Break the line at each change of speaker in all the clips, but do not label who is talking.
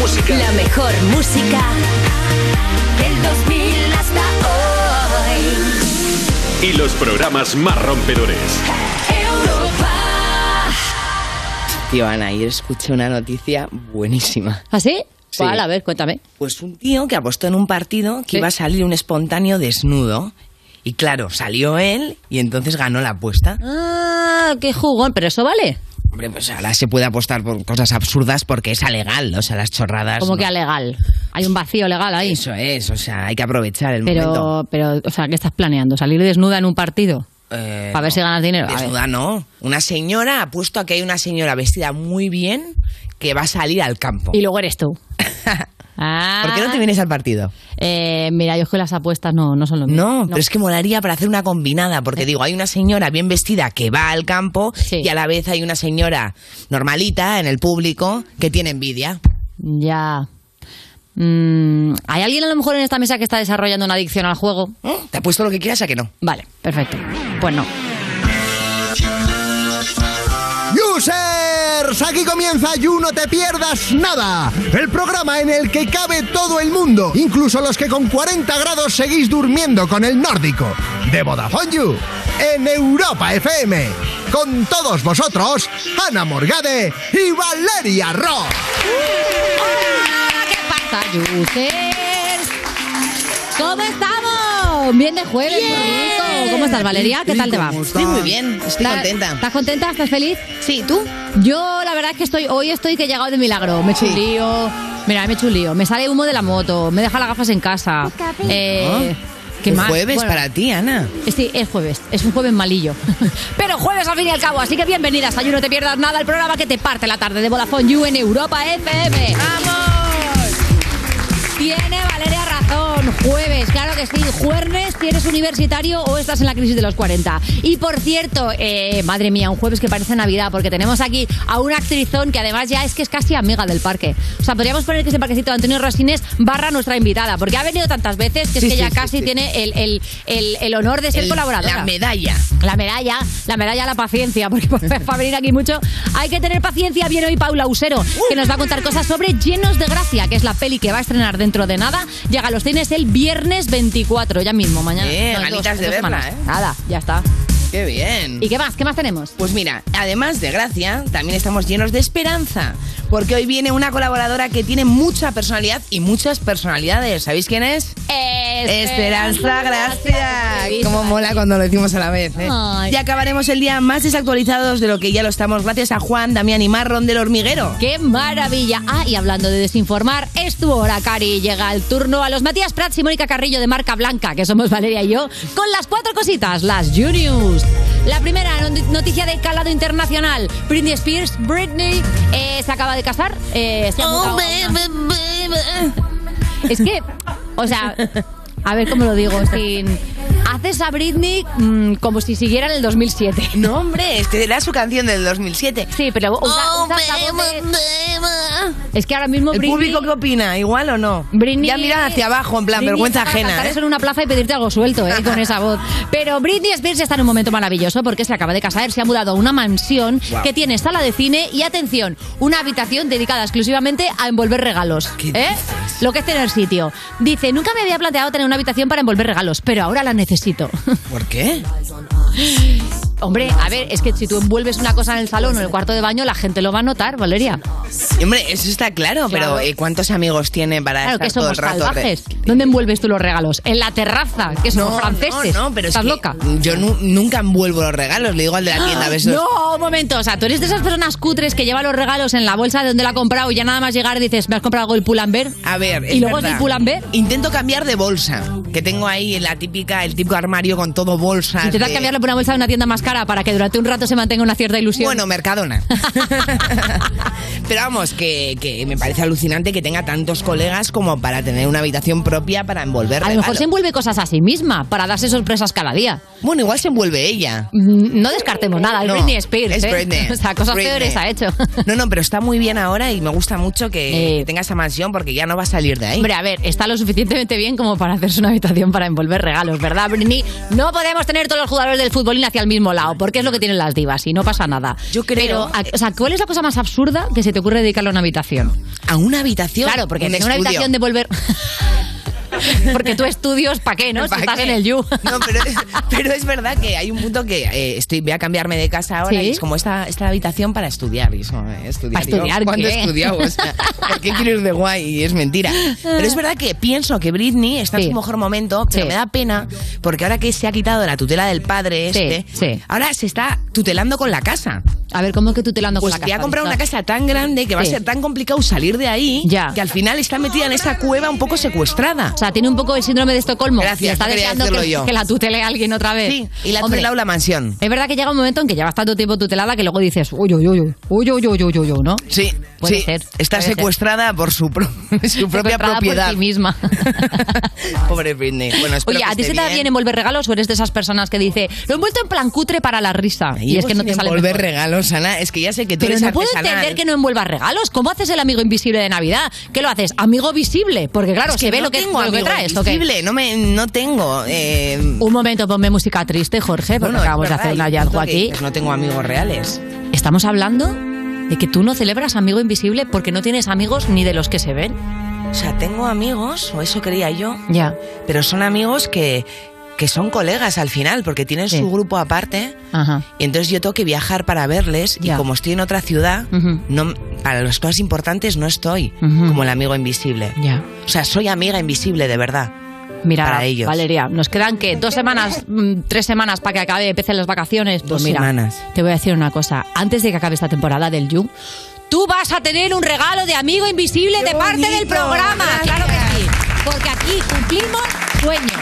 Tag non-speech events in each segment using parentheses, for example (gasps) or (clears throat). música.
La mejor música del 2000 hasta
Y los programas más rompedores.
hoy.
Oh,
Europa.
Tío, Ana, ayer escuché una noticia buenísima.
¿Ah, sí?
Sí.
¿Cuál? A ver, cuéntame.
Pues un tío (laughs) que apostó en un partido que
Sí.
iba a salir un espontáneo desnudo. Y claro, salió él y entonces ganó la apuesta.
Ah, qué jugón, pero eso vale.
Hombre, pues ahora se puede apostar por cosas absurdas porque es alegal, o sea, las chorradas.
Como
Ah, no.
que a legal. Hay un vacío legal ahí.
Eso es, o sea, hay que aprovechar el momento.
Pero, pero, o sea, ¿qué estás planeando? ¿Salir desnuda en un partido?
Eh,
Para ver si ganas dinero. Ah, A ver.
Desnuda no. Una señora, apuesto a que hay una señora vestida muy bien que va a salir al campo.
Y luego eres tú. Ah.
¿Por qué no te vienes al partido?
Eh, mira, yo es que las apuestas no, no son lo mío.
No, Ah, pero es que molaría para hacer una combinada, porque digo, hay una señora bien vestida que va al campo
Sí.
y a la vez hay una señora normalita en el público que tiene envidia.
Ya. Mm, ¿Hay alguien a lo mejor en esta mesa que está desarrollando una adicción al juego?
¿Eh? Te apuesto lo que quieras a que no.
Vale, perfecto. Pues no.
Users, aquí comienza You No Te Pierdas Nada, el programa en el que cabe todo el mundo, incluso los que con 40 grados seguís durmiendo con el nórdico, de Vodafone You, en Europa FM. Con todos vosotros, Ana Morgade y Valeria Ross.
¿Qué pasa, Yusers? ¿Cómo estamos? Bien de jueves, qué rico. ¿Cómo estás, Valeria? ¿Qué tal te va?
Estoy muy bien, estoy
¿Estás-
contenta.
¿Estás contenta? ¿Estás feliz?
Sí, ¿tú?
Yo la verdad es que estoy hoy estoy que he llegado de milagro. Me he hecho un
Sí.
lío. Mira, me he hecho un lío. Me sale humo de la moto. Me deja las gafas en casa. Eh, ¿Qué
Un
más?
¿Ah? jueves
Bueno,
para ti, Ana.
Sí, es jueves. Es un jueves malillo. (laughs) Pero jueves al fin y al cabo. Así que bienvenidas a You No Te Pierdas Nada, el programa que te parte la tarde de Vodafone You en Europa FM.
¡Vamos!
Tiene Valeria razón. Jueves, claro que sí. Jueves, si eres universitario o estás en la crisis de los 40. Y por cierto, eh, madre mía, un jueves que parece Navidad, porque tenemos aquí a una actrizón que además ya es que es casi amiga del parque. O sea, podríamos poner que ese parquecito de Antonio Rasines barra nuestra invitada, porque ha venido tantas veces que
Sí,
es que
sí,
ya
sí,
casi
sí.
tiene el, el- el- el honor de ser
El-
colaboradora.
La medalla.
La medalla, la medalla a la paciencia, porque (laughs) para venir aquí mucho hay que tener paciencia. Viene hoy Paula Usero, que nos va a contar cosas sobre Llenos de Gracia, que es la peli que va a estrenar dentro de nada. Llega a los cines el viernes 24, ya mismo, mañana.
Eh,
en
ganitas de verla,
semanas.
eh.
Nada, ya está.
¡Qué bien!
¿Y qué más? ¿Qué más tenemos?
Pues mira, además de gracia, también estamos llenos de esperanza, porque hoy viene una colaboradora que tiene mucha personalidad y muchas personalidades. ¿Sabéis quién es? Esperanza, gracias. Como mola cuando lo decimos a la vez. ¿eh?
Ay.
Y acabaremos el día más desactualizados de lo que ya lo estamos, gracias a Juan, Damián y Marrón del Hormiguero.
¡Qué maravilla! Ah, y hablando de desinformar, es tu hora, Cari. Llega el turno a los Matías Prats y Mónica Carrillo de Marca Blanca, que somos Valeria y yo, con las cuatro cositas, las Juniors. La primera no- noticia de calado internacional. Britney Spears, Britney, eh, se acaba de casar. eh, se ha mudado a una- es que, o sea, a ver cómo lo digo, sin... Haces a Britney mm, como si siguiera en el 2007.
No, hombre, este era su canción del 2007.
Sí, pero usa- usas la voz de- Es que ahora mismo
¿El
Britney...
público qué opina? ¿Igual o no?
Britney-
ya miran hacia abajo, en plan,
Britney
vergüenza
está para
ajena.
cantar
¿eh?
eso en una plaza y pedirte algo suelto, ¿eh? Con esa voz. Pero Britney Spears está en un momento maravilloso porque se acaba de casar, se ha mudado a una mansión
Guau.
que tiene sala de cine y, atención, una habitación dedicada exclusivamente a envolver regalos.
¿Qué
¿eh?
dices?
Lo que es tener sitio. Dice, nunca me había planteado tener una habitación para envolver regalos, pero ahora la necesito. (laughs)
¿Por qué?
Hombre, a ver, es que si tú envuelves una cosa en el salón o en el cuarto de baño, la gente lo va a notar, Valeria.
Hombre, eso está claro,
Claro.
pero eh, ¿cuántos amigos tiene para
Claro,
estar
que somos
todo el rato?
salvajes. ¿Dónde envuelves tú los regalos? En la terraza, que somos franceses.
No, no, pero es
¿Estás
que
loca?
Yo nu- nunca envuelvo los regalos, le digo al de
(gasps)
la tienda, a ver si los-
No, un momento. O sea, tú eres de esas personas cutres que lleva los regalos en la bolsa de donde la ha comprado y ya nada más llegar dices, ¿me has comprado algo el Pull&Bear?
A ver,
¿Y
es
luego
verdad.
es el Pull&Bear?
Intento cambiar de bolsa, que tengo ahí la típica, el típico armario con todo bolsas.
Intentas
de-
cambiarlo por una bolsa de una tienda más cara para que durante un rato se mantenga una cierta ilusión.
Bueno, Mercadona. Pero vamos, que, que me parece alucinante que tenga tantos colegas como para tener una habitación propia para envolver
a lo mejor
regalos.
se envuelve cosas a sí misma para darse sorpresas cada día.
Bueno, igual se envuelve ella.
Mm, (laughs) No descartemos nada, es
No,
Britney Spears.
es
¿eh? (laughs)
Britney,
O sea, cosas
Britney.
peores ha hecho.
No, no, pero está muy bien ahora y me gusta mucho que
(laughs) Eh.
tenga esa mansión porque ya no va a salir de ahí.
Hombre, a ver, está lo suficientemente bien como para hacerse una habitación para envolver regalos, ¿verdad, Britney? No podemos tener todos los jugadores del futbolín hacia el mismo lado, porque es lo que tienen las divas y no pasa nada.
Yo creo-
Pero, a- o sea, ¿cuál es la cosa más absurda que se te ocurre dedicarle a una habitación.
¿A una habitación?
Claro, porque
Un
tener una
estudio.
habitación de volver... porque tú estudios, ¿para qué, no? Si
(laughs) ¿Pa'
estás
qué?
en el You.
No, pero, (laughs) pero es verdad que hay un punto que eh, estoy, voy a cambiarme de casa ahora
¿Sí?
y es como esta, esta habitación para estudiar. Y es como, eh, estudiar.
¿Para estudiar
¿Cuándo
qué?
he estudiado? O sea, ¿Por qué quiero ir de guay? Y es mentira. Pero es verdad que pienso que Britney está
Sí.
en su mejor momento, pero
Sí.
me da pena porque ahora que se ha quitado la tutela del padre
Sí,
este,
sí.
ahora se está tutelando con la casa.
A ver, ¿cómo es que tutelando
Pues
con la
te
casa?
ha comprado una
Lisa?
casa tan grande que va a
Sí.
ser tan complicado salir de ahí
Ya.
que al final está metida en esa cueva un poco secuestrada.
O sea, tiene un poco el síndrome de Estocolmo.
Gracias,
y está
no quería
deseando
decirlo
que,
yo.
que la tutele alguien otra vez.
Sí, y le ha
Hombre,
tutelado la mansión.
Es verdad que llega un momento en que llevas tanto tiempo tutelada que luego dices, uy, uy, uy, uy, uy, uy, uy, uy, uy, uy, ¿no?
Sí,
Puede
sí,
ser,
Está
puede ser.
secuestrada por su, pro- (laughs) su propia
Secuestrada por
propiedad.
sí misma.
Pobre Britney. Bueno, espero
Oye,
que
¿a ti
esté
se te da bien envolver regalos o eres de esas personas que dice, lo he envuelto en plan cutre para la risa? Y, es que no te sale
volver
mejor?
regalos, Ana. Es que ya sé que tú
Pero
eres
no puedo
artesanal.
entender que no envuelvas regalos. ¿Cómo haces el amigo invisible de Navidad? ¿Qué lo haces? ¿Amigo visible? Porque claro,
Es
se ve
no
lo que,
tengo
lo que
amigo
traes. ¿o qué?
invisible, no me, no tengo. eh,
Un momento, ponme música triste, Jorge, porque
bueno, es
acabamos de
verdad,
hacer un
hay
hallazgo
punto que
aquí.
dices, no tengo amigos reales.
Estamos hablando de que tú no celebras amigo invisible porque no tienes amigos ni de los que se ven.
O sea, tengo amigos, o eso creía yo,
Ya.
pero son amigos que, que son colegas al final, porque tienen
Sí.
su grupo aparte.
Ajá.
Y entonces yo tengo que viajar para verles
Ya.
y como estoy en otra ciudad,
Ujú.
no, para las cosas importantes no estoy
Ujú.
como el amigo invisible.
Ya.
O sea, soy amiga invisible de verdad.
Mira,
Para ellos.
Valeria, nos quedan que dos semanas, mm, tres semanas para que acabe, empiecen las vacaciones. Pues
Dos
mira,
semanas.
te voy a decir una cosa. Antes de que acabe esta temporada del You, tú vas a tener un regalo de amigo invisible de parte del
bonito!
programa.
Gracias.
Claro que sí. Porque aquí cumplimos sueños.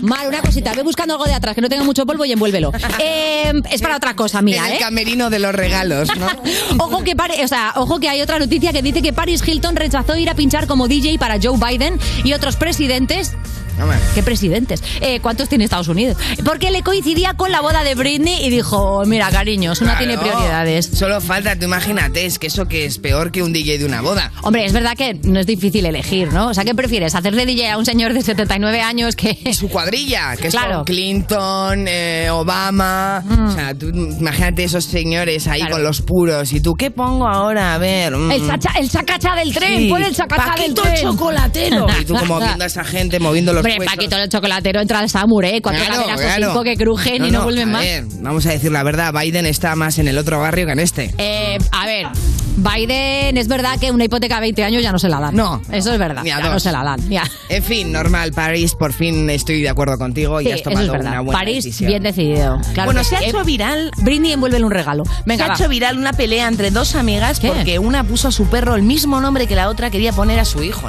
Mar, una cosita, ve buscando algo de atrás que no tenga mucho polvo y
(laughs)
envuélvelo. Eh, es para otra cosa mía, ¿eh?
camerino de los regalos, ¿no?
(laughs) Ojo que, Pare- o sea, ojo que hay otra noticia que dice que Paris Hilton rechazó ir a pinchar como DJ para Joe Biden y otros presidentes. ¿Qué presidentes? Eh, ¿Cuántos tiene Estados Unidos? Porque le coincidía con la boda de Britney y dijo, "Oh, mira, cariños, una tiene prioridades.
Solo falta, tú imagínate, es que eso que es peor que un DJ de una boda.
Hombre, es verdad que no es difícil elegir, ¿no? O sea, ¿qué prefieres? ¿Hacerle DJ a un señor de 79 años que...
Su cuadrilla, que
Claro. Mm.
son Clinton, eh, Obama. O sea, tú imagínate esos señores ahí
Claro.
con los puros. ¿Y tú qué pongo ahora? A ver. mm.
El, sacha- el sacacha del tren,
Sí.
pon el sacacha del
Paquito
tren. (laughs)
el chocolatero. Y tú como viendo a esa gente moviendo los
Hombre,
huesos.
Paquito el chocolatero entra al Samur, ¿eh? Cuatro
Claro,
cadenas
claro.
o cinco que crujen y no, vuelven
a
más.
ver, vamos a decir la verdad, Biden está más en el otro barrio que en este.
Eh, a ver, Biden, es verdad que una hipoteca a 20 años ya no se la dan.
No.
Eso es verdad.
Ni a
ya
dos.
no se la dan. ya.
En fin, normal, París, por fin estoy de acuerdo contigo y
Sí,
has
eso es
tomado una
verdad.
buena
París,
decisión.
bien decidido. Claro
bueno,
que
se ha
sí.
hecho
Eh,
viral.
Britney, envuélvele un regalo. Venga,
se ha
va.
hecho viral una pelea entre dos amigas
¿Qué?
porque una puso a su perro el mismo nombre que la otra quería poner a
(laughs)
su hijo.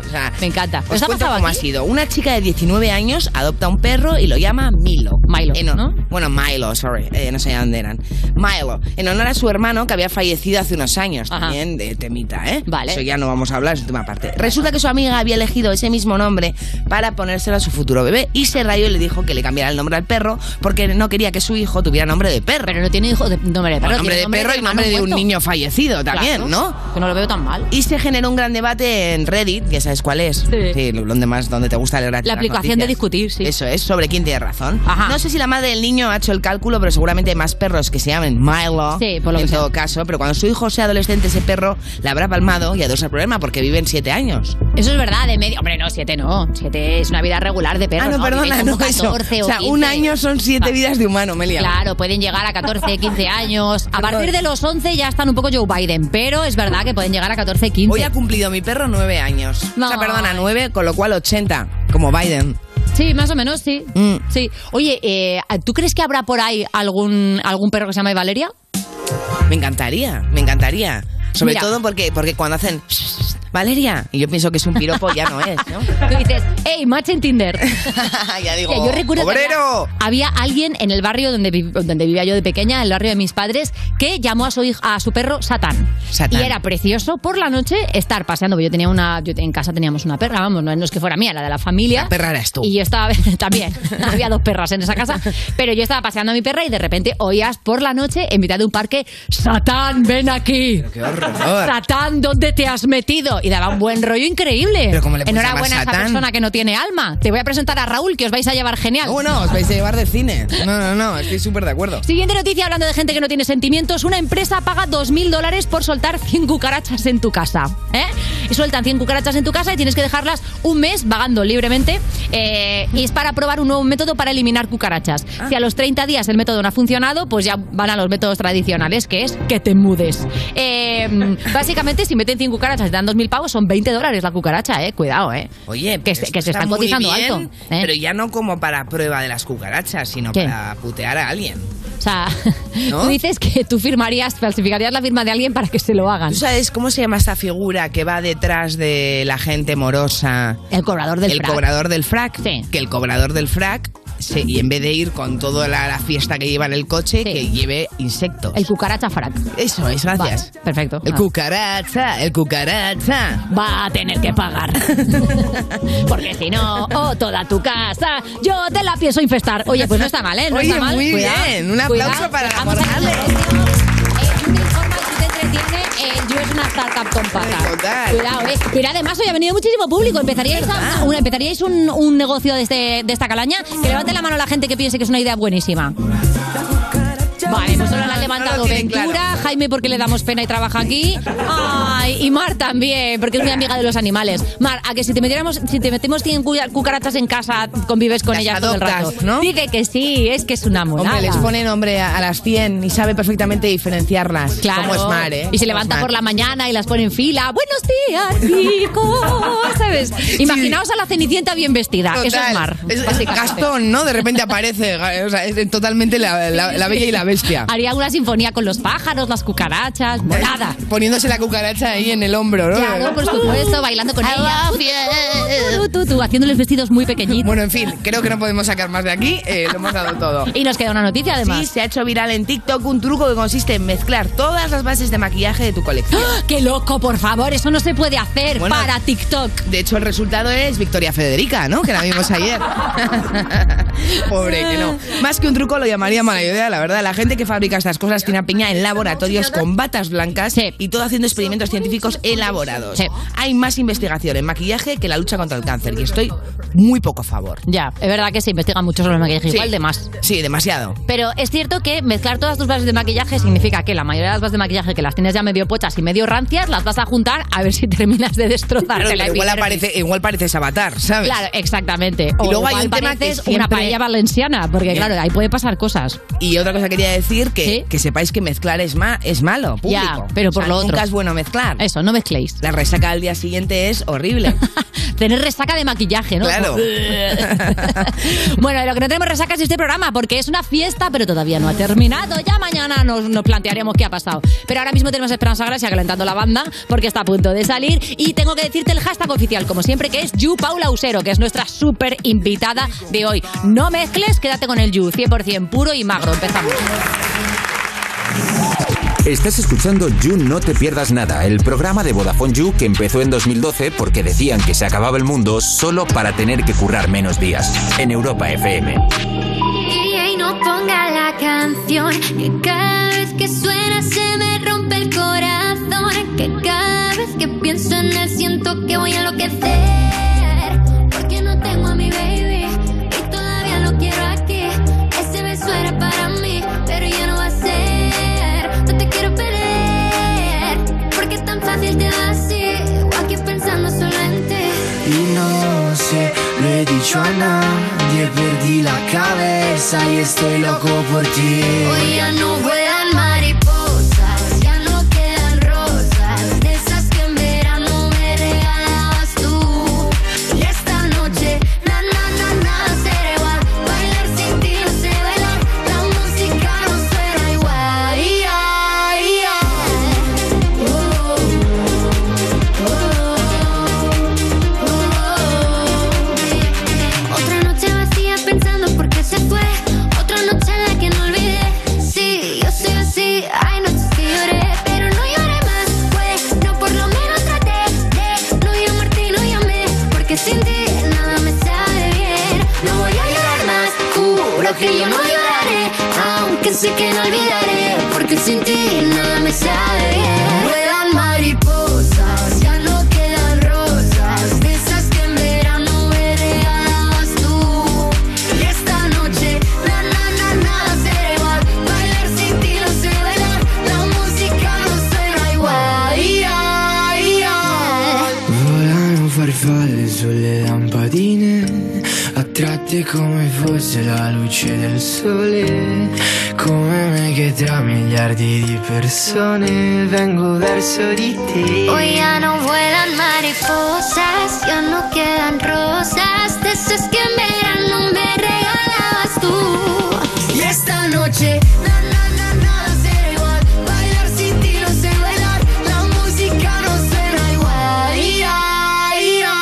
encanta,
o sea,
me encanta.
os
¿Os ha
cuento
pasado
cómo
aquí?
ha sido. Una chica de 19 años adopta un perro y lo llama Milo.
Milo,
En hon-
¿no?
Bueno, Milo, sorry. eh, no sé dónde eran. Milo. En honor a su hermano que había fallecido hace unos años.
Ajá.
También de temita, ¿eh?
Vale.
Eso ya no vamos a hablar, es última parte. Resulta que su amiga había elegido ese mismo nombre para ponérselo a su futuro bebé y se rayó y le dijo que le cambiara el nombre al perro porque no quería que su hijo tuviera nombre de perro.
Pero no tiene hijo de nombre de perro.
Bueno, nombre
tiene
de perro y nombre de un
muerto.
niño fallecido también,
Claro,
¿no?
Que no lo veo tan mal.
Y se generó un gran debate en Reddit, ya sabes cuál es.
Sí.
lo- donde más, donde te gusta leer
La
las
aplicación de
noticias.
discutir, sí.
Eso es, sobre quién tiene razón.
Ajá.
No sé si la madre del niño ha hecho el cálculo, pero seguramente hay más perros que se llamen Milo.
Sí, por lo
en
que sea.
todo caso, pero cuando su hijo sea adolescente, ese perro la habrá palmado y adosa el problema porque viven siete años.
Eso es verdad, de medio. Hombre, no, siete no. Siete es una vida regular de perro.
ah, no, perdona,
Viven
no
como
eso.
14
o sea,
15.
un año son siete vidas de humano, Melia.
Ah. Claro, pueden llegar a 14, 15 años. A partir de los 11 ya están un poco Joe Biden, pero es verdad que pueden llegar a 14, 15.
Hoy ha cumplido mi perro nueve años. O sea,
No.
perdona, nueve, con lo cual 80, como Biden.
Sí, más o menos, sí.
Mm.
sí. Oye, eh, ¿tú crees que habrá por ahí algún, algún perro que se llame Valeria?
Me encantaría, me encantaría. Sobre
Mira.
todo porque, porque cuando hacen Valeria, y yo pienso que es un piropo, ya no es, ¿no?
Tú dices, hey, match en Tinder.
(laughs) ya digo,
Hostia, yo recuerdo que
¡obrero!
había, había alguien en el barrio donde, vi- donde vivía yo de pequeña, en el barrio de mis padres, que llamó a su, hij- a su perro Satán.
Satán.
Y era precioso por la noche estar paseando. porque Yo tenía una, yo en casa teníamos una perra, vamos, no no es que fuera mía, la de la familia.
La perra eras tú.
Y yo estaba (laughs) también, había dos perras en esa casa, pero yo estaba paseando a mi perra y de repente oías por la noche en mitad de un parque, Satán, ven aquí.
¡Qué horror!
Satán, ¿dónde te has metido? y daba un buen rollo increíble.
Pero ¿cómo le puedes llamar
Eh, Enhorabuena a esta
Satán?
persona que no tiene alma. Te voy a presentar a Raúl, que os vais a llevar genial.
Bueno, os vais a llevar de cine. No, no, no, estoy súper de acuerdo.
Siguiente noticia, hablando de gente que no tiene sentimientos. Una empresa paga 2.000 dólares por soltar 100 cucarachas en tu casa. ¿eh? Y sueltan 100 cucarachas en tu casa y tienes que dejarlas un mes vagando libremente. eh, y es para probar un nuevo método para eliminar cucarachas.
Ah.
Si a los 30 días el método no ha funcionado, pues ya van a los métodos tradicionales, que es que te mudes. Eh, básicamente, si meten 100 cucarachas y te dan 2.000 pavos, son 20 dólares la cucaracha, ¿eh? Cuidado, ¿eh?
Oye,
que, se- que se
está
están
muy
cotizando
bien,
alto. ¿eh?
Pero ya no como para prueba de las cucarachas, sino
¿Qué?
para putear a alguien.
O sea, (laughs) tú dices que tú firmarías, falsificarías la firma de alguien para que se lo hagan.
¿Tú sabes cómo se llama esta figura que va detrás de la gente morosa?
El cobrador del
El
frac.
cobrador del frac. Que el cobrador del frac, se- y en vez de ir con toda la, la fiesta que lleva en el coche, que lleve insectos.
El cucaracha frac.
Eso es, gracias.
perfecto.
El
Ah.
cucaracha, el cucaracha.
Va a tener que
(laughs)
pagar. Porque si no, o toda tu casa, yo te la pienso infestar. Oye, pues no está mal, ¿eh? No
Oye,
está mal.
muy
Cuidado,
bien. Un aplauso
cuidado.
para la
Vamos a
Morgade.
Eh, una informa que te entretiene, eh, yo es una startup con patas. Cuidado, eh. Pero además hoy ha venido muchísimo público. Empezaríais, a- una- empezaríais un, un negocio de, este- de esta calaña. Que levante la mano la gente que piense que es una idea buenísima. Vale, pues solo la ha levantado
No lo tienen
Ventura,
claro.
Jaime porque le damos pena y trabaja aquí. Ay, y Mar también, porque es muy amiga de los animales. Mar, a que si te metiéramos, si te metemos 100 cu- cucarachas en casa, convives con
Las
ellas todo el
adoptas,
rato. Dice que sí, es que es una monada.
Hombre, les pone nombre a, a las 100 y sabe perfectamente diferenciarlas.
Claro.
Como es Mar, ¿eh?
Y se
Como es
levanta
Mar.
por la mañana y las pone en fila. Buenos días, chicos. ¿Sabes? Imaginaos a la Cenicienta bien vestida. Eso es
Total.
Mar.
Es-
básicamente.
Gastón, ¿no? De repente aparece. (laughs) O sea, es totalmente la, la- la bella y la bestia.
Haría una sinfonía con los pájaros, las cucarachas, morada.
(laughs) Poniéndose la cucaracha ahí en el hombro, ¿no? Ah,
Claro, por supuesto, bailando con ella. Tú, tú, tú, haciéndoles vestidos muy pequeñitos.
Bueno, en fin, creo que no podemos sacar más de aquí. eh, lo hemos dado todo.
Y nos queda una noticia además.
Sí, se ha hecho viral en TikTok un truco que consiste en mezclar todas las bases de maquillaje de tu colección.
¡Ah! ¡Qué loco, por favor! Eso no se puede hacer
Bueno.
para TikTok.
De hecho, el resultado es Victoria Federica, ¿no? Que la
(laughs)
vimos ayer. Pobre que no. Más que un truco lo llamaría mala idea, la verdad. La gente que fabrica estas cosas tiene a peña en laboratorios con batas blancas y todo haciendo experimentos científicos elaborados.
Sí.
Hay más investigación en maquillaje que la lucha contra el cáncer y estoy muy poco a favor.
Ya, es verdad que se investiga mucho sobre el maquillaje,
Sí.
igual de más.
Sí, demasiado.
Pero es cierto que mezclar todas tus bases de maquillaje significa que la mayoría de las bases de maquillaje que las tienes ya medio pochas y medio rancias, las vas a juntar a ver si (laughs) terminas de destrozar.
Pero igual, aparece, igual pareces avatar, ¿sabes?
Claro, exactamente. O
Y luego hay
igual
un tema que
pareces
siempre-
una paella valenciana, porque
Bien.
claro, ahí puede pasar cosas.
Y otra cosa que quería decir, que,
Sí.
que sepáis que mezclar es, ma es malo, público.
Ya, pero por
O sea,
lo otro.
Nunca es bueno mezclar.
Eso, no mezcléis.
La resaca al día siguiente es horrible.
(laughs) Tener resaca de maquillaje, ¿no?
(laughs)
(laughs)
Claro.
bueno, de lo que no tenemos resaca es este programa, porque es una fiesta, pero todavía no ha terminado. Ya mañana nos, nos plantearemos qué ha pasado. Pero ahora mismo tenemos a Esperanza Gracia calentando la banda, porque está a punto de salir. Y tengo que decirte el hashtag oficial, como siempre, que es YouPaulausero, que es nuestra súper invitada de hoy. No mezcles, quédate con el You, 100% puro y magro. Empezamos.
Estás escuchando You No Te Pierdas Nada, el programa de Vodafone You que empezó en 2012 porque decían que se acababa el mundo solo para tener que currar menos días. En Europa FM.
Y no ponga la canción que cada vez que suena se me rompe el corazón. Que cada vez que pienso en él siento que voy a enloquecer. Porque no tengo a mi baby y todavía lo quiero aquí. Ese beso era para mí, pero ya no va a ser. No te quiero perder porque es tan fácil te va así. O aquí pensando solo en ti.
Y no se lo he dicho a nadie, perdí la cabeza y estoy loco por ti.
Hoy ya no vuelan mariposas, ya no quedan rosas, de esas que en verano me regalabas tú. Y esta noche, na na na na, será igual, bailar sin ti no sé bailar, la música no suena igual. Y ay, ay, oh, oh, oh. Otra noche vacía pensando por qué se fue, otra noche en la que no olvidé. Sí, yo soy así, hay noches que lloré, pero no lloré más, pues no por lo menos traté de no llamarte y no llamé, porque sin ti nada me sabe bien. No voy a llorar más, juro que yo no lloraré, aunque sé que no olvidaré, porque sin ti nada me sabe bien. Ruedan mariposas, ya no queda
stretti come fosse la luce del sole, come me che tra miliardi di persone vengo verso di te.
Hoy ya no vuelan mariposas, ya no quedan rosas, de esas que en verano me regalabas tú. Y esta noche, na, na, na, nada será igual, bailar sin ti no sé bailar, la música no suena igual. Ay, ay, ay. Oh,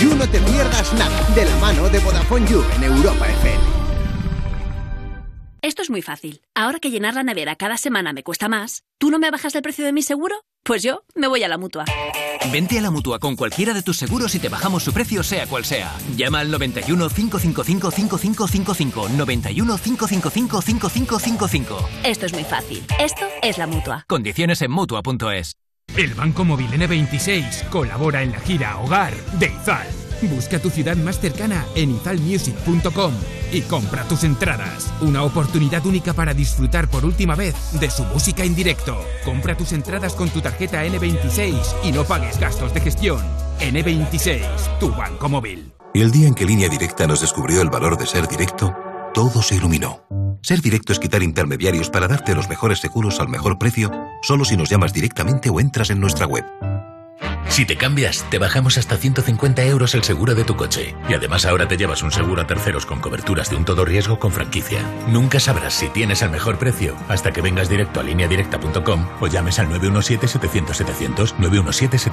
You No Te Pierdas Nada, de la mano de Vodafone You en Europa FM.
Esto es muy fácil. Ahora que llenar la nevera cada semana me cuesta más, ¿tú no me bajas el precio de mi seguro? Pues yo me voy a la mutua.
Vente a la mutua con cualquiera de tus seguros y te bajamos su precio, sea cual sea. Llama al 91 555 5555. 91 555 5555.
Esto es muy fácil. Esto es la mutua.
Condiciones en mutua.es.
El Banco Móvil N26 colabora en la gira Hogar de Izal. Busca tu ciudad más cercana en izalmusic.com y compra tus entradas. Una oportunidad única para disfrutar por última vez de su música en directo. Compra tus entradas con tu tarjeta N26 y no pagues gastos de gestión. N26, tu banco móvil.
El día en que Línea Directa nos descubrió el valor de ser directo, todo se iluminó. Ser directo es quitar intermediarios para darte los mejores seguros al mejor precio, solo si nos llamas directamente o entras en nuestra web.
Si te cambias, te bajamos hasta 150 euros el seguro de tu coche. Y además ahora te llevas un seguro a terceros con coberturas de un todo riesgo con franquicia. Nunca sabrás si tienes el mejor precio hasta que vengas directo a lineadirecta.com o llames al 917-700-700,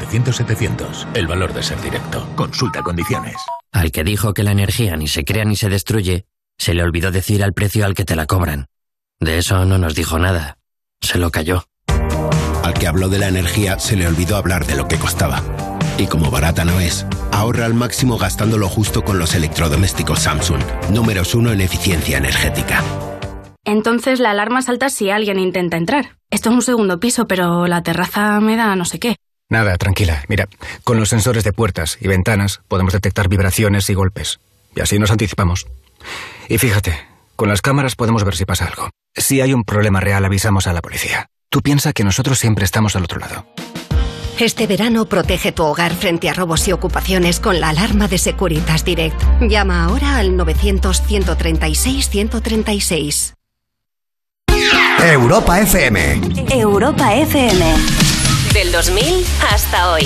917-700-700. El valor de ser directo. Consulta condiciones.
Al que dijo que la energía ni se crea ni se destruye, se le olvidó decir al precio al que te la cobran. De eso no nos dijo nada. Se lo cayó.
Al que habló de la energía se le olvidó hablar de lo que costaba. Y como barata no es, ahorra al máximo gastando lo justo con los electrodomésticos Samsung, números uno en eficiencia energética.
Entonces la alarma salta si alguien intenta entrar. Esto es un segundo piso, pero la terraza me da no sé qué.
Nada, tranquila. Mira, con los sensores de puertas y ventanas podemos detectar vibraciones y golpes. Y así nos anticipamos. Y fíjate, con las cámaras podemos ver si pasa algo. Si hay un problema real, avisamos a la policía. Tú piensa que nosotros siempre estamos al otro lado.
Este verano protege tu hogar frente a robos y ocupaciones con la alarma de Securitas Direct. Llama ahora al 900-136-136.
Europa FM.
Europa FM. Del 2000 hasta hoy.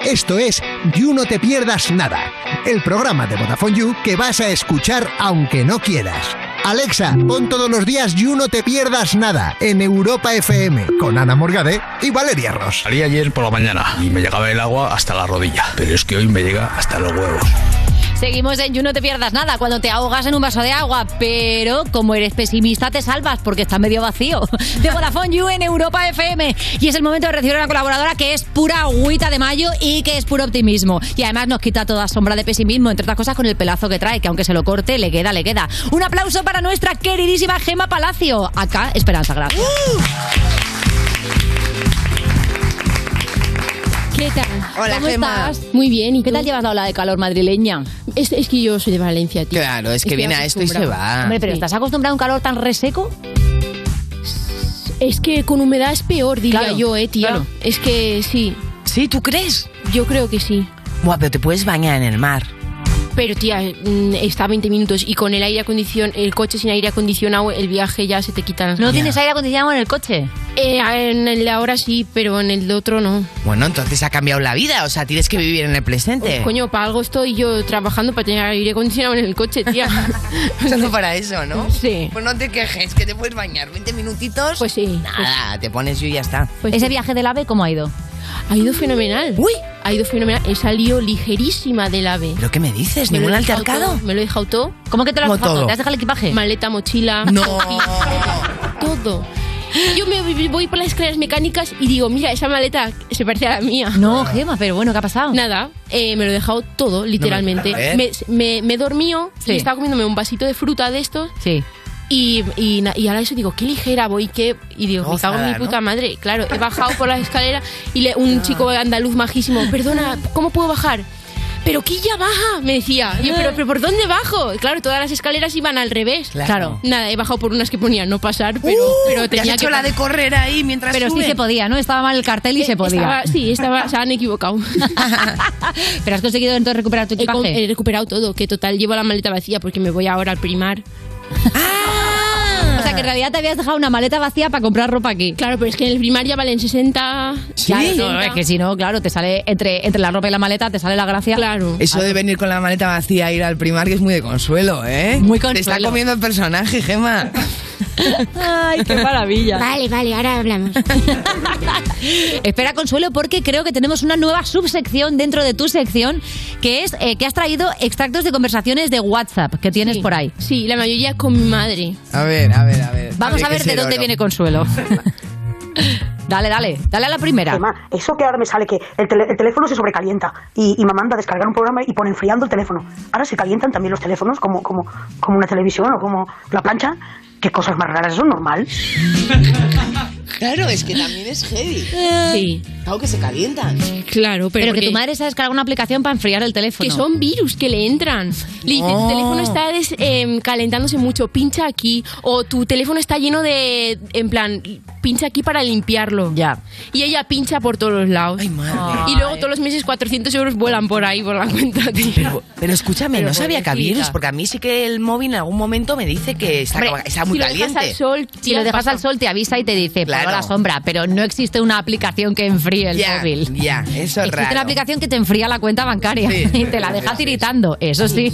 Esto es You No Te Pierdas Nada, el programa de Vodafone You que vas a escuchar aunque no quieras. Alexa, pon todos los días You No Te Pierdas Nada en Europa FM con Ana Morgade y Valeria Ross.
Salí ayer por la mañana y me llegaba el agua hasta la rodilla, pero es que hoy me llega hasta los huevos.
Seguimos en You No Te Pierdas Nada cuando te ahogas en un vaso de agua, pero como eres pesimista te salvas porque está medio vacío. (laughs) De Vodafone You en Europa FM. Y es el momento de recibir a una colaboradora que es pura agüita de mayo y que es puro optimismo. Y además nos quita toda sombra de pesimismo, entre otras cosas con el pelazo que trae, que aunque se lo corte, le queda, le queda. Un aplauso para nuestra queridísima Gema Palacio. Acá, Esperanza, gracias. ¿Qué tal?
Hola,
¿Cómo
Gema.
estás? Muy bien. ¿Y ¿Qué tal llevas la ola de calor madrileña?
Es, es que yo soy de Valencia, tío.
Claro, es que
Estoy
viene a esto y se
acostumbrada.
va.
Hombre, pero ¿estás acostumbrado a un calor tan reseco?
Es que con humedad es peor, diría
Claro,
yo, eh, tío.
claro.
Es que sí.
¿Sí? ¿Tú crees?
Yo creo que sí.
Buah, pero te puedes bañar en el mar.
Pero tía, mm, está a 20 minutos y con el aire acondicionado, el coche sin aire acondicionado, el viaje ya se te quita. Eh,
¿No tienes aire acondicionado en el coche?
en el de ahora sí, pero en el de otro no.
Bueno, entonces ha cambiado la vida, o sea, tienes que vivir en el presente.
Coño, para algo estoy yo trabajando para tener aire acondicionado en el coche,
(laughs)
tía.
Solo para eso, ¿no?
Sí.
Pues no te quejes, que te puedes bañar 20 minutitos. Pues
sí. Pues
Nada, te pones yo y ya está.
¿Ese viaje del AVE cómo ha ido?
Ha ido fenomenal. Uy. Ha ido fenomenal. He salido ligerísima del ave.
¿Pero qué me dices?
Me lo
¿Ningún
he dejado
altercado?
todo, Me lo he dejado todo.
¿Cómo que te
lo has Como dejado todo? todo? ¿Te has dejado
el equipaje? Maleta, (laughs) mochila.
No.
cojín, todo. Yo me voy- voy por las escaleras mecánicas y digo, mira, esa maleta se parece a la mía.
No, Gema, pero bueno, ¿qué ha pasado?
Nada, eh, me lo he dejado todo, literalmente.
joder.
me, me, me he dormido
Sí.
y estaba comiéndome un vasito de fruta de estos
Sí.
y, y, na- y ahora eso digo, qué ligera voy, qué... Y digo,
Gozada,
me cago en mi
¿no?
puta madre. Claro, he bajado por las escaleras y le, un chico andaluz majísimo, perdona, ¿cómo puedo bajar? Pero que ya baja, me decía. Y yo, pero, pero ¿por dónde bajo? Y claro, todas las escaleras iban al revés.
Claro. Uh, Claro.
Nada, he bajado por unas que ponían no pasar, pero, pero tenía que... pasar.
ahí mientras
Pero sí se podía, ¿no? Estaba mal el cartel y se podía.
Eh, Estaba- sí, estaba, se han equivocado.
(laughs)
(laughs)
¿Pero has conseguido entonces recuperar tu
He con-
equipaje?
He, recuperado todo, que total llevo la maleta vacía porque me voy ahora al primar.
O sea, que en realidad te habías dejado una maleta vacía para comprar ropa aquí.
Claro, pero es que en el primar ya valen 60.
Claro, no, es que si no, claro, te sale Eh, entre, entre la ropa y la maleta, te sale la gracia.
Claro.
Eso de venir con la maleta vacía a ir al primario es muy de consuelo, ¿eh? Muy Te está
consuelo.
comiendo el personaje, Gema.
Ay, qué maravilla.
Vale, vale, ahora hablamos.
(laughs) Espera, Consuelo, porque creo que tenemos una nueva subsección dentro de tu sección, que es eh, que has traído extractos de conversaciones de WhatsApp que tienes por ahí.
Sí, la mayoría con mi madre.
A ver, a ver, a ver.
Vamos a
Tiene que
ver de
ser
dónde
oro.
viene Consuelo. dale, dale, dale a la primera.
eso que ahora me sale que el, tele- el teléfono se sobrecalienta y, y me manda a descargar un programa y pone enfriando el teléfono. Ahora se calientan también los teléfonos como, como, como una televisión o como la plancha. ¿Qué cosas más raras? ¿Eso es normal?
(laughs) Claro, es que también es heavy.
Eh,
Sí.
Claro que se calientan.
Claro, pero,
Pero que
porque-
tu madre se ha descargado una aplicación para enfriar el teléfono.
Que son virus que le entran. Le dice,
No.
tu teléfono está des- em, calentándose mucho, pincha aquí. O tu teléfono está lleno de. En plan, pincha aquí para limpiarlo.
Ya.
Y ella pincha por todos los lados. Y luego todos los meses 400 euros vuelan por ahí, por la
(laughs)
cuenta, tío.
Pero escúchame,
Pero
no sabía que había
pobrecita.
virus, porque a mí sí que el móvil en algún momento me dice que está,
Hombre,
como- está muy caliente.
si lo dejas al sol te avisa y te dice, claro.
Claro.
la sombra, pero no existe una aplicación que enfríe el
Ya,
móvil.
Ya, eso es
Existe una
raro.
aplicación que te enfría la cuenta bancaria
Sí,
(laughs) y te la deja tiritando, eso sí.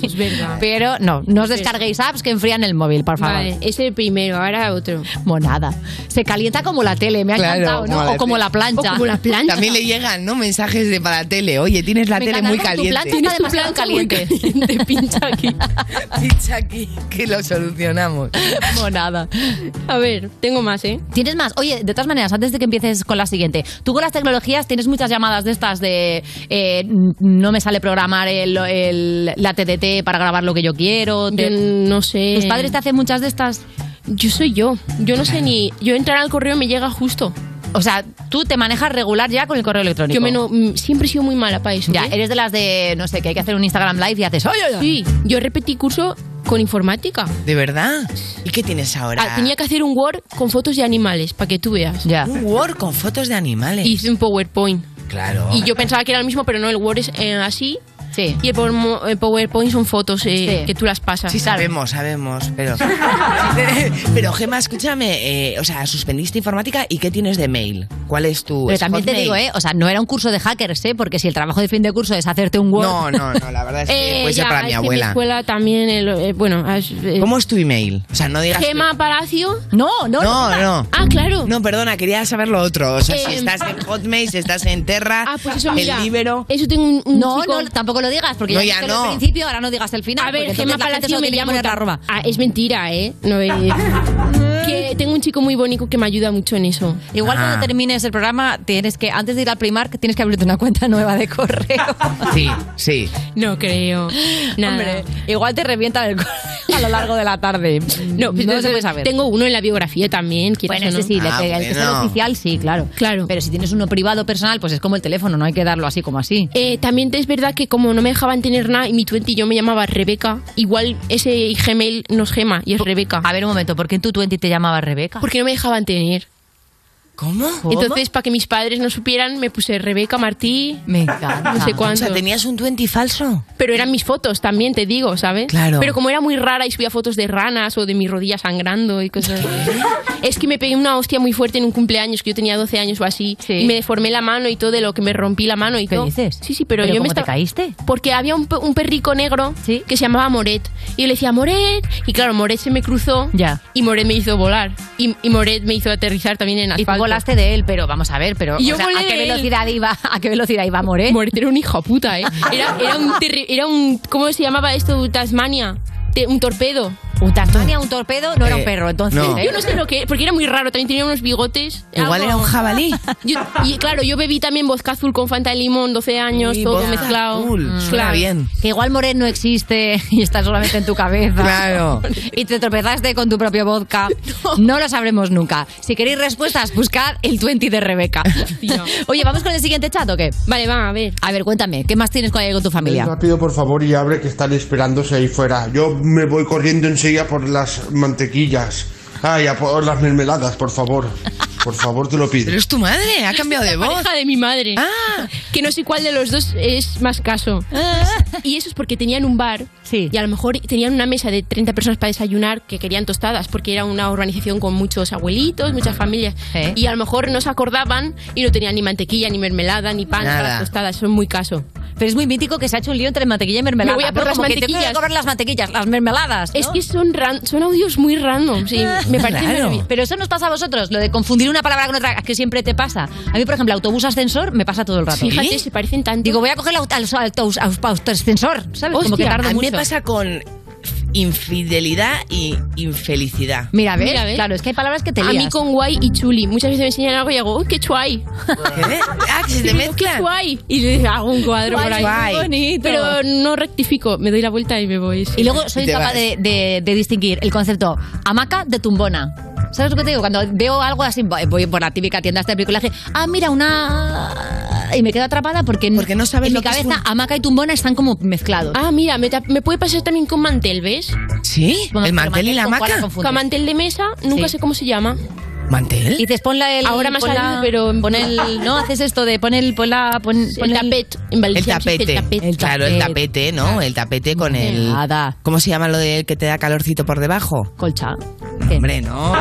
Pero no, no os descarguéis apps que enfrían el móvil, por favor.
Vale, es el primero, ahora otro.
Monada. Se calienta como la tele, me ha
Claro,
encantado, ¿no?
como la
o como
tele.
la plancha.
O como la
plancha.
También le llegan, ¿no? Mensajes de para la tele. Oye, tienes la
Me
tele
encanta
muy
porque tu
caliente.
plancha está demasiado caliente.
Pincha aquí, que lo solucionamos.
Monada.
A ver, tengo más, ¿eh?
Tienes más. Oye, de todas maneras, antes de que empieces con la siguiente, tú con las tecnologías tienes muchas llamadas de estas de eh, n- no me sale programar el, el- la TDT para grabar lo que yo quiero. te-
no sé.
¿Tus padres te hacen muchas de estas?
Yo soy yo. Yo no sé ni. Yo entrar al correo me llega justo.
O sea, tú te manejas regular ya con el correo electrónico.
Yo me no- mm, siempre he sido muy mala para eso.
Ya,
¿eh?
eres de las de, no sé, que hay que hacer un Instagram Live y haces, oye, oye".
Sí, yo repetí curso con informática.
¿De verdad? ¿Y qué tienes ahora?
Ah, tenía que hacer un Word con fotos de animales, para que tú veas.
Ya.
Un Word con fotos de animales.
Hice un PowerPoint.
Claro.
Y yo pensaba que era el mismo, pero no, el Word es eh, así.
Sí.
Y el, por- el PowerPoint son fotos eh,
Sí.
que tú las pasas.
Sí, sabemos, sabemos,
(laughs)
pero... pero, Gema, escúchame, eh, o sea, suspendiste informática y ¿qué tienes de mail? ¿Cuál es tu...?
Pero
Uh, es
también te
Hotmail?
digo, ¿eh? O sea, no era un curso de hackers, ¿eh? Porque si el trabajo de fin de curso es hacerte un Word... Eh,
No, no,
(laughs)
no, la verdad es que puede ser
ya,
para mi
es que
abuela.
mi escuela también, el, eh, bueno... as- eh,
¿Cómo es tu email? O sea, no digas...
Gema Palacio.
No,
No, no, no.
Ah, claro.
No, perdona, quería saber lo otro. O sea, si
Eh,
estás en Hotmail, si estás en Terra,
Ah, pues eso,
el
mira.
Libero...
Eso tengo un, un
No,
chico-
no, tampoco lo digas, porque
No,
ya,
ya
dijiste
no.
el principio, ahora no digas el final.
A ver,
porque
Gema
entonces la gente
Palacio
solo
me
tiene que
llamo...
poner la
ta-
arroba.
Ah, es mentira, ¿eh? No, eh,
(laughs)
que tengo un chico muy bonito que me ayuda mucho en eso.
Igual
Ah.
cuando termines el programa, tienes que, antes de ir al Primark, tienes que abrirte una cuenta nueva de correo.
Sí, sí.
No creo. Nada.
Hombre, igual te revientan el correo (laughs) a lo largo de la tarde. No,
pues,
se puede saber.
Tengo uno en la biografía también. quieras
Bueno,
o no.
ese sí, le-
Ah,
el que es el
bueno.
oficial, sí, claro.
Claro.
Pero si tienes uno privado personal, pues es como el teléfono, no hay que darlo así como así.
Eh, también es verdad que como no me dejaban tener nada y mi 20 yo me llamaba Rebeca, igual ese Gmail nos gema y es Rebeca.
A ver un momento, ¿por qué en tu 20 te llamaba Rebeca?
Porque no me dejaban tener.
¿Cómo?
Entonces, para que mis padres no supieran, me puse Rebeca Martí.
Me encanta.
No sé cuánto.
O sea, tenías un 20 falso.
Pero eran mis fotos también, te digo, ¿sabes?
Claro.
Pero como era muy rara y subía fotos de ranas o de mi rodilla sangrando y cosas así. Es que me pegué una hostia muy fuerte en un cumpleaños que yo tenía 12 años o así. Y me deformé la mano y todo, de lo que me rompí la mano y todo.
dices?
Sí, sí, pero,
¿Pero
yo me
cómo te
estaba... caíste? Porque había un, pe- un perrico negro que se llamaba Moret. Y yo le decía, Moret. Y claro, Moret se me cruzó.
Ya.
Y Moret me hizo volar. Y, y Moret me hizo aterrizar también en asfalto. Y
volaste de él, pero vamos a ver, pero
yo
o sea,
volé
¿a qué
de él.
velocidad iba? ¿A qué velocidad iba eh? Moret?
Moret era un hijo de puta, ¿eh? Era, era un, terri- era un- ¿Cómo se llamaba esto? Tasmania. Te- un torpedo.
Un Tasmania, un torpedo, no era un
Eh,
perro, entonces.
no.
¿eh?
Yo no sé lo que. Porque era muy raro, también tenía unos bigotes.
Igual era un
jabalí.
y claro, (laughs) yo bebí también vodka azul con Fanta de limón, 12 años,
Sí,
todo
vodka
mezclado.
azul,
Mm.
suena bien. Que igual Moret no existe (laughs) y está solamente en tu cabeza.
Claro.
Y te tropezaste con tu
(laughs)
propio vodka. No. lo sabremos nunca. Si queréis respuestas, buscad el 20 de Rebeca. (laughs) Oye, ¿vamos con el siguiente chat o qué?
Vale, va, a ver.
A ver, cuéntame, ¿qué más tienes con, con tu familia?
Rápido, por favor, y abre que están esperándose ahí fuera. Yo me voy corriendo enseguida por las mantequillas. Ay, a por las mermeladas, por favor. Por favor, te lo pido.
Pero es tu madre, ha cambiado de
La
voz.
pareja de mi madre.
Ah.
Que no sé cuál de los dos es más caso. Y eso es porque tenían un bar y a lo mejor tenían una mesa de 30 personas para desayunar que querían tostadas porque era una organización con muchos abuelitos, muchas familias. Y a lo mejor no se acordaban y no tenían ni mantequilla, ni mermelada, ni pan para
Nada.
las tostadas. Eso es muy caso.
Pero es muy mítico que se ha hecho un lío entre mantequilla y mermelada.
Me voy a por
¿no?
las
Como que tengo que
mantequillas.
cobrar las mantequillas, las mermeladas.
Es que son, ran- son audios muy random. Sí,
(laughs)
me parece
Claro.
nervi-
Pero eso nos pasa a vosotros, lo de confundir una palabra con otra, que siempre te pasa. A mí, por ejemplo, autobús ascensor me pasa todo el rato.
Fíjate, se parecen tanto.
Digo, voy a coger el aut- al- al- autobús autobús ascensor, ¿sabes? Como que
Hostia,
tardo
a mí
mucho.
me pasa con infidelidad y infelicidad.
Mira, ¿ves? Claro, es que hay palabras que te
A mí
lías.
con guay y chuli. Muchas veces me enseñan algo y hago, ¡uy, qué chuay!
Ah, que se te mezclan.
¡Qué guay! Y le hago un cuadro
Guay,
por ahí.
guay. Bonito.
Pero no rectifico, me doy la vuelta y me voy.
Y luego soy capaz de, de- de distinguir el concepto hamaca de tumbona. ¿Sabes lo que te digo? Cuando veo algo así, voy voy por la típica tienda esta de bricolaje, ah, mira, una... Y me quedo atrapada porque, en- en mi
lo que es
cabeza hamaca y tumbona están como mezclados.
Ah, mira, me, ta- me puede pasar también con mantel, ¿ves?
¿Sí? ¿El mantel y la hamaca?
Con mantel de mesa, nunca sé cómo se llama.
¿Mantel?
Dices, ponla el...
Ahora me ha
ponla-
salido, pero-
Pon el...
(laughs)
No, haces esto de pon el... Pon la, pon, pon
el tapet. En
El
Valencia existe
tapete. Claro, el tapete, ¿no? El tapete con el.
Nada.
¿Cómo se llama lo del que te da calorcito por debajo?
Colcha.
Hombre, no. eh,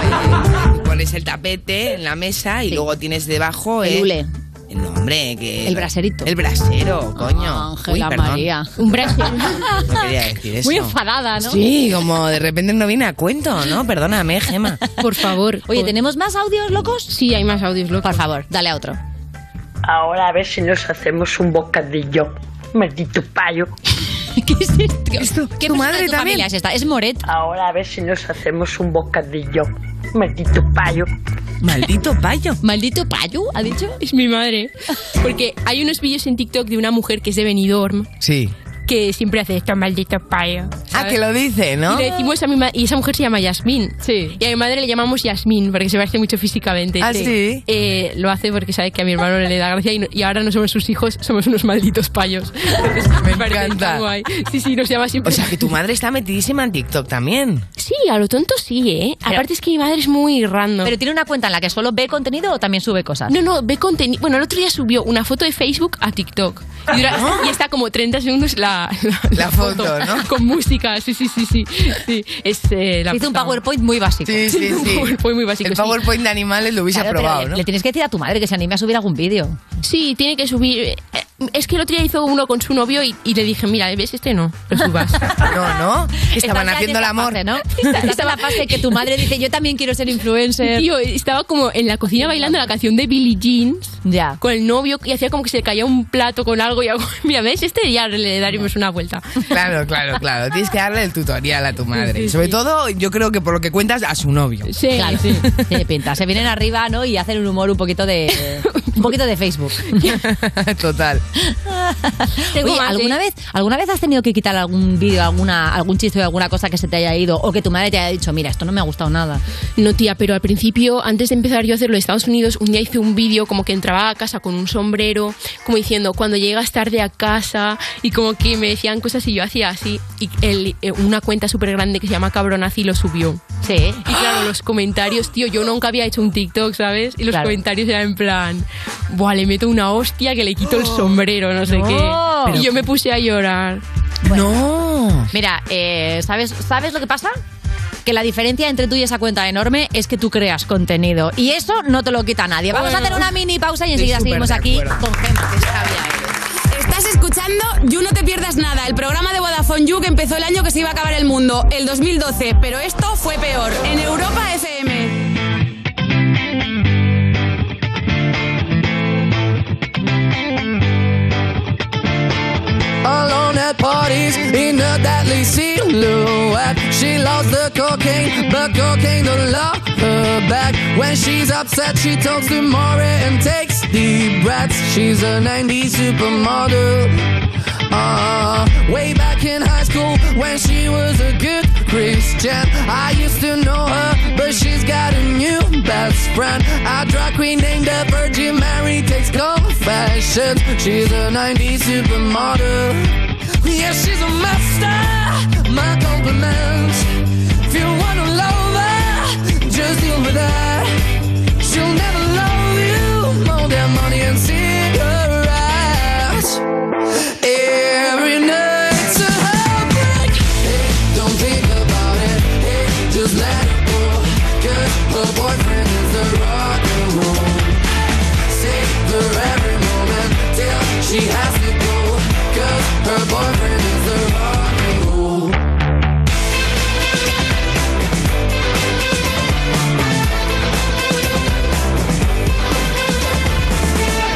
pones el tapete en la mesa y luego tienes debajo.
El
eh,
hule.
No, hombre, que.
El braserito.
El brasero, coño.
Ángela
Uy, perdón,
María. Un brazo.
No quería decir eso.
Muy enfadada, ¿no?
Sí, como de repente no viene a cuento, ¿no? Perdóname, Gema.
Por favor.
Oye, ¿tenemos más audios locos?
Sí, hay más audios locos.
Por favor, dale a otro.
Ahora a ver si nos hacemos un bocadillo. Maldito payo.
¿Qué es esto? ¿Qué persona de tu familia es esta? Es Moret.
Ahora a ver si nos hacemos un bocadillo. Maldito payo.
Maldito
(laughs)
payo.
Maldito payo, ha dicho.
Es mi madre. Porque hay unos vídeos en TikTok de una mujer que es de Benidorm
Sí.
que siempre hace esto, maldito payo.
Ah, que lo dice, ¿no?
Y le decimos a mi ma- y esa mujer se llama Yasmín. Sí. Y a mi madre le llamamos Yasmín porque se parece mucho físicamente.
Ah, ¿sí?
Eh, lo hace porque sabe que a mi hermano le da gracia y, no- y ahora no somos sus hijos, somos unos malditos payos. Me encanta. Sí, sí, nos llama siempre.
O sea, que tu madre está metidísima en TikTok también.
Sí, a lo tonto sí, ¿eh? Aparte es que mi madre es muy random.
¿Pero tiene una cuenta en la que solo ve contenido o también sube cosas?
No, no, ve contenido. Bueno, el otro día subió una foto de Facebook a TikTok. Y, dura- y está como 30 segundos la, la, la foto,
¿no?
Con música, sí, sí, sí, sí. sí es, eh, la
Hizo un
puta madre.
PowerPoint muy básico.
Sí, sí, (laughs) Un sí. PowerPoint muy básico, El sí. PowerPoint
de animales lo hubiese
aprobado,
le,
¿no?
Le tienes que decir a tu madre que se anime a subir algún vídeo.
Sí, tiene que subir. eh, Es que el otro día hizo uno con su novio y, y le dije, mira, ¿ves este no? Lo subas.
(laughs) No, no.
(laughs)
Que estaban
Estás ya
haciendo
en
el
esa
amor.
fase, ¿no?
Estás en la fase que tu madre dice, yo también quiero ser influencer.
Tío, estaba como en la cocina bailando la canción de Billie Jeans
ya.
con el novio y hacía como que se le caía un plato con algo (laughs) y hago, mira, ¿ves? Este ya le daremos una vuelta.
Claro, claro, claro. Tienes que darle el tutorial a tu madre. Sobre todo, yo creo que por lo que cuentas, a su novio.
Sí,
Claro, sí. Tiene pinta. (laughs) Se vienen arriba, ¿no? Y hacen un humor un poquito de. un poquito de Facebook.
(laughs) Total.
Oye, ¿alguna vez, ¿alguna vez has tenido que quitar algún vídeo, alguna, algún chiste o alguna cosa que se te haya ido o que tu madre te haya dicho, mira, esto no me ha gustado nada?
No, tía, pero al principio, antes de empezar yo a hacerlo en Estados Unidos, un día hice un vídeo como que entraba a casa con un sombrero, como diciendo, cuando llegas tarde a casa, y como que me decían cosas y yo hacía así, y el- eh, una cuenta súper grande que se llama Cabronazi lo subió. Sí. Y claro, los comentarios, tío, yo nunca había hecho un TikTok, ¿sabes? Y los
Claro.
comentarios eran en plan, buah, le meto una hostia que le quito el sombrero, no sé
Oh, No.
qué.
Pero-
Y yo me puse a llorar.
No. Mira, eh, ¿sabes, ¿sabes lo que pasa? Que la diferencia entre tú y esa cuenta enorme es que tú creas contenido. Y eso no te lo quita nadie. Vamos
Bueno.
a hacer una mini pausa y
Estoy
enseguida
súper
seguimos
de
aquí
acuerdo.
con Gemma. que está bien.
Estás escuchando You No Te Pierdas Nada, el programa de Vodafone You que empezó el año que se iba a acabar el mundo, el 2012, pero esto fue peor, en Europa FM.
Alone at parties in a deadly silhouette. She loves the cocaine, but cocaine don't love her back. When she's upset, she talks to Maury and takes deep breaths. She's a 90s supermodel. Uh, way back in high school, when she was a good Christian, I used to know her, but she's got a new best friend. A drag queen named the Virgin Mary takes confessions. She's a 90s supermodel. Yeah, she's a master. My compliments. If you wanna love her, just deal with her. She'll never love you more than money and cigarettes. Every night's a heartbreak. Hey, don't think about it. Hey, just let it go. 'Cause her boyfriend is the rock and roll. Saved her every moment till she has to go. 'Cause her boyfriend is the rock and roll.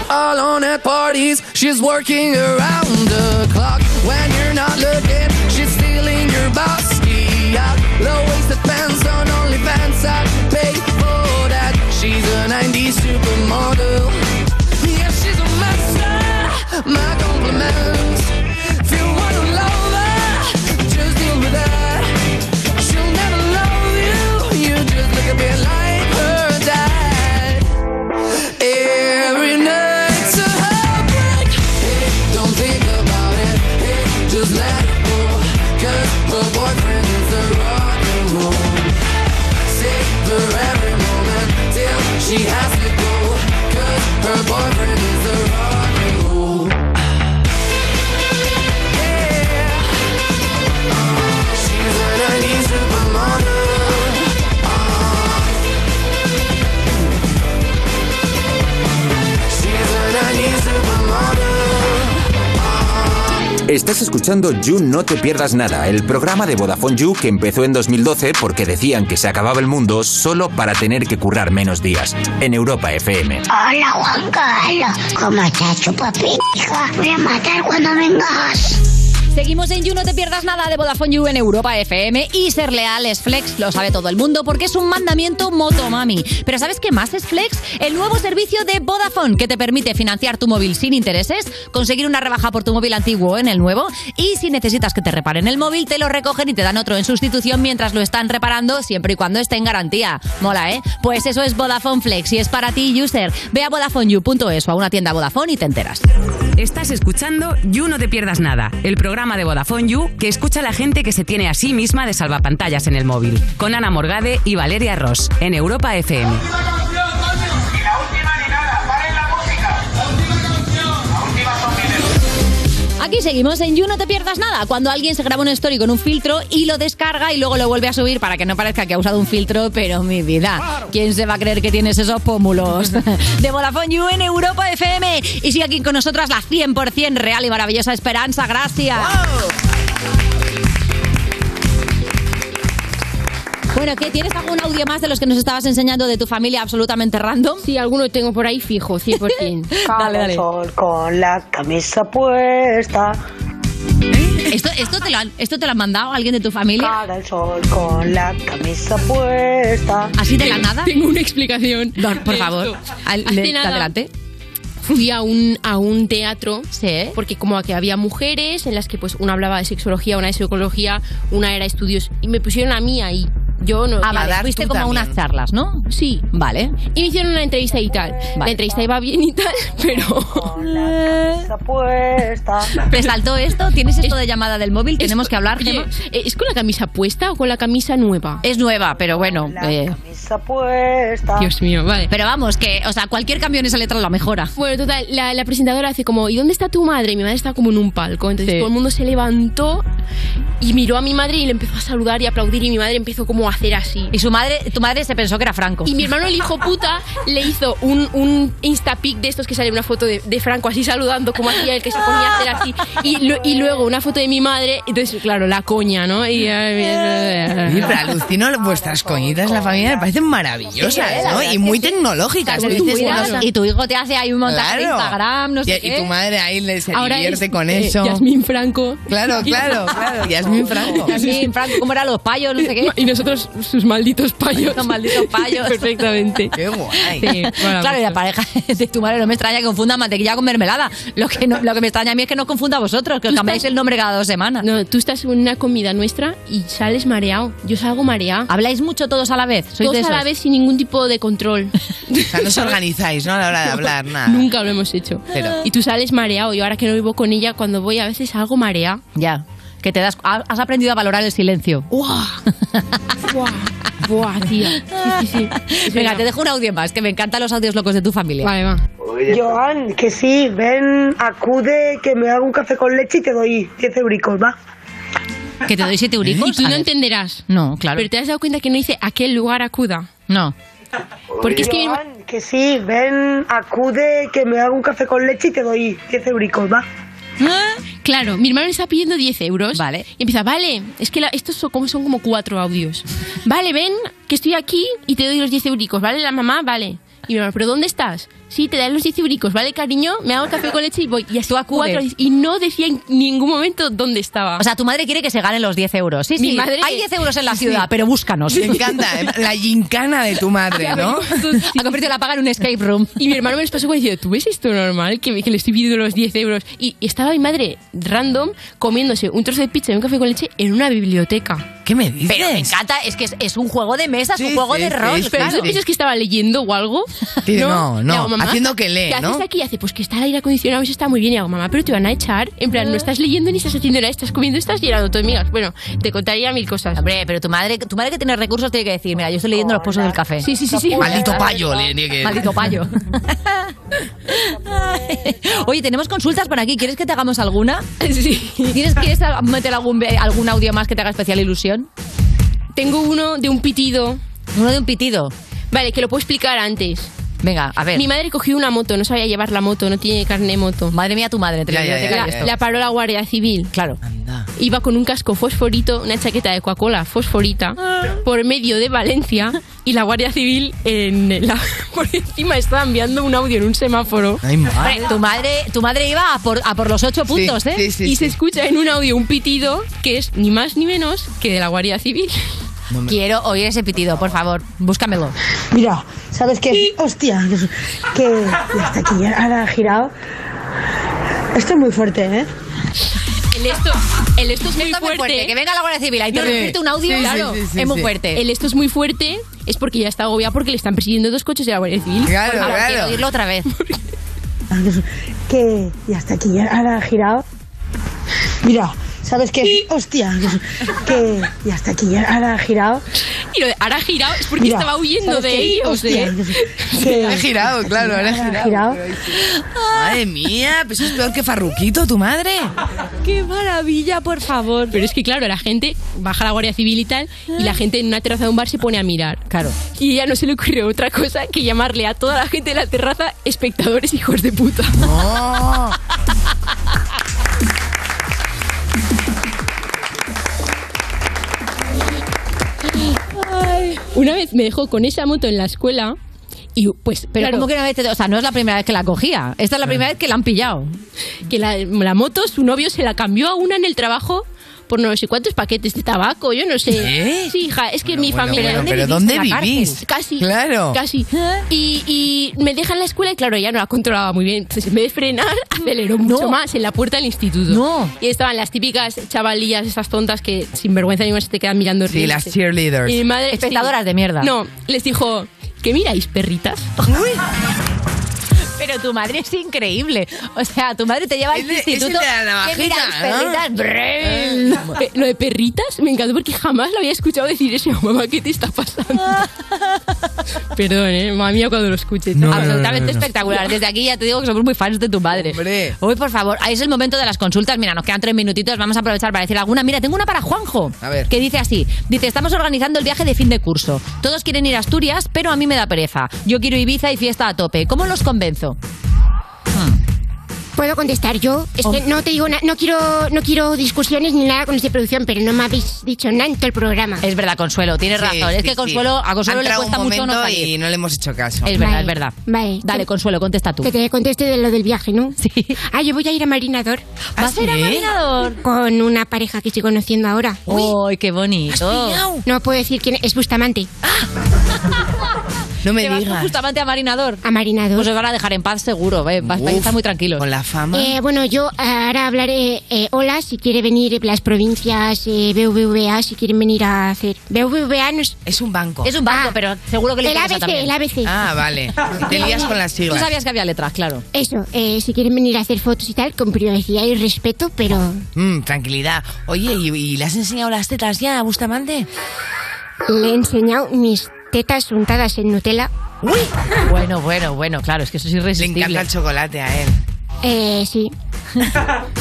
Alone at parties, she's working around the clock. When you're not looking, she's stealing your bossy out. Low waisted pants on OnlyFans, I could pay for that. She's a 90s supermodel. Yeah, she's a master. My compliments. If you wanna love her, just deal with her. She'll never love you. You just look a bit like her dad. Every night's a heartbreak. Hey, don't think about it. Hey, just let it go. 'Cause her boyfriend is a rock and roll. Save her every moment till she has to go. 'Cause her boyfriend is a rock and roll. Yeah. Oh, she's a 90s supermodel.
Estás escuchando You No Te Pierdas Nada, el programa de Vodafone You que empezó en 2012 porque decían que se acababa el mundo solo para tener que currar menos días, en Europa FM.
Hola, Juan Carlos. ¿Cómo estás, chupapi? Hija, voy a matar cuando vengas.
Seguimos en You, no te pierdas nada de Vodafone You en Europa FM y ser leal es flex, lo sabe todo el mundo porque es un mandamiento motomami. Pero ¿sabes qué más es flex? El nuevo servicio de Vodafone que te permite financiar tu móvil sin intereses, conseguir una rebaja por tu móvil antiguo en el nuevo y si necesitas que te reparen el móvil te lo recogen y te dan otro en sustitución mientras lo están reparando siempre y cuando esté en garantía. Mola, ¿eh? Pues eso es Vodafone Flex y es para ti, user. Ve a vodafoneyou.es o a una tienda Vodafone y te enteras.
Estás escuchando You No Te Pierdas Nada, el programa de Vodafone You que escucha a la gente que se tiene a sí misma de salvapantallas en el móvil, con Ana Morgade y Valeria Ross, en Europa FM.
Aquí seguimos en You No Te Pierdas Nada, cuando alguien se graba una story con un filtro y lo descarga y luego lo vuelve a subir para que no parezca que ha usado un filtro, pero mi vida, ¿quién se va a creer que tienes esos pómulos? (laughs) De Vodafone You en Europa FM. Y sigue aquí con nosotras la 100% real y maravillosa Esperanza, gracias. Bueno, ¿qué? ¿Tienes algún audio más de los que nos estabas enseñando de tu familia absolutamente random? Sí, alguno tengo por ahí fijo, 100%. (laughs) dale, dale.
Sol con la camisa puesta.
¿Esto, esto, te lo han, ¿Esto te lo han mandado alguien de tu familia?
el sol con la camisa puesta.
¿Así de la nada?
Tengo una explicación.
por
de
favor. Ah,
esto.
Al-
Hace
le-
nada
adelante.
fui a un, a un teatro, porque como que había mujeres en las que pues una hablaba de sexología, una de psicología, una era estudios, y me pusieron a mí ahí. Yo no...
Ah, vale, fuiste como a unas charlas, ¿no?
Sí.
Vale.
Y me hicieron una entrevista y tal. La entrevista iba bien y tal, (laughs) pero...
puesta. ¿Te saltó esto? ¿Tienes esto de llamada del móvil? Tenemos que hablar,
Oye,
Gemma.
¿Es con la camisa puesta o con la camisa nueva?
Es nueva, pero bueno. eh,
Dios mío, vale.
Pero vamos, que, o sea, cualquier cambio en esa letra la mejora.
Bueno, total, la, la presentadora hace como, ¿y dónde está tu madre? Y mi madre está como en un palco. Entonces todo el mundo se levantó y miró a mi madre y le empezó a saludar y aplaudir y mi madre empezó como a hacer así.
Y su madre, tu madre se pensó que era Franco.
Y mi hermano, el hijo puta, le hizo un, un instapic de estos que sale una foto de, de Franco así saludando, como hacía el que se ponía a hacer así. Y, lu- y luego una foto de mi madre. Entonces, claro, la coña, ¿no? Y,
Oye, pero alucino vuestras coñidas, la familia me parecen maravillosas, ¿no? Y muy tecnológicas.
Como
Le
tú
dices,
miras
bueno,
y tu hijo te hace ahí un montaje de
Claro.
Instagram, no sé
y, y
qué.
tu madre ahí le se
Ahora
divierte
es,
con
eh,
eso.
Yasmín Franco.
(laughs)
Claro, claro, claro. Yasmín Franco.
Yasmín Franco, ¿cómo eran los payos? No sé qué.
(laughs) Y nosotros, sus (laughs) malditos payos.
Los malditos
(laughs)
payos.
Perfectamente.
Qué
Sí,
guay.
claro, y
pues
la pareja (laughs) de tu madre no me extraña que confunda mantequilla con mermelada. Lo que, no- lo que me extraña a mí es que no os confunda a vosotros, que os cambiáis el nombre
(laughs)
cada dos semanas.
No, tú estás en una comida nuestra y sales mareado. Yo salgo mareado.
¿Habláis mucho todos a la vez? ¿Sois
todos
de
a la
esos?
vez sin ningún tipo de control.
O sea, no os organizáis, ¿no? A la hora
(laughs)
de hablar,
Ah.
nada.
Nunca lo hemos hecho.
Pero-
Y tú sales mareado. Yo ahora que no vivo con ella, cuando voy a veces salgo mareado.
Ya. Que te das, ha- has aprendido a valorar el silencio.
Buah, buah, tía. Sí, sí, sí.
Venga, te dejo un audio más, que me encantan los audios locos de tu familia.
Vale, va.
Joan, que sí, ven, acude, que me hago un café con leche y te doy 10 euricos, va.
Que te doy siete
(laughs)
euricos.
Y tú
A
no
ver.
entenderás.
No, claro.
Pero te has dado cuenta que no dice a qué lugar acuda.
No.
Porque es que mi ma-
Joan, que sí, ven, acude, que me hago un café con leche y te doy 10 euricos, va.
Claro, mi hermano le está pidiendo 10 euros. Vale. Y empieza, vale, es que la- estos son como, son como cuatro audios. Vale, ven, que estoy aquí y te doy los 10 euricos, ¿vale? La mamá, vale. Y mi hermano, ¿pero dónde estás? Sí, te dan los 10 euricos, ¿vale, cariño? Me hago café con leche y voy. Y hasta cuatro. Y no decía en ningún momento dónde estaba.
O sea, tu madre quiere que se ganen los 10 euros. Sí,
Mi
sí,
madre-
hay 10 euros en la
Sí,
ciudad,
sí.
pero búscanos.
Me encanta,
La gincana de
(laughs)
tu madre, ¿no?
Ha convertido la paga en un escape room.
Y mi hermano me los pasó como diciendo, ¿tú ves esto normal? Que, que le estoy pidiendo los 10 euros. Y estaba mi madre, random, comiéndose un trozo de pizza y un café con leche en una biblioteca.
¿Qué me dices?
Pero me encanta, es que es, es un juego de mesa, es
Sí,
un juego
sí,
de
sí,
rol.
sí,
claro.
¿Tú piensas que estaba leyendo o algo?
Dice, no, no,
Y hago, "Mamá,
haciendo que lee,
¿Qué haces
¿no?"
aquí? Y hace, pues que está el aire acondicionado, eso está muy bien. Y hago, mamá, pero te van a echar. En plan, no estás leyendo ni estás haciendo nada, estás comiendo, estás llenando todo migas. Bueno, te contaría mil cosas.
Hombre, pero tu madre, tu madre que tiene recursos tiene que decir, mira, yo estoy leyendo los pozos del café.
Sí, sí, sí, sí.
Maldito payo, le tiene que-
Maldito
(laughs)
payo. Ay. Oye, tenemos consultas por aquí. ¿Quieres que te hagamos alguna?
Sí.
¿Quieres, quieres meter algún, algún audio más que te haga especial ilusión?
Tengo uno de un pitido.
Uno de un pitido.
Vale, que lo puedo explicar antes.
Venga, a ver.
Mi madre cogió una moto, no sabía llevar la moto, no tiene carne de moto.
Madre mía, tu madre, entre
la
la biblioteca y
la,
esto.
la paró la Guardia Civil.
Claro.
Iba con un casco fosforito, una chaqueta de Coca-Cola fosforita, por medio de Valencia y la Guardia Civil en la, (laughs) por encima estaba enviando un audio en un semáforo.
Hombre, tu madre, tu madre iba a por, a por los ocho puntos, ¿eh?
y se escucha en un audio un pitido que es ni más ni menos que de la Guardia Civil.
Quiero oír ese pitido, por favor. Búscamelo.
Mira, ¿sabes qué? Hostia, que ya está aquí, ya ahora ha girado. Esto es muy fuerte, ¿eh?
El esto, el esto es muy
muy
fuerte.
fuerte, que venga la Guardia Civil a interrumpirte un audio, claro, es muy fuerte.
El esto es muy fuerte es porque ya está agobiado porque le están persiguiendo dos coches de la Guardia Civil.
Claro,
Ahora
claro.
quiero
oírlo
(laughs)
otra vez.
Que ya está aquí, ya ahora ha girado. Mira, ¿sabes qué? Hostia, que ya está aquí, ya ahora ha girado.
Y lo de ahora ha girado es porque
Mira,
estaba huyendo
¿sabes
de
qué?
ellos.
Hostia,
¿eh?
(laughs)
que-
Ha girado, claro, ahora ha girado. Madre mía, pues es peor que Farruquito, tu madre.
¡Qué maravilla, por favor! Pero es que, claro, la gente baja la Guardia Civil y tal, y la gente en una terraza de un bar se pone a mirar.
Claro.
Y ya no se le ocurrió otra cosa que llamarle a toda la gente de la terraza espectadores hijos de puta. Una vez me dejó con esa moto en la escuela y pues
Pero
claro,
como que una vez, te- o sea, no es la primera vez que la cogía. Esta es la primera vez que la han pillado.
que la, la moto su novio se la cambió a una en el trabajo por no sé cuántos paquetes de tabaco, yo no sé. Sí, hija, es que mi
bueno,
familia...
bueno, pero ¿dónde
En la
vivís?
cárcel. Casi.
Claro.
Casi. Y, y me dejan la escuela y claro, ya no la controlaba muy bien. Entonces, en vez de frenar, (laughs) aceleró mucho más en la puerta del instituto. No. Y estaban las típicas chavalillas, esas tontas que sin vergüenza ninguna se te quedan mirando.
Sí,
riéndose.
las cheerleaders.
Y mi madre,
Espectadoras de mierda.
No, les dijo, ¿qué miráis, perritas?
Pero tu madre es increíble. O sea, tu madre te lleva al instituto. que mira, las perritas, brrr.
Eh, Lo de perritas me encantó porque jamás lo había escuchado decir eso. (laughs) Mamá, ¿qué te está pasando?
Ah.
Perdón, eh, mamá mía, cuando lo escuche.
No, Absolutamente espectacular. Desde aquí ya te digo que somos muy fans de tu madre. Hoy, por favor, ahí es el momento de las consultas. Mira, nos quedan tres minutitos. Vamos a aprovechar para decir alguna. Mira, tengo una para Juanjo. A ver. Que dice así: Dice, estamos organizando el viaje de fin de curso. Todos quieren ir a Asturias, pero a mí me da pereza. Yo quiero Ibiza y fiesta a tope. ¿Cómo los convenzo?
¿Puedo contestar yo? Es
Oh.
que no te digo nada, no quiero, no quiero discusiones ni nada con los de producción, pero no me habéis dicho nada en todo el programa.
Es verdad, Consuelo, tienes razón. Es que Consuelo, a Consuelo le cuesta mucho no salir.
y no le hemos hecho caso.
Es verdad, es verdad.
Vale.
Dale, Consuelo, contesta tú.
Que te conteste de lo del viaje, ¿no?
Sí.
Ah, yo voy a ir a Marinador.
¿Vas a ir a sí? Marinador?
Con una pareja que estoy conociendo ahora. Oh.
¡Uy, qué bonito!
No puedo decir quién es, es Bustamante.
No me
¿Te vas con
digas.
Bustamante a Marinador.
A Marinador.
Pues os van a dejar en paz seguro, ve, vas vais a estar muy tranquilos. Con
la fama.
Eh, bueno, yo ahora hablaré eh, hola si quiere venir eh, las provincias eh, BBVA si quieren venir a hacer BBVA no es, Ah,
un banco.
Es un banco, pero seguro que le
el
interesa
ABC,
también.
el ABC.
Ah,
(laughs)
vale. Te lías con las
Tú
siglas.
sabías que había letras, claro.
Eso, eh, si quieren venir a hacer fotos y tal, con privacidad y respeto, pero...
Mm, tranquilidad. Oye, ¿y, y le has enseñado las tetas ya a Bustamante?
Le he enseñado mis tetas untadas en Nutella.
Bueno, bueno, bueno, claro, es que eso es irresistible.
Le encanta el chocolate a él.
Eh, sí.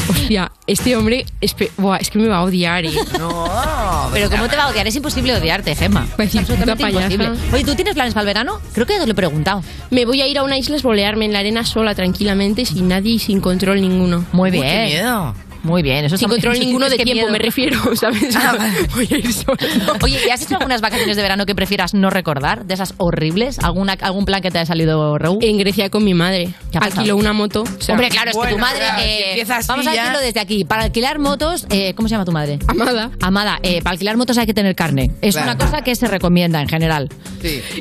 Hostia, este hombre espe- buah, es que me va a odiar. eh.
No.
(laughs) Pero ¿cómo te va a odiar? Es imposible odiarte, Gemma. Es absolutamente
Pues puta payasa.
imposible. Oye, ¿tú tienes planes para el verano? Creo que ya te lo he preguntado.
Me voy a ir a una isla a esbolearme en la arena sola, tranquilamente, sin nadie y sin control ninguno.
Muy bien. Muy bien, eso
Sin
está-
control
eso sí
ninguno
es
de
que
tiempo,
miedo.
me refiero, (laughs) ¿sabes? Voy a ir sola.
Oye, ¿y has hecho algunas vacaciones de verano que prefieras no recordar? De esas horribles. ¿Alguna, ¿Algún plan que te haya salido, Raúl?
En Grecia con mi madre. Alquiló una moto. o sea-
Hombre, claro, es que tu madre. eh, vamos a decirlo desde aquí. Para alquilar motos, eh, ¿cómo se llama tu madre?
Amada.
Amada, eh, para alquilar motos hay que tener carne. Es
Claro.
una cosa que se recomienda en general.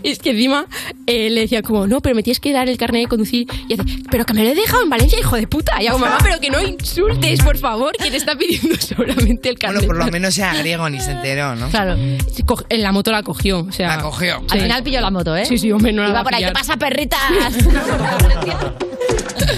Y es que encima eh, le decía como, no, pero me tienes que dar el carnet de conducir. Y hace, pero que me lo he dejado en Valencia, hijo de puta. Y hago, mamá, pero que no insultes, por favor, que te está
(laughs)
pidiendo solamente el carnet.
Por lo menos sea griego ni se enteró, ¿no?
Claro, se co- en la moto la cogió. O sea, la
cogió.
Al final pilló la moto, ¿eh?
Sí, sí, hombre, no la
Iba
va a
por ahí, ¿qué
pillar.
pasa, perritas? (laughs)
Ah, (laughs)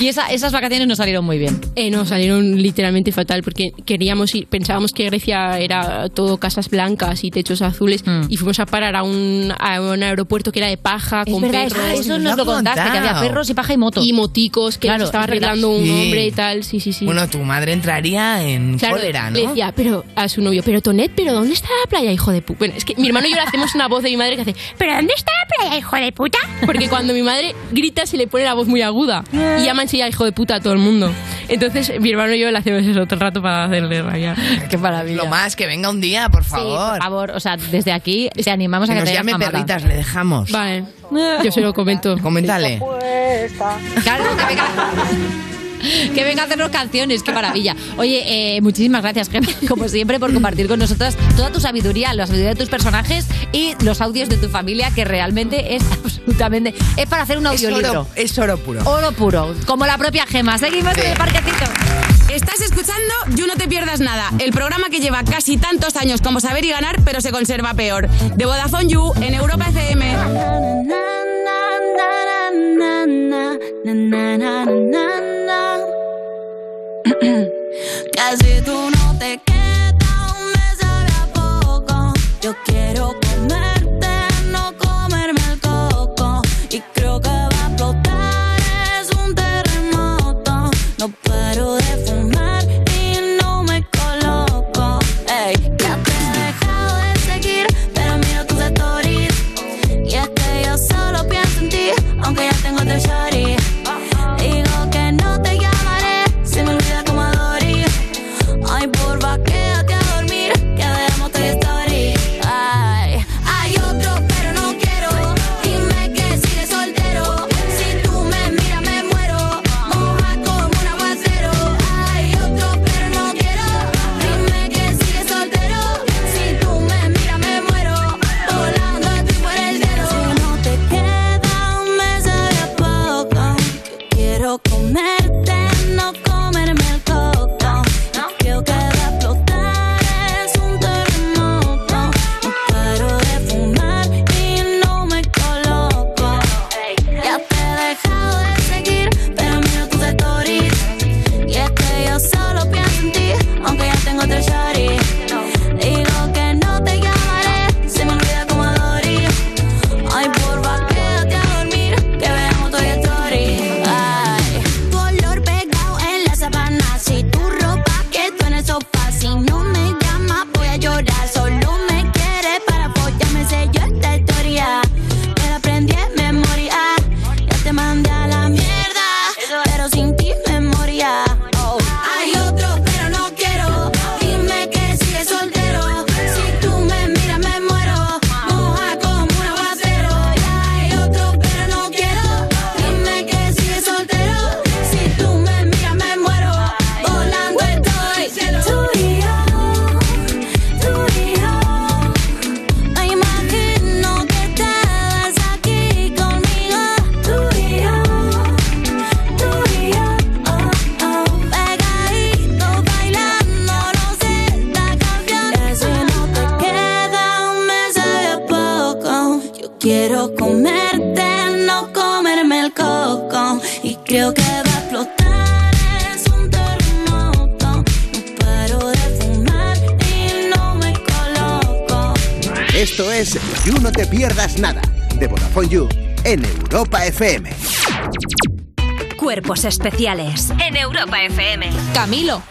y esa- esas vacaciones no salieron muy bien.
Eh, no, salieron literalmente fatal porque queríamos ir, pensábamos que Grecia era todo casas blancas y techos azules
Mm.
y fuimos a parar a un, a un aeropuerto que era de paja con
verdad,
perros.
eso- eso nos Nos lo lo contaste, contado. que había perros y paja y motos.
Y moticos que
Claro,
nos estaba
es verdad.
arreglando un
Sí.
hombre y tal, sí, sí, sí.
Bueno, tu madre entraría en
Claro,
cólera,
le
¿no?
decía, pero a su novio, pero Tonet, ¿pero dónde está la playa, hijo de puta? Bueno, es que mi hermano y yo le hacemos una voz de mi madre que hace, ¿pero dónde está la playa, hijo de puta? Porque cuando mi madre grita se le pone la voz muy aguda y llama enseguida hijo de puta a todo el mundo. Entonces mi hermano y yo le hacemos eso todo el rato para hacerle rabiar.
Qué maravilla.
Lo más, que venga un día, por
Sí,
favor.
por favor, o sea, desde aquí te animamos a
Que
que
nos
te
llame
llames Amada.
perritas, le dejamos.
Vale. Yo se lo comento.
Coméntale.
Claro, que venga. Que venga a hacernos canciones, qué maravilla. Oye, eh, muchísimas gracias, Gemma, (laughs) como siempre, por compartir con nosotras toda tu sabiduría, la sabiduría de tus personajes y los audios de tu familia, que realmente es absolutamente. Es para hacer un
Es oro-
audiolibro.
es oro puro.
Oro puro, como la propia Gema. Seguimos en el parquecito.
Estás escuchando You No Te Pierdas Nada, el programa que lleva casi tantos años como saber y ganar, pero se conserva peor. De Vodafone You en Europa FM.
(clears throat) Casi tú no te quedas, me sabe a poco. Yo quiero comerte, no comerme el coco. Y creo que va a explotar, es un terremoto. No paro de fumar y no me coloco. Ey, ya te he dejado de seguir, pero miro tus stories. Y es que yo solo pienso en ti, aunque ya tengo otro shorty. Digo que no te llamaré, se me olvida como a Dory. Ay, porfa, quédate a dormir, que veremos tu story. Ay, Oh. oh, Quiero comerte, no comerme el coco. Y creo que va a explotar. es un terremoto. No paro de fumar y no me coloco.
Esto es You No Te Pierdas Nada, de Vodafone You, en Europa FM.
Cuerpos especiales en Europa FM. Camilo.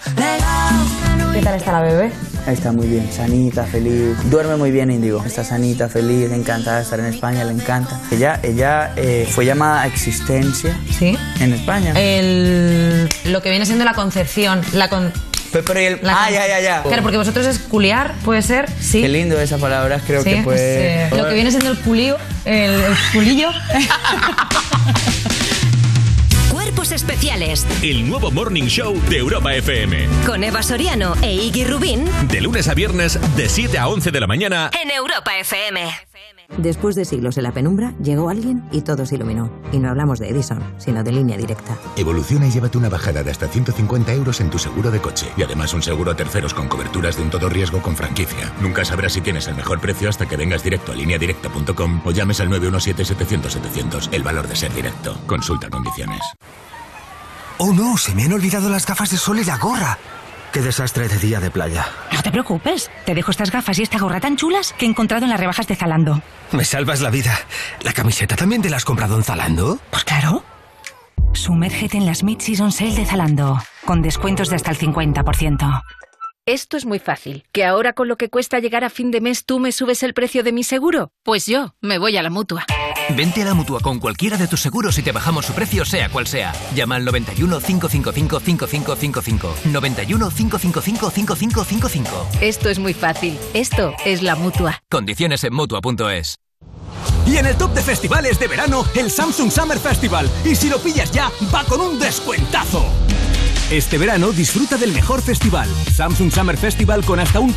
¿Qué tal está la bebé?
Está muy bien, sanita, feliz. Duerme muy bien, Indigo. Está sanita, feliz, encantada de estar en España, le encanta. Ella, ella eh, fue llamada a existencia
Sí.
en España.
El, lo que viene siendo la concepción. La con,
Fue por el.
la
ah,
con-
ya, ya, ya.
Claro, porque vosotros es culiar, puede ser. Sí.
Qué lindo esa palabra, creo
Sí,
que fue.
pues, eh, lo que viene siendo el culío. El, el culillo.
Cuerpos especiales
El nuevo Morning Show de Europa FM.
con Eva Soriano e Iggy Rubín
De lunes a viernes, de 7 a 11 de la mañana.
en Europa FM.
(laughs) Después de siglos en la penumbra, llegó alguien y todo se iluminó. Y no hablamos de Edison, sino de línea directa.
Evoluciona y llévate una bajada de hasta 150 euros en tu seguro de coche. Y además un seguro a terceros con coberturas de un todo riesgo con franquicia. Nunca sabrás si tienes el mejor precio hasta que vengas directo a lineadirecta.com o llames al 917-700-700. El valor de ser directo. Consulta condiciones.
Oh no, se me han olvidado las gafas de sol y la gorra. Qué desastre de día de playa.
No te preocupes, te dejo estas gafas y esta gorra tan chulas que he encontrado en las rebajas de Zalando.
Me salvas la vida. ¿La camiseta también te la has comprado en Zalando?
Pues claro. Sumérgete en las Mid-Season Sale de Zalando, con descuentos de hasta el 50%.
Esto es muy fácil. ¿Que ahora con lo que cuesta llegar a fin de mes tú me subes el precio de mi seguro? Pues yo me voy a la mutua.
Vente a la mutua con cualquiera de tus seguros y te bajamos su precio, sea cual sea. Llama al 91 555 5555. 91 555 5555.
Esto es muy fácil. Esto es la mutua.
Condiciones en mutua.es.
Y en el top de festivales de verano, el Samsung Summer Festival. Y si lo pillas ya, va con un descuentazo. Este verano disfruta del mejor festival, Samsung Summer Festival con hasta un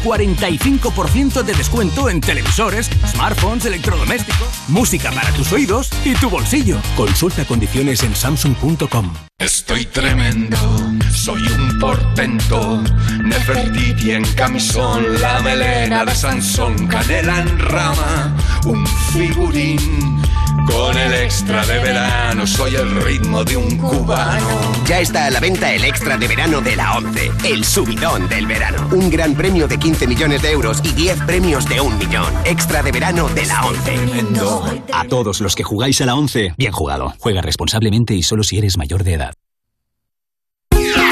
45% de descuento en televisores, smartphones, electrodomésticos, música para tus oídos y tu bolsillo. Consulta condiciones en samsung.com.
Estoy tremendo, soy un portento. Nefertiti en camisón, la melena de Sansón, canela en rama, un figurín. Con el extra de verano, soy el ritmo de un cubano.
Ya está a la venta el extra de verano de la ONCE, el subidón del verano. Un gran premio de 15 millones de euros y 10 premios de un millón. Extra de verano de la ONCE.
A todos los que jugáis a la 11, bien jugado. Juega responsablemente y solo si eres mayor de edad.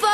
for?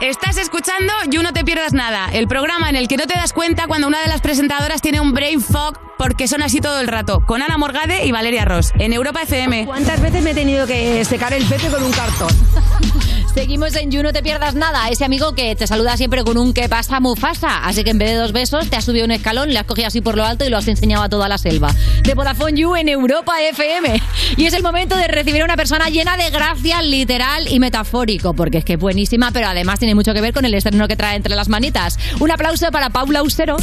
Estás escuchando You No Te Pierdas Nada, el programa en el que no te das cuenta cuando una de las presentadoras tiene un brain fog porque son así todo el rato, con Ana Morgade y Valeria Ross, en Europa FM.
¿Cuántas veces me he tenido que secar el pepe con un cartón? (laughs) Seguimos en You, no te pierdas nada. Ese amigo que te saluda siempre con un ¿qué pasa, Mufasa? Así que en vez de dos besos, te has subido un escalón, le has cogido así por lo alto y lo has enseñado a toda la selva. De Vodafone You en Europa FM. Y es el momento de recibir a una persona llena de gracia literal y metafórico, porque es que es buenísima, pero además tiene mucho que ver con el estreno que trae entre las manitas. Un aplauso para Paula Austero.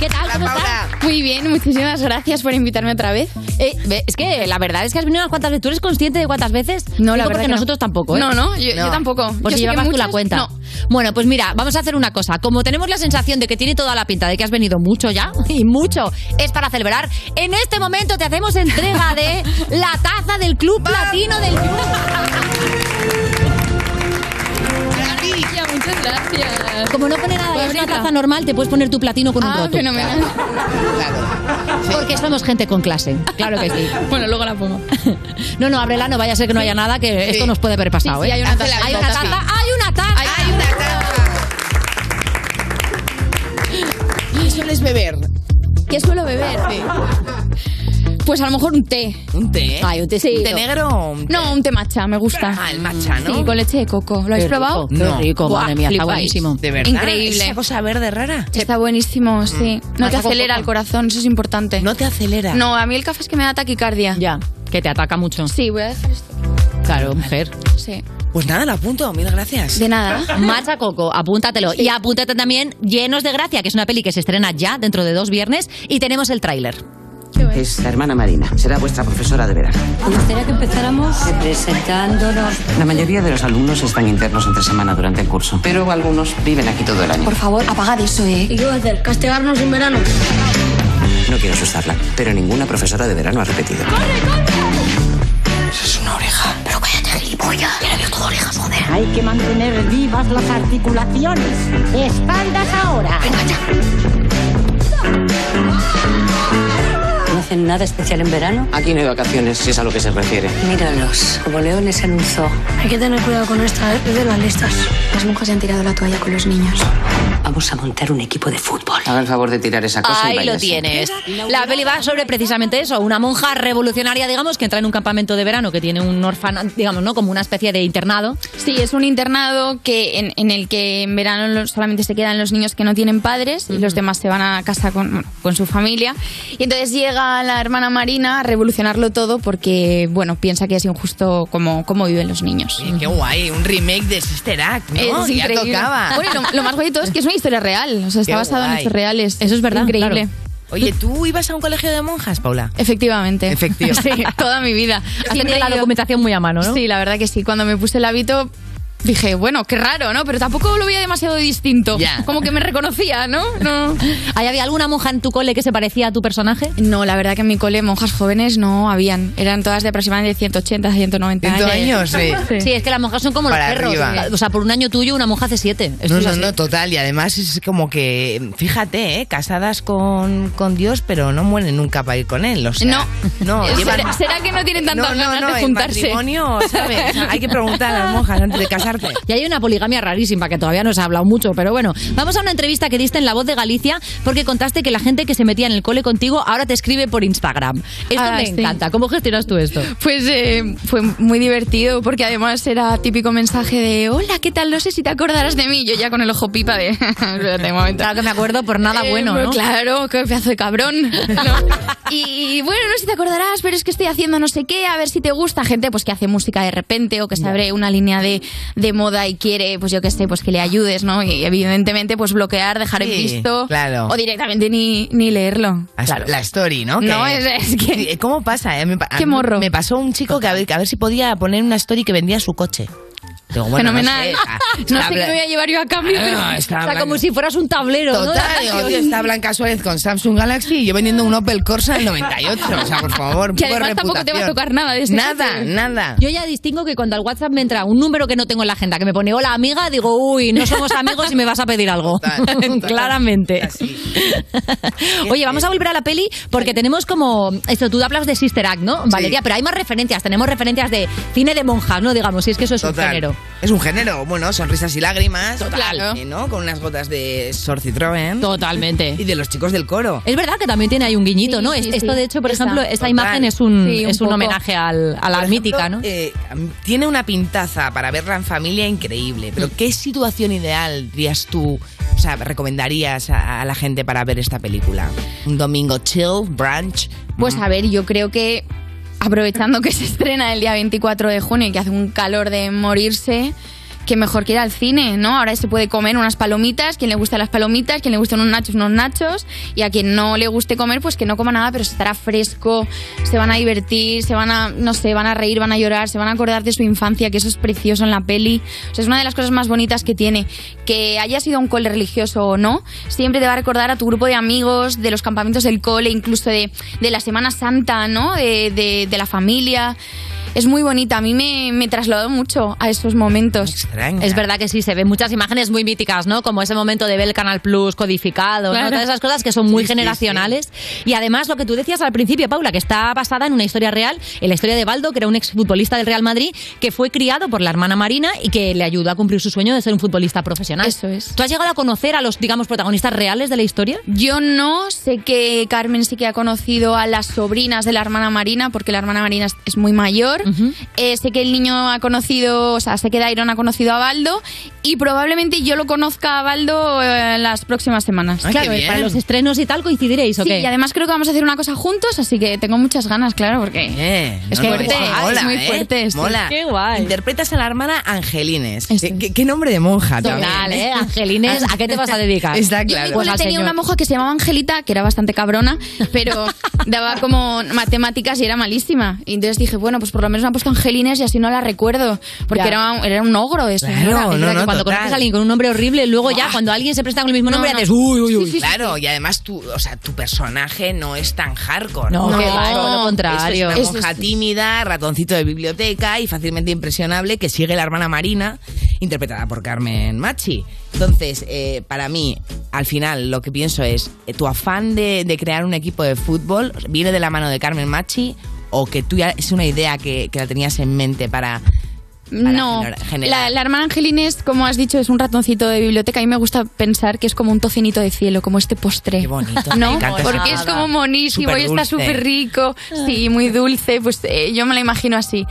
¿Qué tal? ¿Cómo estás?
Muy bien, muchísimas gracias por invitarme otra vez.
Eh, ve- es que la verdad es que has venido unas cuantas veces. ¿Tú eres consciente de cuántas veces?
No, la verdad
Digo porque
que no.
nosotros tampoco, ¿eh?
No, no, yo- yo tampoco.
Pues
Yo
si
sé que
llevabas tú la
muchas-
cuenta.
no.
Bueno, pues mira, vamos a hacer una cosa. Como tenemos la sensación de que tiene toda la pinta de que has venido mucho ya, (laughs) y mucho es para celebrar, en este momento te hacemos entrega de la taza del Club Platino del
Maravilla, muchas gracias.
Como no pone nada, es una
Bonita.
taza normal, te puedes poner tu platino
Ah,
con un roto.
Ah, fenomenal.
(laughs) Porque somos gente con clase. Claro que sí.
Bueno, luego la pongo.
No, no, ábrela, no vaya a ser que no haya nada, que esto nos puede haber pasado,
Sí, sí,
¿eh?
hay una taza,
hay una taza. ¡Hay una taza!
¡Hay una taza! ¿Qué sueles beber?
¿Qué suelo beber? Pues a lo mejor un té.
¿Un té?
Ay, un té,
¿Un té negro o un té?
No, un té matcha, me gusta.
Ah, el matcha, ¿no?
Sí, con leche de coco. ¿Lo habéis
Qué rico,
probado?
qué No. rico,
Buah,
madre mía, está
flipáis.
buenísimo. ¿De verdad?
Increíble.
¿Esa cosa verde rara? Mm.
Está buenísimo, sí. No te
Matcha con
acelera
coco.
el corazón, eso es importante.
¿No te acelera?
No, a mí el café es que me da taquicardia.
Ya, que te ataca mucho.
Sí, voy a decir esto.
Claro, mujer.
Sí.
Pues nada, la apunto. Mil gracias.
De nada.
Marcha Coco, apúntatelo. Y apúntate también Llenos de Gracia, que es una peli que se estrena ya dentro de dos viernes y tenemos el tráiler.
Es la hermana Marina. Será vuestra profesora de verano.
Me gustaría que empezáramos presentándonos.
La mayoría de los alumnos están internos entre semana durante el curso, pero algunos viven aquí todo el año.
Por favor, apagad eso, ¿eh? ¿Y qué va a hacer? ¿Castigarnos en verano?
No quiero asustarla, pero ninguna profesora de verano ha repetido. Esa es una oreja.
Pero cállate, gilipollas. Ya le veo todo orejas, joder. Hay que mantener vivas las articulaciones. Espaldas ahora. Venga ya. No hacen nada especial en verano.
Aquí no hay vacaciones, si es a lo que se refiere.
Míralos, como leones en un zoo. Hay que tener cuidado con esta, ¿eh? Es de las listas. Las monjas han tirado la toalla con los niños.
Vamos a montar un equipo de fútbol. Haga el favor de tirar esa cosa y
Ahí lo
váyase.
tienes. La peli va sobre precisamente eso, una monja revolucionaria, digamos, que entra en un campamento de verano que tiene un orfanato, digamos, ¿no? Como una especie de internado.
Sí, es un internado que en, en el que en verano lo- solamente se quedan los niños que no tienen padres y los demás se van a casa con, bueno, con su familia. Y entonces llega la hermana Marina a revolucionarlo todo porque, bueno, piensa que es injusto cómo, cómo viven los niños.
Qué guay, un remake de Sister Act, ¿no?
Es
ya
increíble.
tocaba.
Bueno, y lo, lo más guay de todo es que es una historia real. O sea, está
Qué
basado en
guay.
hechos reales.
Eso es verdad,
Increíble.
claro. Oye, ¿tú ibas a un colegio de monjas, Paula?
Efectivamente.
Efectivamente.
(laughs) Sí, toda mi vida.
Siempre la documentación muy a mano, ¿no?
Sí, la verdad que sí. Cuando me puse el hábito dije, bueno, qué raro, ¿no? Pero tampoco lo veía demasiado distinto. Como que me reconocía, ¿no? No.
(laughs) ¿Ahí había alguna monja en tu cole que se parecía a tu personaje?
No, la verdad que en mi cole monjas jóvenes no habían. Eran todas de aproximadamente 180, 190 años.
Sí, es que las monjas son como
Para
los perros.
arriba.
O sea, por un año tuyo, una monja hace siete. Esto
No,
es
no,
así.
no, total. Y además es como que, fíjate, ¿eh? casadas con, con Dios, pero no mueren nunca para ir con él. O sea,
No.
no
¿Será-
llevan-
será que no tienen tantas
no, no,
ganas
no,
de
el
juntarse?
matrimonio,
(laughs)
¿sabes? Hay que preguntar a las monjas antes de casarte.
Y hay una poligamia rarísima que todavía no se ha hablado mucho, pero bueno. Vamos a una entrevista que diste en La Voz de Galicia porque contaste que la gente que se metía en el cole contigo ahora te escribe por Instagram. Esto
Ah,
me
sí.
encanta. ¿Cómo gestionas tú esto?
Pues eh, fue muy divertido porque además era típico mensaje de hola, ¿qué tal? No sé si te acordarás de mí. Yo ya con el ojo pipa de... (laughs) espérate un momento.
Claro que me acuerdo por nada
Eh,
bueno, ¿no?
Claro, qué pedazo de cabrón. ¿no? Y bueno, no sé si te acordarás, pero es que estoy haciendo no sé qué, a ver si te gusta. Gente pues que hace música de repente o que se abre una línea de, de moda y quiere, pues yo qué sé, pues que le ayudes, ¿no? Y evidentemente pues bloquear, dejar en
Sí,
visto
claro.
o directamente ni, ni leerlo.
Hasta La story, ¿no?
No, es-
que... ¿Cómo pasa? eh? Me, pa-
Qué morro.
Me pasó un chico que a ver, a ver si podía poner una story que vendía su coche. Digo, bueno, no
Fenomenal.
sé, ah,
(laughs) No
está
sé qué
bla-
me voy a llevar yo a cambio.
Ah,
pero-
no, está
o sea,
hablando.
como si
fueras un tablero.
¿no?
Total,
(laughs)
digo, tío, está Blanca Suárez con Samsung Galaxy y yo vendiendo un Opel Corsa del 98. O sea, por favor, un
(laughs) Que
poco de
además tampoco te va a
reputación.
tocar nada de este
Nada,
coche.
nada.
Yo ya distingo que cuando al WhatsApp me entra un número que no tengo en la agenda, que me pone hola amiga, digo, uy, no somos amigos y me vas a pedir algo. (laughs) Claramente. (laughs) Oye, vamos a volver a la peli porque tenemos como. Esto, tú hablas de Sister Act, ¿no? Valeria, pero hay más referencias. Tenemos referencias de cine de monja, ¿no? Digamos, si es que eso es
Total.
un género.
Es un género, bueno, sonrisas y lágrimas. eh, ¿No? Con unas gotas de Sor Citroën.
Totalmente.
Y de los chicos del coro.
Es verdad que también tiene ahí un guiñito,
Sí,
¿no?
sí,
Es-
sí.
esto, de hecho, por
Esa.
ejemplo, esta
Total.
imagen es un,
Sí, un
es un
poco.
homenaje al- a la
Por ejemplo,
mítica, ¿no?
eh, tiene una pintaza para verla en familia increíble. Pero ¿qué situación ideal dirías tú, o sea, recomendarías a, a la gente para ver esta película? Un domingo chill, brunch.
Pues a ver, yo creo que aprovechando que se estrena el día 24 de junio y que hace un calor de morirse, que mejor que ir al cine, ¿no? Ahora se puede comer unas palomitas, quien le gustan las palomitas, quien le gustan unos nachos, unos nachos, y a quien no le guste comer, pues que no coma nada, pero estará fresco, se van a divertir, se van a, no sé, van a reír, van a llorar, se van a acordar de su infancia, que eso es precioso en la peli. O sea, es una de las cosas más bonitas que tiene. Que haya sido un cole religioso o no, siempre te va a recordar a tu grupo de amigos, de los campamentos del cole, incluso de, de la Semana Santa, ¿no? De, de- de la familia. Es muy bonita, a mí me, me trasladó mucho a esos momentos.
Es verdad que sí, se ven muchas imágenes muy míticas, ¿no? Como ese momento de ver el Canal Plus codificado, ¿no?
Claro.
todas esas cosas que son muy generacionales. Y además, lo que tú decías al principio, Paula, que está basada en una historia real, en la historia de Baldo, que era un exfutbolista del Real Madrid, que fue criado por la hermana Marina y que le ayudó a cumplir su sueño de ser un futbolista profesional. Eso es. ¿Tú has llegado a conocer a los, digamos, protagonistas reales de la historia?
Yo no sé que Carmen sí que ha conocido a las sobrinas de la hermana Marina, porque la hermana Marina es- es muy mayor. Eh, sé que el niño ha conocido, o sea, sé que Dairon ha conocido a Baldo y probablemente yo lo conozca a Baldo eh, las próximas semanas.
claro, para los estrenos y tal coincidiréis, ¿o
Sí,
qué?
y además creo que vamos a hacer una cosa juntos, así que tengo muchas ganas, claro, porque es
Eh, No,
que
no,
fuerte,
guau,
es
mola,
muy
¿eh?
fuerte. sí.
Mola. Interpretas a la hermana Angelines. ¿Qué, qué- qué nombre de monja
Total,
también.
¿eh?
Angelines, ¿a qué te vas a dedicar?
(laughs) Está
Yo en
claro. Pues
mi cole tenía una moja que se llamaba Angelita, que era bastante cabrona,
(laughs)
pero daba como matemáticas y era malísima. Y entonces dije, bueno, pues por lo menos me han puesto Angelines y así no la recuerdo, porque
Ya.
era un, era un ogro eso.
Claro, es verdad que cuando conoces a alguien con un nombre horrible, luego ya cuando alguien se presta con el mismo nombre, haces uy, uy, uy.
claro, y además tu, o sea, tu personaje no es tan hardcore.
No, que va, todo lo contrario.
Esto es
Eso
una monja tímida, ratoncito de biblioteca y fácilmente impresionable que sigue la hermana Marina, interpretada por Carmen Machi. Entonces, eh, para mí, al final, lo que pienso es, eh, ¿tu afán de, de crear un equipo de fútbol viene de la mano de Carmen Machi o que tú ya es una idea que, que la tenías en mente para...
No,
gener- generar.
la, la hermana Angelines, como has dicho, es un ratoncito de biblioteca y me gusta pensar que es como un tocinito de cielo, como este postre. Qué
bonito,
¿no?
me encanta esa
Porque es
palabra.
como monísimo y está
Superdulce.
súper rico, sí, muy dulce, pues eh, yo me la imagino así.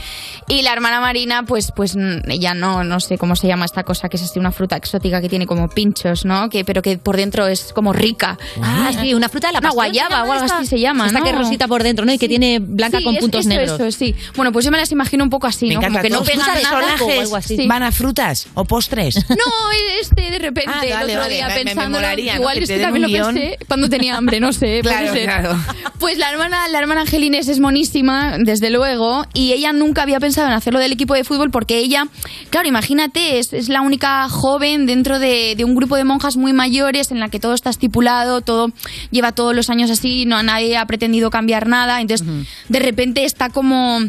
Y la hermana Marina, pues pues mm, ella no, no sé cómo se llama esta cosa, que es así una fruta exótica que tiene como pinchos, ¿no? Que, pero que por dentro es como rica.
Ah, sí, una fruta de la
Una
pasión, se
guayaba
llama
o algo
esta-
así se llama,
esta que es rosita por dentro, ¿no? Y que tiene blanca con puntos negros.
Eso, sí. Bueno, pues yo me las imagino un poco así,
Me
¿no?
encanta
Como que no
¿Tus
pegan nada.
personajes
Sí.
van a frutas o (laughs) postres.
No, este de repente,
Ah, dale,
el otro
vale,
día
me- me
pensando.
molaría, ¿no?
igual
Que
es
te
que
den
también lo
un guión.
pensé cuando tenía hambre, no sé. puede
Claro,
ser.
claro.
Pues la hermana, la hermana Angelines es monísima, desde luego, y ella nunca había pensado en hacerlo del equipo de fútbol porque ella, claro, imagínate, es, es la única joven dentro de, de un grupo de monjas muy mayores en la que todo está estipulado, todo lleva todos los años así, no nadie ha pretendido cambiar nada, entonces de repente está como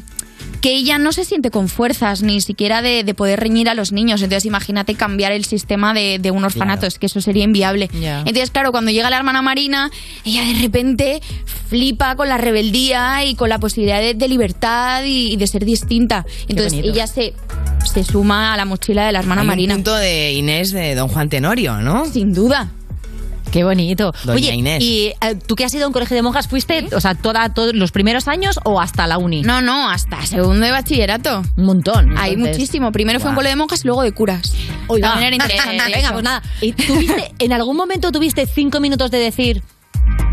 que ella no se siente con fuerzas ni siquiera de, de poder reñir a los niños. Entonces imagínate cambiar el sistema de, de un orfanato,
Claro.
es que eso sería inviable.
Ya.
Entonces, claro, cuando llega la hermana Marina, ella de repente flipa con la rebeldía y con la posibilidad de, de libertad y, y de ser distinta. Entonces
bonito.
ella se, se suma a la mochila de la hermana
Hay
Marina.
Un punto de Inés de Don Juan Tenorio, ¿no?
Sin duda.
Qué bonito.
Doña
Oye,
Inés.
¿y eh, tú que has ido a un colegio de monjas fuiste, o sea, toda, todos los primeros años o hasta la uni?
No, no, hasta segundo de bachillerato.
Un montón.
Hay
entonces.
muchísimo. Primero fue un
Guau.
cole de monjas y luego de curas. También era interesante
Venga,
eso.
pues nada. ¿Y tuviste, en algún momento tuviste cinco minutos de decir,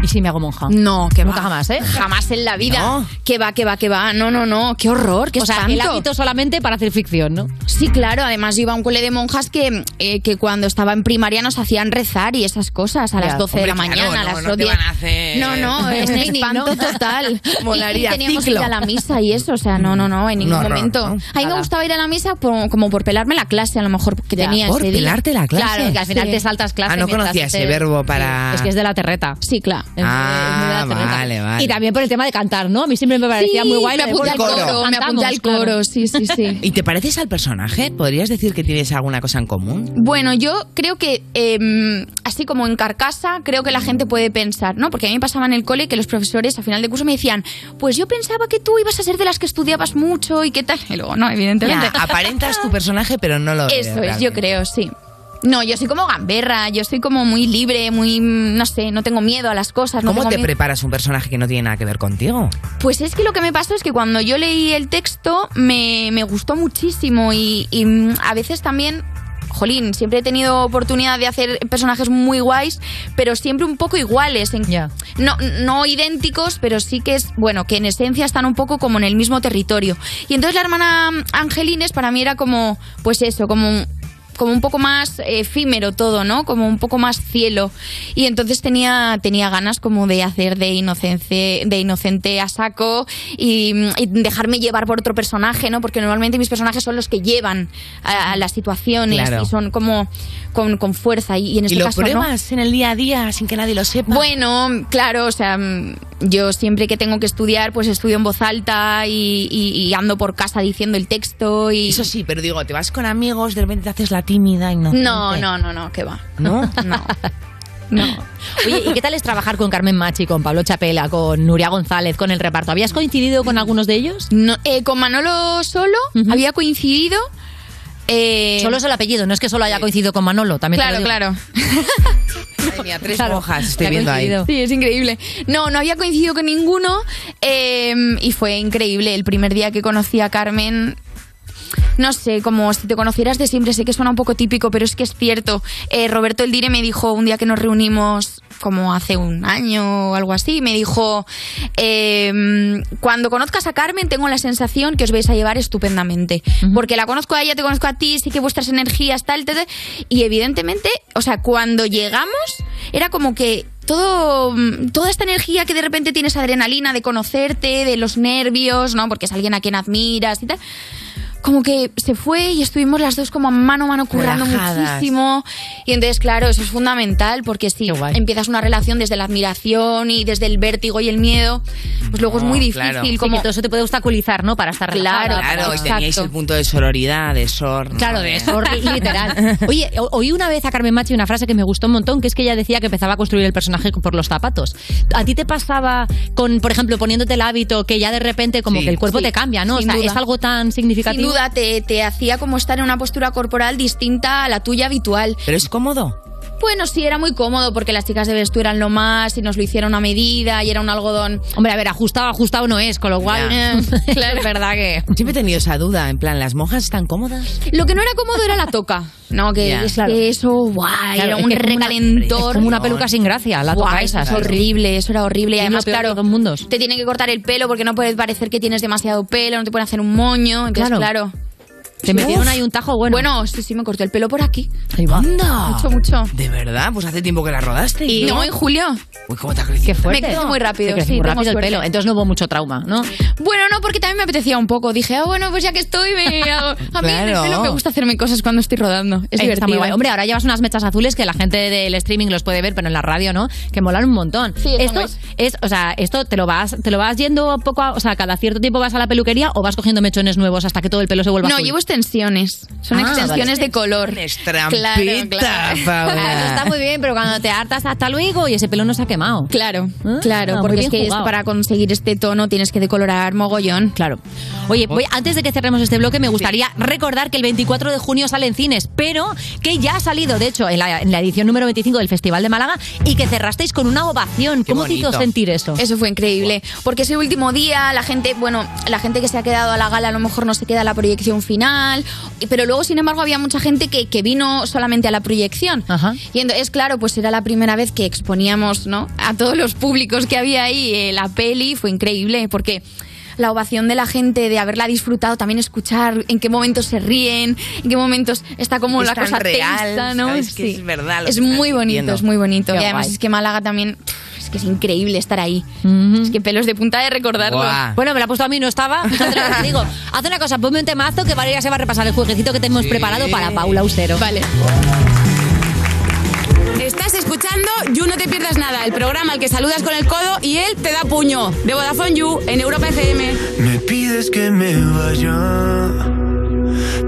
¿y si me hago monja?
No, que
Nunca jamás, ¿eh?
Jamás en la vida. Que va, que va, que va. No, no, no. Qué horror, qué
o sea, el
espanto.
hábito solamente para hacer ficción, ¿no?
Sí, claro. Además, yo iba a un cole de monjas que, eh, que cuando estaba en primaria nos hacían rezar y esas cosas a
Ya.
las 12 de la
Hombre, claro,
mañana,
no,
a las
no te
10.
van a hacer-
No, no,
(laughs)
es un
Training,
espanto
(laughs)
total.
Molaría,
y teníamos
ciclo.
que ir a la misa y eso. O sea, no, no, no, en ningún
Un horror,
momento.
¿no?
A mí me gustaba ir a la misa por- como por pelarme la clase, a lo mejor, que tenía
Por
ese día.
pelarte la clase.
Claro, que al final
Sí.
te saltas clase.
Ah, no
mientras
conocía
te-
ese verbo para.
este- Es que es de la terreta.
Sí, claro.
eh,
Ah, vale, vale.
Y también por el tema de cantar, ¿no? A mí siempre me parecía
Sí,
muy guay.
me
lo de,
apunté
bueno,
al coro, me
cantamos,
apunté al
claro.
coro, sí, sí, sí.
¿Y te pareces al personaje? ¿Podrías decir que tienes alguna cosa en común?
Bueno, yo creo que eh, así como en carcasa, creo que la gente puede pensar, ¿no? Porque a mí me pasaba en el cole que los profesores a final de curso me decían, pues yo pensaba que tú ibas a ser de las que estudiabas mucho y qué tal. (laughs) Y luego, no, evidentemente.
Ya,
(laughs)
aparentas tu personaje, pero no lo eres
Eso es, yo
realmente.
creo, sí. No, yo soy como gamberra, yo soy como muy libre, muy, mm, no sé, no tengo miedo a las cosas. no
¿Cómo
tengo
te
miedo-
preparas un personaje que no tiene nada que ver contigo?
Pues es que lo que me pasó es que cuando yo leí el texto me, me gustó muchísimo y, y, mm, a veces también... Jolín, siempre he tenido oportunidad de hacer personajes muy guays, pero siempre un poco iguales. en- no, no idénticos, pero sí que es, bueno, que en esencia están un poco como en el mismo territorio. Y entonces la hermana Angelines para mí era como, pues eso, como un- como un poco más eh, efímero todo, ¿no? Como un poco más cielo. Y entonces tenía, tenía ganas como de hacer de inocente, de inocente a saco y, y dejarme llevar por otro personaje, ¿no? Porque normalmente mis personajes son los que llevan a, a las situaciones
Claro.
y son como con, con fuerza. Y, y en
¿Y
este
lo
caso, ¿no?
pruebas en el día a día sin que nadie lo sepa?
Bueno, claro, o sea, mm, yo siempre que tengo que estudiar, pues estudio en voz alta y, y- y ando por casa diciendo el texto y...
Eso sí, pero digo, te vas con amigos, de repente te haces la tímida y no...
No, no, no, no, que va.
¿No?
Oye, ¿y qué tal es trabajar con Carmen Machi, con Pablo Chapela, con Nuria González, con el reparto? ¿Habías coincidido con algunos de ellos?
No, eh, con Manolo solo había coincidido. eh,
Solo es el apellido, no es que solo haya coincidido con Manolo, también
Claro,
(laughs)
claro.
tres
Claro.
hojas estoy viendo ahí.
Sí, es increíble. No, no había coincidido con ninguno eh, y fue increíble. El primer día que conocí a Carmen, no sé, como si te conocieras de siempre, sé que suena un poco típico, pero es que es cierto. Eh, Roberto El Dire me dijo un día que nos reunimos como hace un año o algo así, me dijo, eh, cuando conozcas a Carmen tengo la sensación que os vais a llevar estupendamente, porque la conozco a ella, te conozco a ti, sí que vuestras energías, tal, tal, tal, y evidentemente, o sea, cuando llegamos era como que todo, mm, toda esta energía que de repente tienes adrenalina de conocerte, de los nervios, ¿no? Porque es alguien a quien admiras y tal como que se fue y estuvimos las dos como mano a mano currando
Relajadas.
muchísimo. Y entonces, claro, eso es fundamental porque si empiezas una relación desde la admiración y desde el vértigo y el miedo, pues luego es muy
No,
difícil.
claro. Sí,
Como...
que todo
eso te puede obstaculizar, ¿no? Para estar
Claro,
Claro,
claro, y
exacto.
teníais el punto de sororidad, de sor... ¿no?
Claro, de eso,
(laughs)
literal. Oye, o- oí una vez a Carmen Machi una frase que me gustó un montón, que es que ella decía que empezaba a construir el personaje por los zapatos. ¿A ti te pasaba con, por ejemplo, poniéndote el hábito que ya de repente como
Sí.
que el cuerpo
Sí,
te cambia, ¿no? O
sin
sea,
duda.
es algo tan
Sin
significativo.
duda te, te hacía como estar en una postura corporal distinta a la tuya habitual.
Pero es cómodo.
Bueno, sí, era muy cómodo porque las chicas de Vestu eran lo más y nos lo hicieron a medida y era un algodón.
Hombre, a ver, ajustado, ajustado no (laughs) es, con lo cual.
claro, es verdad que.
Siempre he tenido esa duda, en plan, ¿las monjas están cómodas?
Lo que no era cómodo era la toca. No, que
Ya.
es que eso, guay,
Claro,
era
es
un
que es como una-
recalentor.
es como una peluca sin gracia, la
Guau,
toca
eso
esa,
Es
claro.
horrible, eso era horrible. Y
Es lo
además,
peor de
claro, te tienen que cortar el pelo porque no puede parecer que tienes demasiado pelo, no te pueden hacer un moño. Entonces,
Claro.
claro.
Te metieron ahí un tajo bueno.
Bueno, sí, sí, me cortó el pelo por aquí.
Ahí va.
Mucho, mucho.
De verdad, pues hace tiempo que la rodaste.
Y no, en julio.
Uy, cómo te ha crecido.
Me creció muy rápido,
Te creció
sí,
muy
tengo
rápido el
suerte.
pelo, entonces no hubo mucho trauma, ¿no?
Bueno, no, porque también me apetecía un poco. Dije, ah, bueno, pues ya que estoy, me hago. A mí en el
Claro.
pelo me gusta hacerme cosas cuando estoy rodando.
Está
Es
muy
divertido.
guay. ¿eh? Hombre, ahora llevas unas mechas azules que la gente del streaming los puede ver, pero en la radio no, que molan un montón. esto es, o sea, esto te lo vas, te lo vas yendo poco, a- o sea, cada cierto tiempo vas a la peluquería o vas cogiendo mechones nuevos hasta que todo el pelo se vuelva
No,
azul.
llevo extensiones. Son
Ah,
extensiones
vale.
de color.
trampita, Paula.
Eso está muy bien, pero cuando te hartas hasta luego y ese pelo no se ha quemado.
Claro, Claro,
Ah, muy
porque es
bien
que
jugado.
para conseguir este tono tienes que decolorar mogollón.
Claro. Oye, voy- antes de que cerremos este bloque, me gustaría recordar que el 24 de junio sale en cines, pero que ya ha salido, de hecho, en la, en la edición número 25 del Festival de Málaga y que cerrasteis con una ovación. ¿Cómo te hizo sentir eso?
Eso fue increíble. Porque ese último día, la gente, bueno, la gente que se ha quedado a la gala a lo mejor no se queda a la proyección final. y- Pero luego, sin embargo, había mucha gente que, que vino solamente a la proyección. Y entonces, claro, pues era la primera vez que exponíamos, ¿no? A todos los públicos que había ahí eh, la peli. Fue increíble. Porque. La ovación de la gente, de haberla disfrutado, también escuchar en qué momentos se ríen, en qué momentos está como
Es
la
tan
cosa
real,
tensa, ¿no?
¿sabes? Que es verdad Ah, lo que
Es
estás
muy bonito,
diciendo.
es muy bonito.
Qué
y además
guay.
es que Málaga también es que es increíble estar ahí. Es que pelos de punta de recordarlo.
Buah.
Bueno, me la ha puesto a mí, no estaba. (laughs) Fíjate lo que te digo. Haz una cosa, ponme un temazo que Valeria se va a repasar el jueguecito que te hemos preparado para Paula Austero.
Vale.
(laughs) Estás escuchando You No Te Pierdas Nada, el programa al que saludas con el codo y él te da puño. De Vodafone You en Europa FM.
Me pides que me vaya,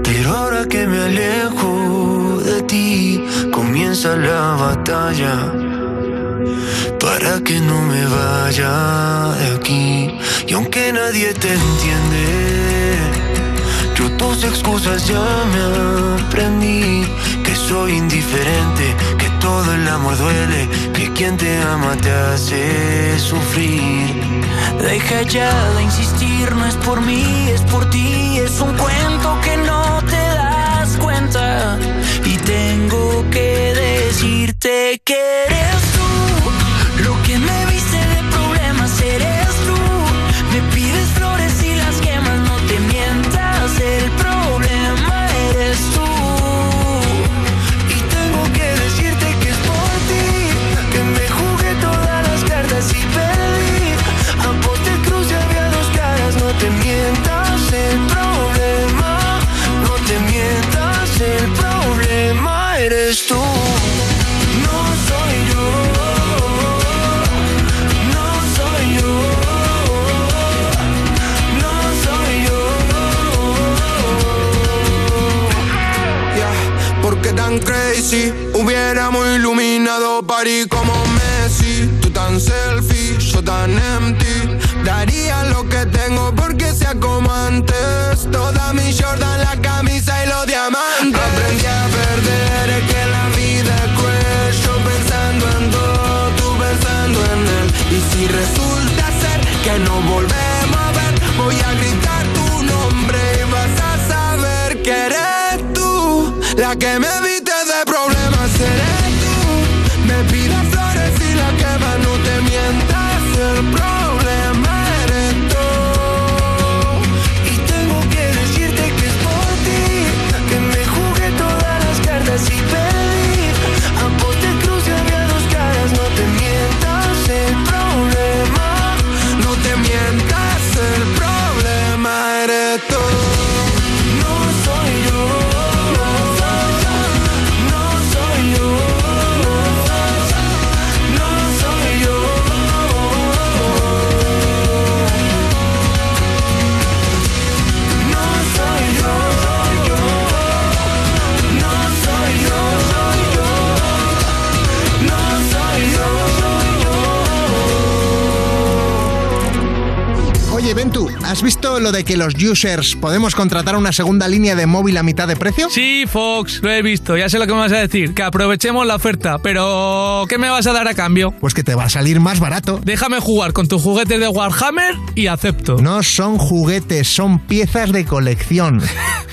pero ahora que me alejo de ti, comienza la batalla. Para que no me vaya de aquí, y aunque nadie te entiende, yo tus excusas ya me aprendí. Que soy indiferente, que todo el amor duele, que quien te ama te hace sufrir.
Deja ya de insistir, no es por mí, es por ti. Es un cuento que no te das cuenta. Y tengo que decirte que eres tú. Lo que me viste de problemas eres tú. Me pides flores y las quemas, no te mientas. El problema eres tú.
party como Messi, tú tan selfie, yo tan empty. Daría lo que tengo porque sea como antes. Toda mi Jordan, la camisa y los diamantes. Aprendí a perder, es que la vida es cruel. Yo pensando en todo, tú pensando en él. Y si resulta ser que no volvemos a ver, voy a gritar tu nombre y vas a saber que eres tú la que me evite de problemas. Eres tú, me pidas flores y la que va no te mientas. El problema eres tú. Y tengo que decirte que es por ti, que me jugué todas las cartas y pedí. Aposté cruz y había dos caras, no te mientas. El problema, no te mientas. El problema eres tú. No soy yo. No soy yo. No soy yo. No soy yo. No soy yo. No soy
Oye, Ventu, ¿has visto lo de que los users podemos contratar una segunda línea de móvil a mitad de precio?
Sí, Fox, lo he visto, ya sé lo que me vas a decir, que aprovechemos la oferta, pero ¿qué me vas a dar a cambio?
Pues que te va a salir más barato.
Déjame jugar con tus juguetes de Warhammer y acepto.
No son juguetes, son piezas de colección.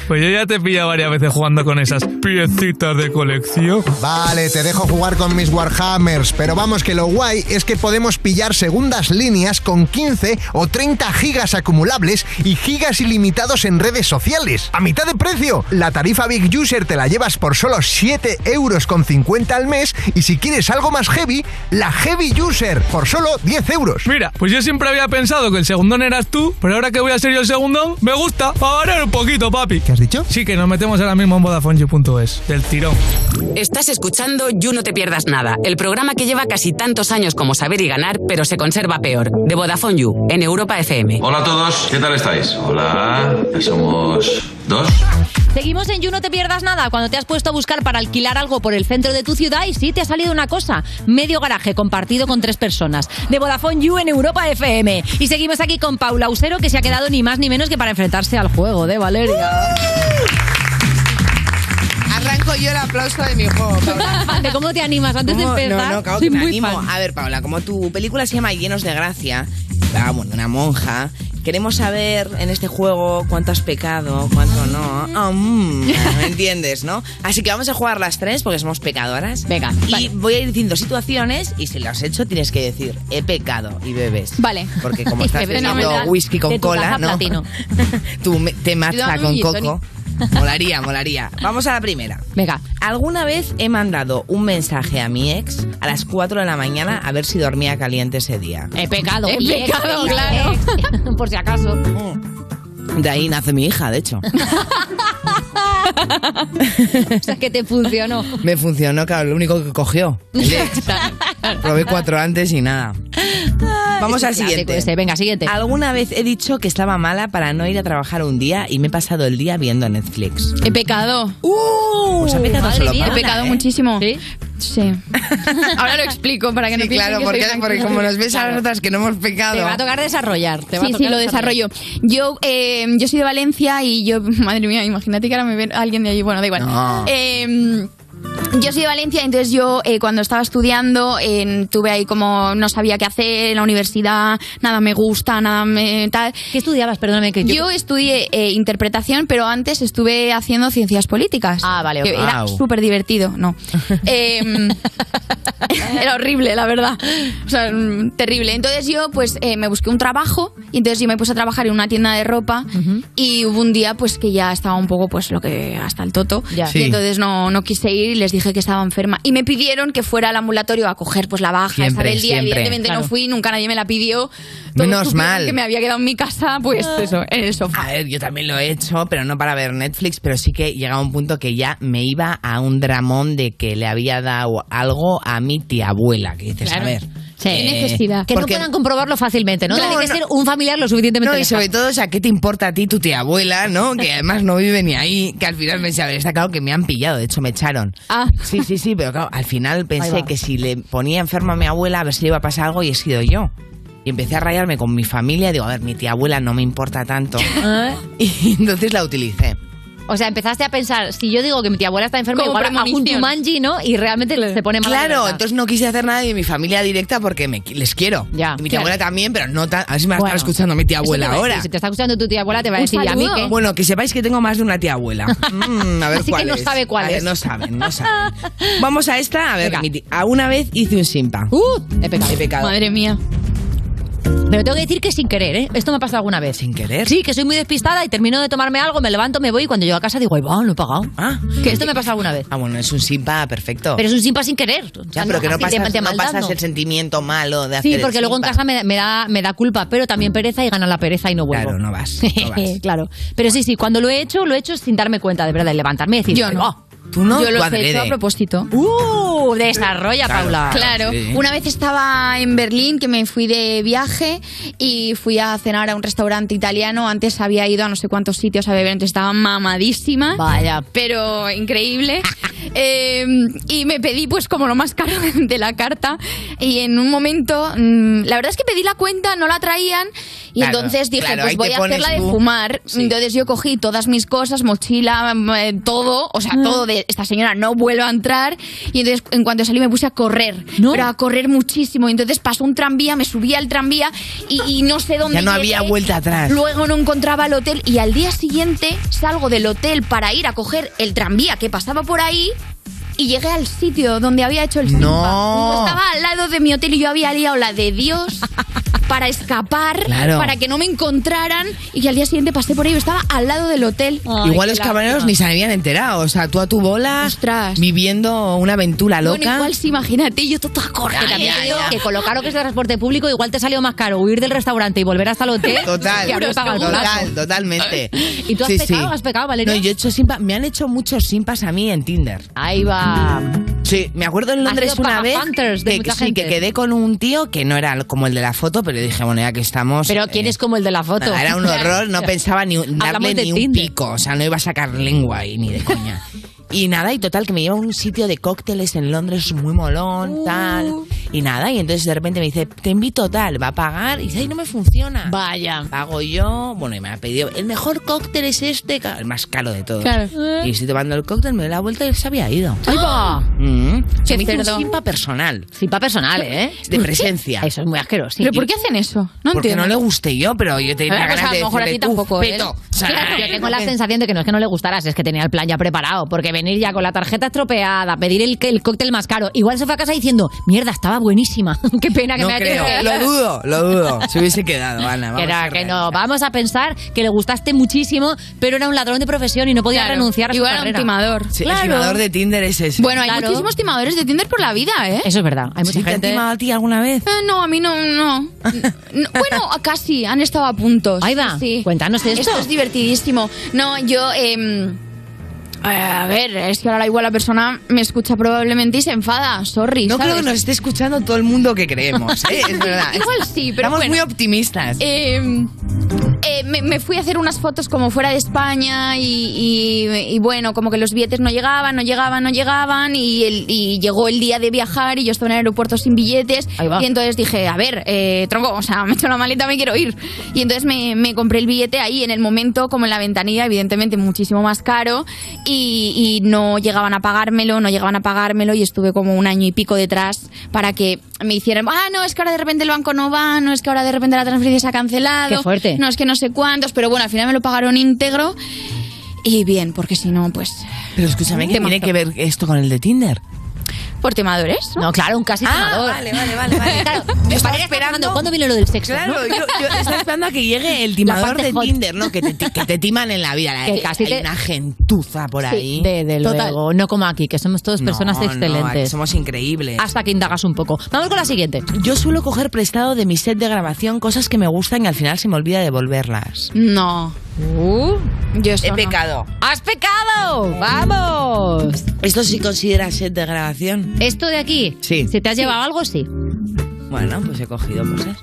Pues yo ya te he pillado varias veces jugando con esas piecitas de colección.
Vale, te dejo jugar con mis Warhammers, pero vamos que lo guay es que podemos pillar segundas líneas con 15 o 30 gigas acumulables y gigas ilimitados en redes sociales. ¡A mitad de precio! La tarifa Big User te la llevas por solo 7,50 euros al mes y si quieres algo más heavy, la Heavy User por solo 10 euros.
Mira, pues yo siempre había pensado que el segundón eras tú, pero ahora que voy a ser yo el segundón, me gusta, para variar un poquito, papi. ¿Qué
has dicho?
Sí, que nos metemos ahora mismo en VodafoneYou.es, del tirón.
Estás escuchando You No Te Pierdas Nada, el programa que lleva casi tantos años como Saber y Ganar, pero se conserva peor, de Vodafone You, en Europa FM.
Hola a todos, ¿qué tal estáis? Hola, somos dos.
Seguimos en You, no te pierdas nada. Cuando te has puesto a buscar para alquilar algo por el centro de tu ciudad y sí, te ha salido una cosa. Medio garaje compartido con tres personas. De Vodafone You en Europa FM. Y seguimos aquí con Paula Usero, que se ha quedado ni más ni menos que para enfrentarse al juego de Valeria.
Arranco yo el aplauso de mi juego.
(laughs) Ande, ¿Cómo te animas antes
¿Cómo?
de empezar?
No, no, claro
Soy
que me
muy
animo.
fan.
A ver, Paula, como tu película se llama Llenos de Gracia, va, bueno, de una monja, queremos saber en este juego cuánto has pecado, cuánto no. Ah, mm, ¿Me entiendes, no? Así que vamos a jugar las tres porque somos pecadoras.
Venga.
Y voy a ir diciendo situaciones y si lo has hecho tienes que decir he pecado y bebes.
Vale.
Porque como
Y
estás
bebes.
bebiendo
Fenomenal.
whisky
De
con
tu
cola,
taza
¿no? (laughs)
platino.
tu me- te matza
Dame un
con
gin
coco. Molaría, molaría. Vamos a la primera.
Venga.
¿Alguna vez he mandado un mensaje a mi ex a las 4 de la mañana a ver si dormía caliente ese día?
Eh,
He pecado.
He
y ex,
pecado,
y
claro.
ex. (laughs) Por si acaso.
Mm. De ahí nace mi hija, de hecho.
(laughs) O sea, que te funcionó.
(laughs) Me funcionó, claro, lo único que cogió. El
(laughs)
ex. Probé cuatro antes y nada.
es
Vamos
un
al
clásico
siguiente.
ese. Venga, siguiente.
¿Alguna vez he dicho que estaba mala para no ir a trabajar un día y me he pasado el día viendo Netflix?
He pecado.
¡Uh! Pues ha pecado
Madre
solo
mía.
Paula,
He pecado
¿eh?
muchísimo. ¿Sí? Sí. Ahora lo explico (laughs) para que no
Sí,
piensen
claro,
que
porque,
soy una
porque como nos ves a
Claro.
nosotras que no hemos pecado.
Te va a
tocar desarrollar. Te
sí, sí, lo desarrollo. Yo, eh, yo soy de Valencia y yo, (laughs) madre mía, imagínate que ahora me ve alguien de allí. Bueno, da igual.
No.
Eh, yo soy de Valencia, entonces yo eh, cuando estaba estudiando eh, tuve ahí como no sabía qué hacer en la universidad, nada me gusta, nada me tal.
¿Qué estudiabas? Perdóname que
yo. estudié eh, interpretación, pero antes estuve haciendo ciencias políticas. Ah, vale,
ok.
Era
Au.
súper divertido,
(laughs)
no. Eh, (laughs) era horrible, la verdad. O sea, mm, terrible. Entonces yo, pues, eh, me busqué un trabajo y entonces yo me puse a trabajar en una tienda de ropa y hubo un día, pues, que ya estaba un poco, pues, lo que hasta el toto.
Sí.
Y entonces no, no quise ir y les dije que estaba enferma. Y me pidieron que fuera al ambulatorio a coger, pues, la baja esa
Siempre,
del día.
siempre.
Evidentemente
Claro.
no fui, nunca nadie me la pidió.
Menos
supieron
mal.
Que me había quedado en mi casa, pues, eso, en el sofá.
Ah. A ver, yo también lo he hecho, pero no para ver Netflix, pero sí que llegaba un punto que ya me iba a un dramón de que le había dado algo a mi tía abuela, que dices,
Claro.
a ver, eh,
¿Qué necesidad? Eh, Que no
Porque-
puedan comprobarlo fácilmente, ¿no?
No,
Tiene que
no.
ser un familiar lo suficientemente
No, y
lejano.
sobre todo, o sea, ¿qué te importa a ti tu tía abuela, no? Que además no vive ni ahí, que al final me sabe, está claro que me han pillado, de hecho me echaron.
Ah.
Sí, sí, sí, pero claro, al final
Ahí
pensé
va.
que si le ponía enferma a mi abuela, a ver si le iba a pasar algo y he sido yo. Y empecé a rayarme con mi familia, digo, a ver, mi tía abuela no me importa tanto.
Ah.
(laughs) Y entonces la utilicé.
O sea, empezaste a pensar, si yo digo que mi tía abuela está enferma,
Como
igual hago un
premonición.
Jumanji, ¿no? Y realmente se pone mal.
Claro, entonces no quise hacer nada de mi familia directa porque me, qui- les quiero. Y mi tía
claro.
abuela también, pero no tan. A ver si me va a estar
Bueno.
escuchando mi tía abuela ahora.
Si te está escuchando tu tía abuela, te va a decir, ¿y a mí qué?
Bueno, que sepáis que tengo más de una
(laughs)
tía abuela. Mm, a ver
Así que
cuál
no
es.
sabe cuál
Vale,
es.
No
(laughs)
saben, no saben. Vamos a esta. A ver, mi ti- a una vez hice un simpa.
¡Uh! He pecado.
He pecado.
Madre mía. Pero tengo que decir que sin querer, ¿eh? Esto me ha pasado alguna vez. ¿Sin
querer?
Sí, que soy muy despistada y termino de tomarme algo, me levanto, me voy y cuando llego a casa digo, ¡ay, va, lo he pagado!
Ah.
Que esto me pasa alguna vez.
Ah, bueno, es un simpa perfecto.
Pero es un simpa sin querer. O sea,
Ya, pero que no
así de-
pasas,
de
no
maldad,
pasas
no.
el sentimiento malo de hacer
Sí,
el
porque luego en
simpa.
casa me, me da, me da culpa, pero también pereza y gana la pereza y no vuelvo.
Claro, no vas.
(laughs) claro. Pero sí, sí, cuando lo he hecho, lo he hecho sin darme cuenta, de verdad, de levantarme y decir,
Yo no.
"Oh".
Tú no,
Yo
tú
lo he
adrede.
hecho a propósito.
¡Uh! Desarrolla, Claro, Paula.
Claro.
sí.
Una vez estaba en Berlín, que me fui de viaje y fui a cenar a un restaurante italiano. Antes había ido a no sé cuántos sitios a beber, entonces estaba mamadísima.
Vaya.
Pero increíble. (laughs) Eh, y me pedí, pues, como lo más caro (laughs) de la carta. Y en un momento, mm, la verdad es que pedí la cuenta, no la traían. Y Claro, entonces dije, claro, pues ahí voy te a hacer pones la de tú. fumar. Entonces yo cogí todas mis cosas, mochila, eh, todo, o sea,
Ah.
todo de esta señora no vuelvo a entrar. Y entonces en cuanto salí me puse a correr, pero a correr muchísimo. Y entonces pasó un tranvía, me subí al tranvía y, y no sé dónde.
Ya no
llegué.
había vuelta atrás.
Luego no encontraba el hotel y al día siguiente salgo del hotel para ir a coger el tranvía que pasaba por ahí. Y llegué al sitio donde había hecho el
No.
Estaba al lado de mi hotel y yo había liado la de Dios
(laughs)
para escapar,
Claro.
para que no me encontraran y que al día siguiente pasé por ahí, yo estaba al lado del hotel.
igual los caballeros ni se habían enterado. O sea, tú a tu bola, viviendo una aventura
Bueno,
loca.
igual sí, imagínate, yo todo a correr.
Que también te digo que con lo caro que es el transporte público, igual te salió más caro huir del restaurante y volver hasta el hotel.
(laughs) Total,
que haber pagado el
total,
gasto.
totalmente.
¿Y tú has pecado? ¿Has pecado, Valeria?
No, yo he hecho simpa. Me han hecho muchos simpas a mí en Tinder.
Ahí va.
Sí, me acuerdo en
Has
Londres
sido
una vez
pagafantas de
que,
mucha
sí,
gente.
que quedé con un tío que no era como el de la foto, pero dije, bueno, ya que estamos... eh,
Pero ¿quién es como el de la foto?
Nada,
(laughs)
era un horror, no pensaba ni un-
Hablamos
darle
de
ni un pico, o sea, no iba a sacar lengua ahí ni de coña. Y nada, y total, que me lleva a un sitio de cócteles en Londres muy molón,
Uh.
tal. Y nada, y entonces de repente me dice, te invito tal, va a pagar. Y dice, ay, no me funciona.
Vaya.
Pago yo, bueno, y me ha pedido, el mejor cóctel es este, ca- el más caro de todos.
Claro.
Y estoy tomando el cóctel, me doy la vuelta y él se había ido.
Ahí
Ah.
va.
Mm.
Qué
Se me hizo un
cerdo.
simpa personal.
Simpa personal, ¿eh?
De presencia.
Eso es muy asqueroso.
¿Pero por qué hacen eso? No
Porque
entiendo.
no le gusté yo, pero yo tenía
Ah, pues
ganas
a lo
de
mejor a
decirle,
ti tampoco,
"Tú,
¿eh?
peto". O sea,
Claro, yo tengo la
que-
sensación de que no es que no le gustaras, es que tenía el plan ya preparado, porque venir ya con la tarjeta estropeada, pedir el, el cóctel más caro, igual se fue a casa diciendo, mierda, estaba buenísima, (laughs) qué pena que
No
me haya
creo,
tenido que ir".
lo dudo, lo dudo. Se hubiese quedado,
(laughs)
Ana.
Que
Vamos
era
a
que no, vamos a pensar que le gustaste muchísimo, pero era un ladrón de profesión y no podía
Claro.
renunciar a su
Igual era un
carrera.
timador.
Sí, El timador de Tinder es ese.
Bueno, hay muchísimos timadores de Tinder por la vida, ¿eh?
Eso es verdad. Hay mucha
¿Sí te han
gente.
timado a ti alguna vez?
Eh, no, a mí no, no. No, Bueno, casi, han estado a puntos. Ahí va,
cuéntanos esto.
Esto es divertidísimo. No, yo... em, a ver, es que ahora igual la persona me escucha probablemente y se enfada, sorry.
No creo
¿sabes?
que nos esté escuchando todo el mundo que creemos, ¿eh?
(laughs)
Es verdad.
Igual sí, pero
Estamos
bueno.
muy optimistas.
Eh, eh, me, me fui a hacer unas fotos como fuera de España y, y- y bueno, como que los billetes no llegaban, no llegaban, no llegaban y, el- y llegó el día de viajar y yo estaba en el aeropuerto sin billetes
Ahí va.
y entonces dije, a ver, eh, tronco, o sea, (laughs) me he hecho la maleta, me quiero ir. Y entonces me, me compré el billete ahí en el momento, como en la ventanilla, evidentemente muchísimo más caro y, y no llegaban a pagármelo, no llegaban a pagármelo y estuve como un año y pico detrás para que me hicieran, ah, no, es que ahora de repente el banco no va, no es que ahora de repente la transferencia se ha cancelado.
Qué fuerte.
No, es que no sé cuántos, pero bueno, al final me lo pagaron íntegro. Y bien, porque si no, pues...
Pero escúchame, ¿qué tiene que ver esto con el de Tinder?
¿Por temadores? No, Ah,
claro, un casi
timador.
Ah, vale, vale, vale. vale.
Ah, (laughs) Claro, Valeria está pensando, ¿Cuándo vino lo del sexo?
Claro,
no?
yo,
(laughs)
yo estaba esperando a que llegue el
La
timador
parte
de
hot.
Tinder, ¿no? Que te, ti- que te timan en la vida.
(laughs)
La,
Que casi
hay
te-
una gentuza por
Sí,
ahí.
desde luego. No como aquí, que somos todas personas
No, no,
excelentes.
aquí somos increíbles.
Hasta que indagas un poco. Vamos con la siguiente.
Yo suelo coger prestado de mi set de grabación cosas que me gustan y al final se me olvida devolverlas.
No. yo
He pecado.
Uh, ¡Has pecado! ¡Vamos!
¿Esto sí considera set de grabación?
¿Esto de aquí?
Sí.
¿Se te has llevado algo? Sí. (laughs)
Bueno, pues he cogido cosas.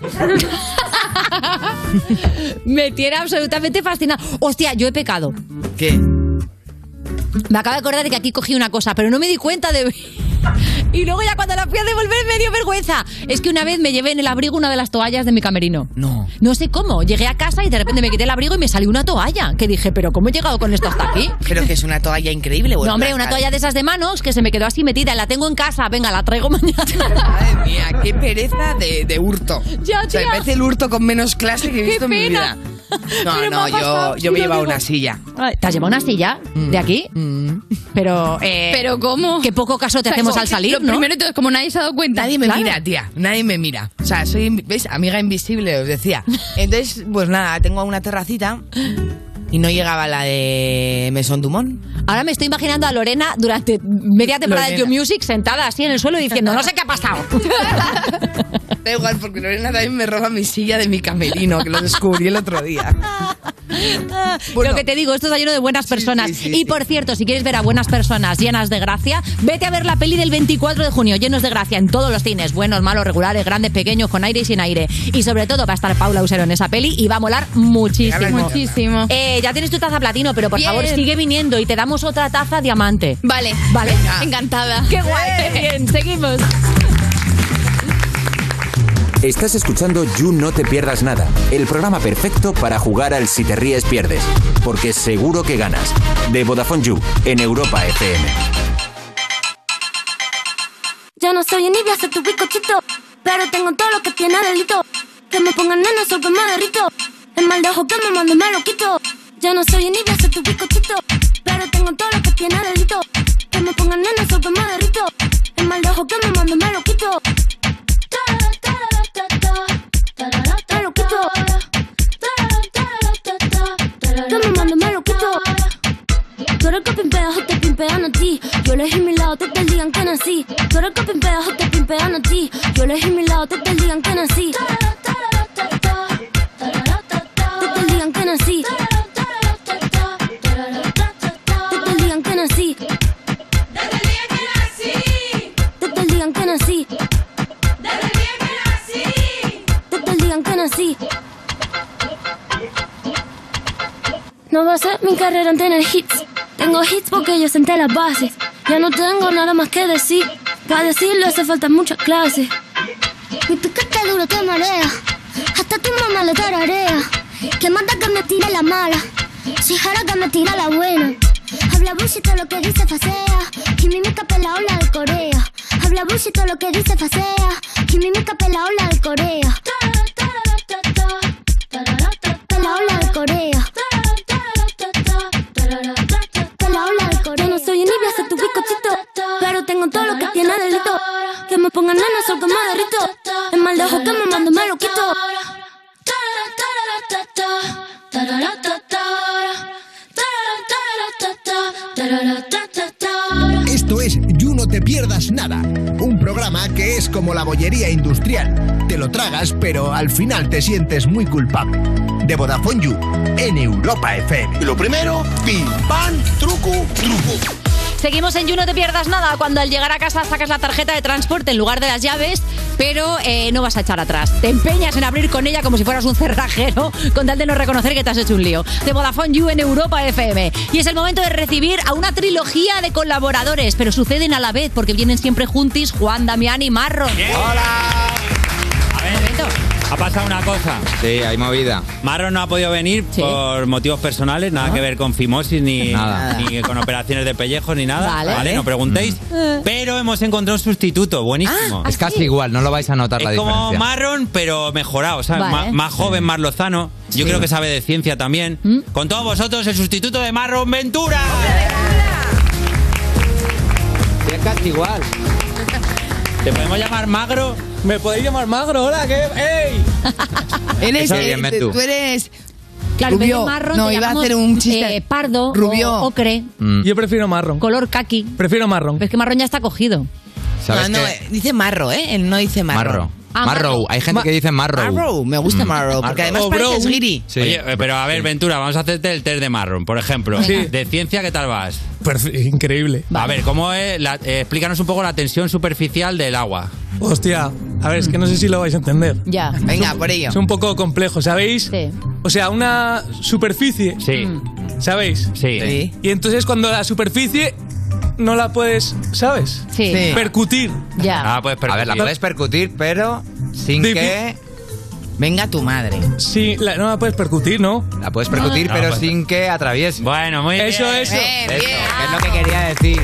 Me tiene absolutamente fascinada. Hostia, yo he pecado.
¿Qué?
Me acabo de acordar de que aquí cogí una cosa, pero no me di cuenta de. (laughs) Y luego ya cuando la fui a devolver me dio vergüenza. Es que una vez me llevé en el abrigo una de las toallas de mi camerino.
No.
(laughs) No sé cómo. Llegué a casa y de repente me quité el abrigo y me salió una toalla. Que dije, pero ¿cómo he llegado con esto hasta aquí?
Pero que es una toalla increíble,
No, hombre, una toalla de esas de manos que se me quedó así metida. La tengo en casa. Venga, la traigo (laughs) mañana.
Madre mía, qué pereza de, de hurto.
Ya,
O sea,
tía.
parece el hurto con menos clase que he
Qué
visto en mi
pena.
vida. No,
(laughs) Pero me
no,
ha pasado,
yo, yo me
y lo
llevaba
digo.
una silla.
Ay, ¿Te has llevado una silla de aquí? Pero. eh,
¿Pero cómo?
Qué poco caso te hacemos al salir,
Lo
¿no?
primero de todo es como nadie se ha dado cuenta.
Nadie me mira, tía. Nadie me mira. O sea, soy, invi- ¿veis? Amiga invisible,
(laughs)
os decía. Entonces, pues nada, tengo una terracita y no llegaba la de Mesón Dumont.
Ahora me estoy imaginando a Lorena durante media temporada de You
Lorena.
Music sentada así en el suelo diciendo, no sé qué ha
(laughs)
pasado.
Da igual, porque Lorena también me roba mi silla de mi camerino, que lo descubrí el otro día.
(laughs) Lo que te digo, esto está lleno de buenas personas. y por cierto, si quieres ver a buenas personas llenas de gracia, vete a ver la peli del 24 de junio, llenos de gracia en todos los cines, buenos, malos, regulares, grandes, pequeños, con aire y sin aire. Y sobre todo va a estar Paula Usero en esa peli y va a molar muchísimo.
Muchísimo.
Eh, ya tienes tu taza platino, pero por
Bien.
favor sigue viniendo y te damos otra taza diamante.
Vale,
Vale.
encantada.
Qué guay, qué bien. Seguimos.
Estás escuchando You No Te Pierdas Nada, el programa perfecto para jugar al Si Te Ríes Pierdes, porque seguro que ganas. De Vodafone You, en Europa FM.
Yo no soy Nivea, soy tu bizcochito. Pero tengo todo lo que tiene delito. Que me pongan nenas o que me derrito. El mal de ojo que me mando me lo quito. Yo no soy Nivea, soy tu bizcochito. Pero tengo todo lo que tiene delito. Que me pongan nenas o que me derrito. El mal de ojo que me mando me lo quito. Tarara, tarara, ta, ta. Tarara, ta, Me lo quito. Tarara, tarara, ta, ta. Que me mando me lo quito. Tú eres el que pimpeas o te pimpean a ti. Yo elegí mi lado desde el día en que nací. Tú eres el que pimpeas o te pimpean a ti. Yo elegí mi lado desde el día en que nací. Desde el día en que nací. Desde el día en que nací. Desde el día en que nací. Desde el día en que nací. No va a ser mi carrera en tener hits. Tengo hits porque yo senté las bases. Ya no tengo nada más que decir. Para decirlo hace falta mucha clase. Mi piquete duro te marea. Hasta tu mamá le tararea. Que manda que me tire la mala. Si jara que me tira la buena. Habla bullshit todo lo que dice facea. Química pela ola de Corea. Habla bullshit todo lo que dice facea. Química pela ola de Corea. Pela ola de Corea. Te la ola de Corea. Yo no soy Nibia, soy tu bizcochito. Pero tengo todo lo que tiene delito. Que me pongan nenas o que me derrito. El mal de ojo que me mando me lo quito.
Esto es You No Te Pierdas Nada, un programa que es como la bollería industrial. Te lo tragas, pero al final te sientes muy culpable. De Vodafone You, en Europa FM.
Lo primero, pim, pan, truco, truco.
Seguimos en You, no te pierdas nada. Cuando al llegar a casa sacas la tarjeta de transporte en lugar de las llaves, pero eh, no vas a echar atrás. Te empeñas en abrir con ella como si fueras un cerrajero, (laughs) con tal de no reconocer que te has hecho un lío. De Vodafone You en Europa FM. Y es el momento de recibir a una trilogía de colaboradores, pero suceden a la vez porque vienen siempre juntis Juan, Damián y Marro.
¡Hola! Ha pasado una cosa.
Sí, hay movida.
Marro no ha podido venir por motivos personales, nada que ver con fimosis ni,
Nada.
ni con operaciones de pellejo ni nada.
Vale. Mm. Eh.
Vale, no preguntéis. Pero hemos encontrado un sustituto, buenísimo.
es casi igual, no lo vais a notar la
Es como
diferencia.
Marron, pero mejorado, ¿sabes?
Vale.
Ma- más joven, más lozano. Yo creo que sabe de ciencia también.
Mm.
Con todos vosotros, el sustituto de Marron Ventura.
Es casi igual.
¿Te podemos llamar Magro? Me podéis llamar Magro, hola,
(laughs)
que. ¡Ey!
(laughs) Eres,
Eso bien,
eh,
Mentu.
tú eres
Claro, en vez de
Rubió.
Marro,
no,
te
iba a
llamamos,
hacer un chiste.
eh, pardo,
Rubió.
o ocre,
Yo prefiero marrón.
color kaki.
Prefiero marrón.
Es que marrón ya está cogido.
No, no, eh, dice marro, ¿eh? Él no dice marro.
Marro.
Ah,
Marrow. Hay gente que dice Marrow.
Marrow, me gusta
Mm.
Marrow, porque además
Oh,
parece
bro.
esguiri.
Sí.
Oye, eh, pero a ver, Ventura, vamos a hacerte el test de marrón, por ejemplo.
Sí.
De ciencia, ¿qué tal vas?
Increíble.
A ver, ¿cómo es? la- eh, explícanos un poco la tensión superficial del agua.
Hostia, a ver, es que no sé si lo vais a entender.
Ya.
Venga, por ello.
Es un poco complejo, ¿sabéis? O sea, una superficie.
Sí.
Mm.
¿Sabéis?
Sí. Sí.
Y entonces cuando la superficie no la puedes, ¿sabes?
Sí. Sí.
Percutir.
Ya.
A ver, la puedes percutir, pero sin
Difi-
que.
Venga tu madre.
Sí, la- no la puedes percutir, ¿no?
La puedes percutir,
No.
pero
No, pues-
sin que atraviese.
Ah, Bueno, muy
Eso, bien. eso.
Eso, que es lo que quería decir.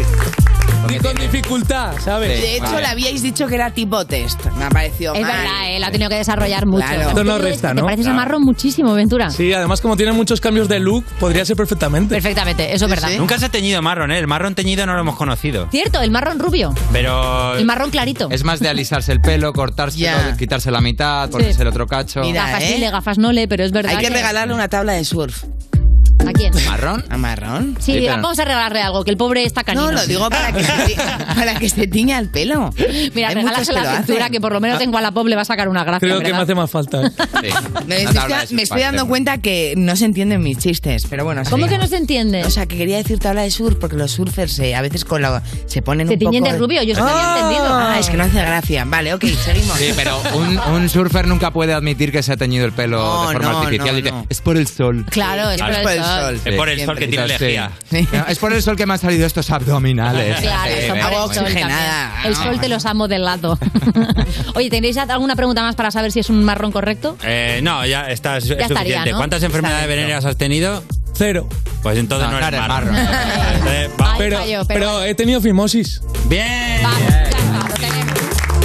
Y con dificultad, ¿sabes?
De hecho, le habéis dicho que era tipo test. Me ha parecido
Es
mal.
verdad, él ha tenido que desarrollar mucho.
Claro. Esto
(laughs)
no resta,
Te
¿no?
pareces a
Claro.
Marro muchísimo, Ventura.
Sí, además como tiene muchos cambios de look, podría ser perfectamente.
Perfectamente, eso es verdad.
Nunca se ha teñido marrón, ¿eh? El marrón teñido no lo hemos conocido.
Cierto, el marrón rubio.
Pero.
El marrón clarito.
Es más de alisarse el pelo, cortárselo,
Ya.
quitarse la mitad, ponerse el otro cacho.
¿eh?
gafas sí, le gafas no le, pero es verdad.
Hay que regalarle una tabla de surf.
¿A quién?
¿Marrón?
¿A marrón?
Sí, vamos a regalarle algo, que el pobre está canino. Ah.
No, lo digo para que, se ti- para que se tiña el pelo.
Mira,
Hay muchos
regálasela
que lo
a Ventura,
hacen. Ah.
que por lo menos en Wallapop le va a sacar una gracia,
Creo que me
Ah, ¿verdad?
hace más falta.
(laughs)
¿eh?
Me estoy, me estoy dando cuenta que no se entienden mis chistes, pero bueno.
¿Cómo que no se entiende?
O sea, que quería decirte habla de surf, porque los surfers eh, a veces con la, se ponen
Se
un
tiñen
poco-
de rubio, yo eso no había
Ah,
entendido.
Ah, es que no hace gracia. Vale, ok,
(laughs)
seguimos.
Sí, pero un, un surfer nunca puede admitir que se ha teñido el pelo
No,
de forma
no,
artificial.
no,
Dice, es por el sol.
Claro, es
Claro,
por el sol.
Es por el sol que tiene
Quizás
lejía.
sí. No, es por el sol que me han salido estos abdominales.
Claro,
Sí,
eso por
bueno,
el sol también. El
Ah,
sol te los ha modelado. (laughs) Oye, ¿tenéis alguna pregunta más para saber si es un marrón correcto?
Eh, no, ya está es- es
estaría,
suficiente.
¿no?
¿Cuántas enfermedades venéreas has tenido?
Cero.
Pues entonces no, eres marrón. (laughs) Entonces, va-
pero,
fallo,
pero, eh,
pero
he tenido fimosis.
Bien.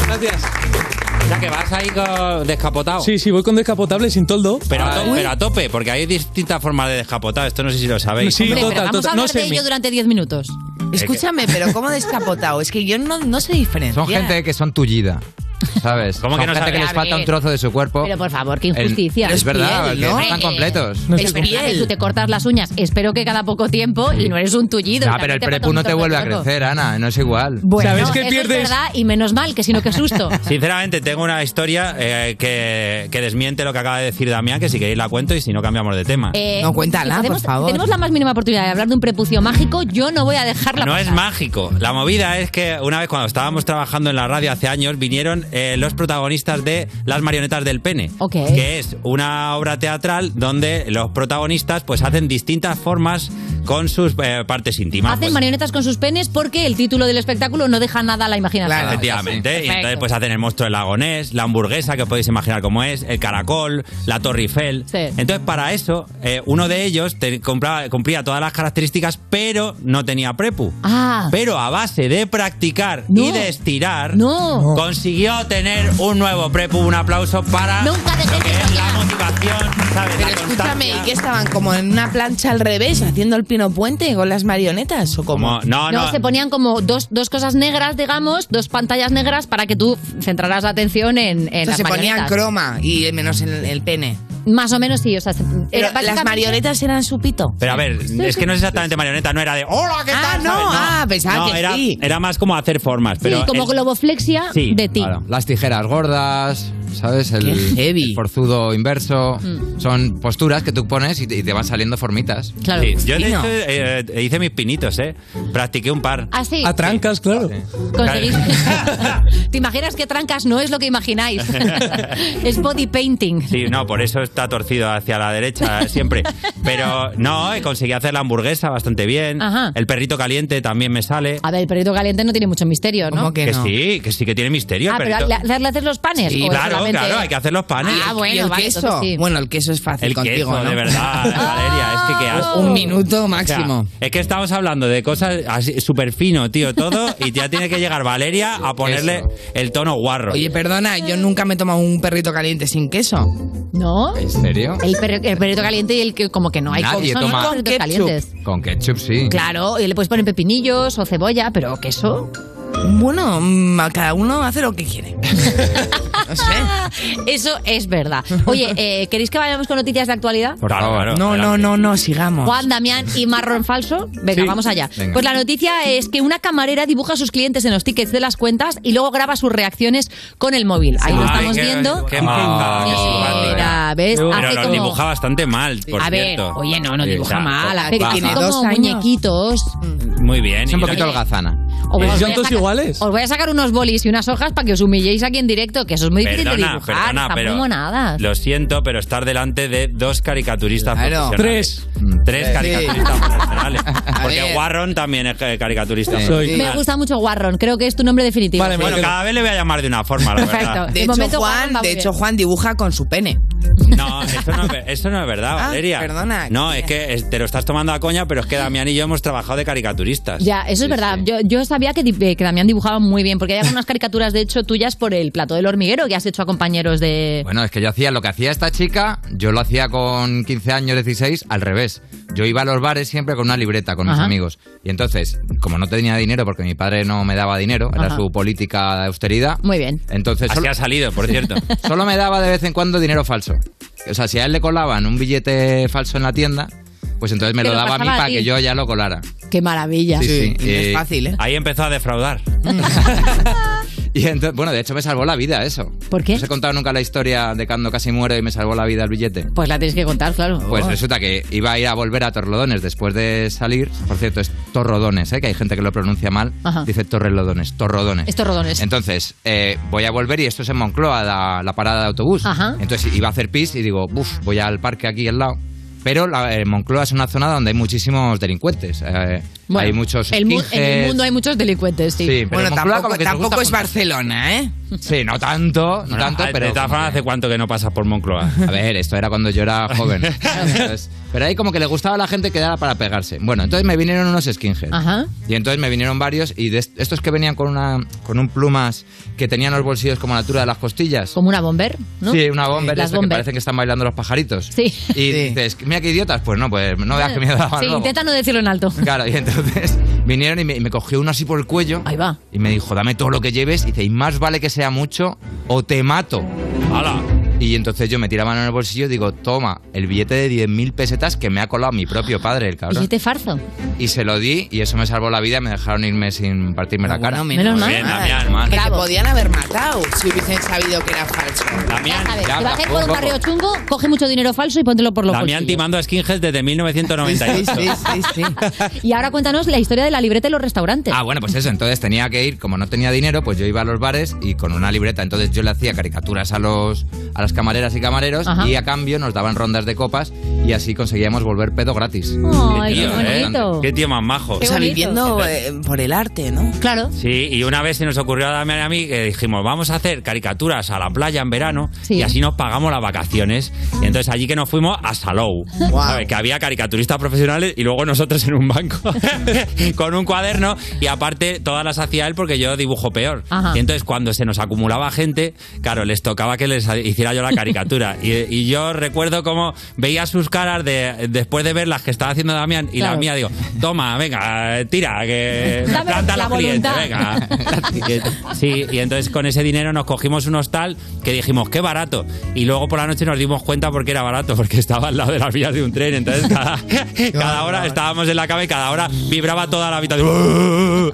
Gracias.
O sea, que vas ahí con descapotado.
Sí, sí, voy con descapotable sin toldo.
Ah. Pero a, to-
Uy.
pero a tope, porque hay distintas formas de descapotado. Esto no sé si lo sabéis.
Sí,
Hombre, pero vamos a hablar de ello durante 10 minutos.
Eh, Escúchame, pero ¿cómo descapotado? Es que yo no, no sé diferencia.
Son gente que son tullida. ¿Sabes?
¿Cómo que
Son
no
gente que
sabes?
les
A
falta
ver.
un trozo de su cuerpo.
Pero por favor, qué injusticia. Eh,
El- es verdad, que no están completos.
No es verdad que tú te cortas las uñas, espero que cada poco tiempo y no eres un tullido.
Ah,
también
pero el
te falta
prepu
un
no te
trozo de
vuelve a
cuerpo.
crecer, Ana. No es igual.
Bueno, eso es verdad y menos mal, que sino que
(laughs)
susto.
Sinceramente, tengo una historia eh, que, que desmiente lo que acaba de decir Damián, que si queréis la cuento y si no cambiamos de tema.
Eh, si podemos- Tenemos la más mínima oportunidad de hablar de un prepucio mágico, yo no voy a dejarla.
No es mágico. La movida es que una vez cuando estábamos trabajando en la radio hace años vinieron eh, los protagonistas de Las marionetas del pene,
Ok.
que es una obra teatral donde los protagonistas pues hacen distintas formas con sus eh, partes íntimas.
Hacen
Pues,
marionetas con sus penes porque el título del espectáculo Ah, no deja nada a la imaginación.
Efectivamente, y entonces
Perfecto.
pues hacen el monstruo del lagonés, la hamburguesa que os podéis imaginar cómo es, el caracol, la torre Eiffel.
Sí.
Entonces para eso eh, uno de ellos te- compraba- cumplía todas las características pero no tenía prepu.
Ah,
Pero a base de practicar y de estirar, consiguió tener un nuevo prepu. Un aplauso para
Nunca
lo que es la motivación, ¿sabes?
Pero
La
escúchame,
constancia.
¿y qué estaban? ¿Como en una plancha al revés, haciendo el pino puente con las marionetas? ¿O cómo?
Como- no,
no, se ponían como dos, dos cosas negras, digamos, dos pantallas negras para que tú centraras la atención en, en
O sea,
las
se ponían
marionetas.
croma y menos en el, el pene.
Más o menos sí, o sea, se-
Pero
era
las
básicamente-
marionetas eran su pito.
Pero a ver, es que no es exactamente marioneta, no era de ¡Hola, qué
Ah,
tal!
no,
¿sabes?
ah, pensaba
no,
que
era,
sí.
era más como hacer formas. Pero
sí, como
es-
globoflexia
Sí,
de ti.
Claro, Las tijeras gordas, ¿sabes? El, el forzudo inverso.
Mm.
Son posturas que tú pones y te, y te van saliendo formitas.
Sí,
pues
Yo de hecho, eh, hice mis pinitos, ¿eh? Practiqué un par.
Ah, sí. A
trancas,
claro.
Conseguís- (laughs) ¿Te imaginas que trancas no es lo que
(laughs)
imagináis? es body painting.
Sí, no, por eso está torcido hacia la derecha siempre. Pero no, eh, conseguí hacer la hamburguesa bastante bien.
Ajá.
El perrito caliente también me sale.
A ver, el perrito caliente no tiene mucho misterio, ¿no?
sí, que sí que tiene misterio.
Ah,
el
pero
perrito.
¿le- hacerle hacer los panes.
Sí,
¿O es
claro,
solamente-
claro, hay que hacer los panes.
Ah, bueno,
¿Y el
vale,
queso?
entonces sí.
Bueno, el queso es fácil
El
contigo,
queso,
¿no? Ah.
de verdad, Valeria, es que qué asco.
Un minuto
O sea,
máximo.
es que estamos hablando de cosas así súper fino, tío, todo, y ya tiene que llegar Valeria a ponerle el tono guarro.
Oye, perdona, yo nunca me he tomado un perrito caliente sin queso.
¿No?
¿En serio?
El, perro- el perrito caliente y el que como que no hay
Nadie
queso,
toma
no perritos calientes.
Con ketchup, sí.
Claro, y le puedes poner pepinillos o cebolla, pero queso.
Bueno, mm, a cada uno hace lo que quiere.
(laughs) Eso es verdad. Oye, eh, ¿queréis que vayamos con noticias de actualidad?
Por favor.
No, no, no, no, sigamos.
Juan, Damián y Marrón Falso. Venga,
Sí.
vamos allá.
Venga.
Pues la noticia es que una camarera dibuja a sus clientes en los tickets de las cuentas y luego graba sus reacciones con el móvil. Ahí lo
Ay,
estamos
qué-
viendo.
Qué maja, qué simpática.
Mira, ¿ves?
Pero
Hace
lo
como-
dibuja bastante mal, por
A ver,
cierto.
oye, no, no
Sí,
dibuja
está-
mal. hace
baja.
así como muñequitos.
Muy bien.
Es
y
un
lo-
poquito holgazana.
Os voy a sacar- Os voy a sacar unos bolis y unas hojas para que os humilléis aquí en directo, que eso es muy difícil de
Perdona,
dibujar.
perdona,
están
pero-
muy monadas.
Lo siento, pero estar delante de dos caricaturistas
Claro.
profesionales. Tres. Tres
(laughs)
Sí.
caricaturistas profesionales. Porque
ver.
Warren también es eh, caricaturista
Sí.
Me
profesional.
gusta mucho Warron, creo que es tu nombre definitivo.
Bueno, cada vez le voy a llamar de una forma, la verdad.
De,
De
hecho,
momento, Juan
Juan,
va muy
de
bien.
hecho, Juan dibuja con su pene.
No, eso no, es ver- eso no
(laughs)
es verdad,
Ah,
Valeria.
perdona.
No, es que es- te lo estás tomando a coña, pero es que Damián y yo hemos trabajado de caricaturistas.
Ya, eso es verdad. Yo, yo sabía que, di- eh, que Damián dibujaba muy bien, porque hay algunas caricaturas, de hecho, tuyas por el plato del hormiguero que has hecho a compañeros de...
Bueno, es que yo hacía lo que hacía esta chica, yo lo hacía con 15 años, 16, al revés. Yo iba a los bares siempre con una libreta, con mis
Ajá.
amigos. Y entonces, como no tenía dinero, porque mi padre no me daba dinero,
Ajá.
era su política de austeridad,
Muy bien.
entonces...
Así ha salido, por cierto.
(laughs) Solo me daba de vez en cuando dinero falso. O sea, si a él le colaban un billete falso en la tienda, pues entonces me
Te
lo
lo
daba a mí
pasaba a
para
ti.
que yo ya lo colara.
¡Qué maravilla!
y-
¿eh?
Ahí empezó
(laughs)
a defraudar.
(laughs) Y entonces, bueno, de hecho me salvó la vida eso.
¿Por qué?
No os he contado nunca la historia de cuando casi muero y me salvó la vida el billete.
Pues la tienes que contar, claro. Oh.
Pues resulta que iba a ir a volver a Torlodones después de salir. Por cierto, es Torrodones, ¿eh? que hay gente que lo pronuncia mal.
Ajá.
Dice Torrelodones, Torrodones.
Es Torrodones.
Entonces, eh, voy a volver y esto es en Moncloa, la, la parada de autobús.
Ajá.
Entonces iba a hacer pis y digo, buf, voy al parque aquí al lado. Pero la, eh, Moncloa es una zona donde hay muchísimos delincuentes. eh,
Bueno,
hay muchos.
el mu- en el
skinheads.
mundo hay muchos delincuentes, sí.
Sí, pero Moncloa como que se gusta juntar.
Barcelona, ¿eh?
Sí, no tanto, no tanto,
ah,
pero.
de todas formas,
¿hace
cuánto que no pasas por Moncloa?
(laughs) A ver, esto era cuando yo (laughs) era joven. Entonces, pero ahí como que le gustaba a la gente quedara para pegarse. Bueno, entonces me vinieron unos skinheads.
Ah.
Ajá.
Y entonces me vinieron varios y de est- estos que venían con una con un plumas que tenían los bolsillos como a la altura de las costillas.
Como una bomber, ¿no?
Sí, una bomba
Las
que
bomber.
parecen que están bailando los pajaritos.
Sí.
Y dices, mira qué idiotas. Pues no, pues no veas que me daban
Sí,
luego.
intenta no decirlo en alto.
Claro, y entonces (laughs) vinieron y me, y me cogió uno así por el cuello. Ahí
va.
Y me dijo, dame todo lo que lleves. Y dice, y más vale que sea mucho o te mato.
¡Hala!
Y entonces yo me tira mano en el bolsillo y digo, toma, el billete de 10.000 pesetas que me ha colado mi propio padre, el cabrón.
Billete farzo.
Y se lo di y eso me salvó la vida. Me dejaron irme sin partirme la cara.
menos Menos mal. mal.
mal.
Que te podían haber matado si hubiesen sabido que era falso.
Ya sabes,
Ya,
te vas a ir por un
poco.
barrio chungo, coge mucho dinero falso y póntelo por los
Damián
bolsillos.
timando a skinheads desde 1998.
Sí, sí, (laughs) Y ahora cuéntanos la historia de la libreta y los restaurantes.
Ah, bueno, pues eso, entonces tenía que ir, como no tenía dinero, pues yo iba a los bares y con una libreta, entonces yo le hacía caricaturas a los a las camareras y camareros
Ajá.
y a cambio nos daban rondas de copas y así conseguíamos volver pedo gratis.
Ay, qué
¿eh?
bonito.
Qué tío más majo.
O sea, viviendo eh, por el arte, ¿no?
Claro.
Sí, y una vez se nos ocurrió a Damián y a mí que dijimos, vamos a hacer caricaturas a la playa en verano
Sí.
y así nos pagamos las vacaciones. Y entonces allí que nos fuimos a Salou, ¿sabes? que había caricaturistas profesionales y luego nosotros en un banco (laughs) con un cuaderno y aparte todas las hacía él porque yo dibujo peor.
Ajá.
Y entonces cuando se nos acumulaba gente, claro, les tocaba que les hiciera yo la caricatura. y, y yo recuerdo cómo veía sus caras de, después de ver las que estaba haciendo Damián y
Claro.
la mía, digo, toma, venga, tira, que me
Dame
Eh, planta
la
los clientes,
voluntad.
(laughs)
venga. Sí, y entonces con ese dinero nos cogimos un hostal que dijimos, qué barato. Y luego por la noche nos dimos cuenta porque era barato, porque estaba al lado de las vías de un tren.
(laughs)
Entonces cada, cada hora estábamos en la cama y cada hora vibraba toda la habitación.
Wow,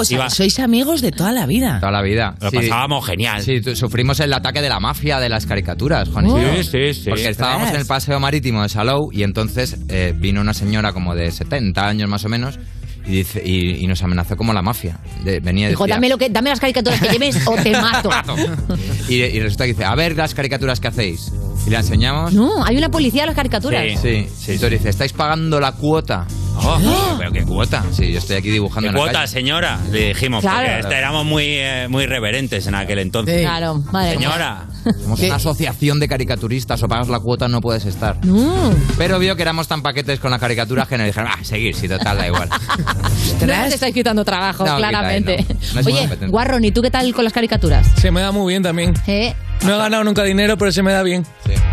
o sea,
Iba-
sois amigos de toda la vida.
Toda la vida.
Lo pasábamos genial.
Sí, tu- sufrimos el ataque de la mafia de las caricaturas, Juan.
Oh. Sí, sí, sí.
Porque estábamos en el paseo marítimo de Salou y entonces eh, vino una señora como de 70 años más o menos y, dice, y, y nos amenazó como la mafia. De- venía y
Dijo,
decía-
dame, lo que, dame las caricaturas que lleves o te
(laughs)
mato.
y, y resulta que dice, a ver las caricaturas que hacéis. Y le enseñamos.
No, hay una policía de las caricaturas.
Sí, sí. Entonces dice, ¿estáis pagando la cuota?
Oh,
pero qué cuota. Sí, yo estoy aquí dibujando
¿Qué
en la
cuota,
calle.
señora? Le dijimos,
Claro.
porque este- éramos muy, eh, muy reverentes en aquel entonces.
Claro, madre mía.
Ah.
Señora.
Somos una asociación de caricaturistas o pagas la cuota no puedes estar.
No.
Pero vio que éramos tan paquetes con las caricaturas que nos dijeron, ah, seguir, si total da
(laughs)
igual.
No te estáis quitando trabajo,
No,
claramente.
quita, no. No es muy
Oye,
competente.
Guarron, ¿y tú qué tal con las caricaturas?
Se me da muy bien también.
¿Eh?
No he ganado nunca dinero, pero se me da bien.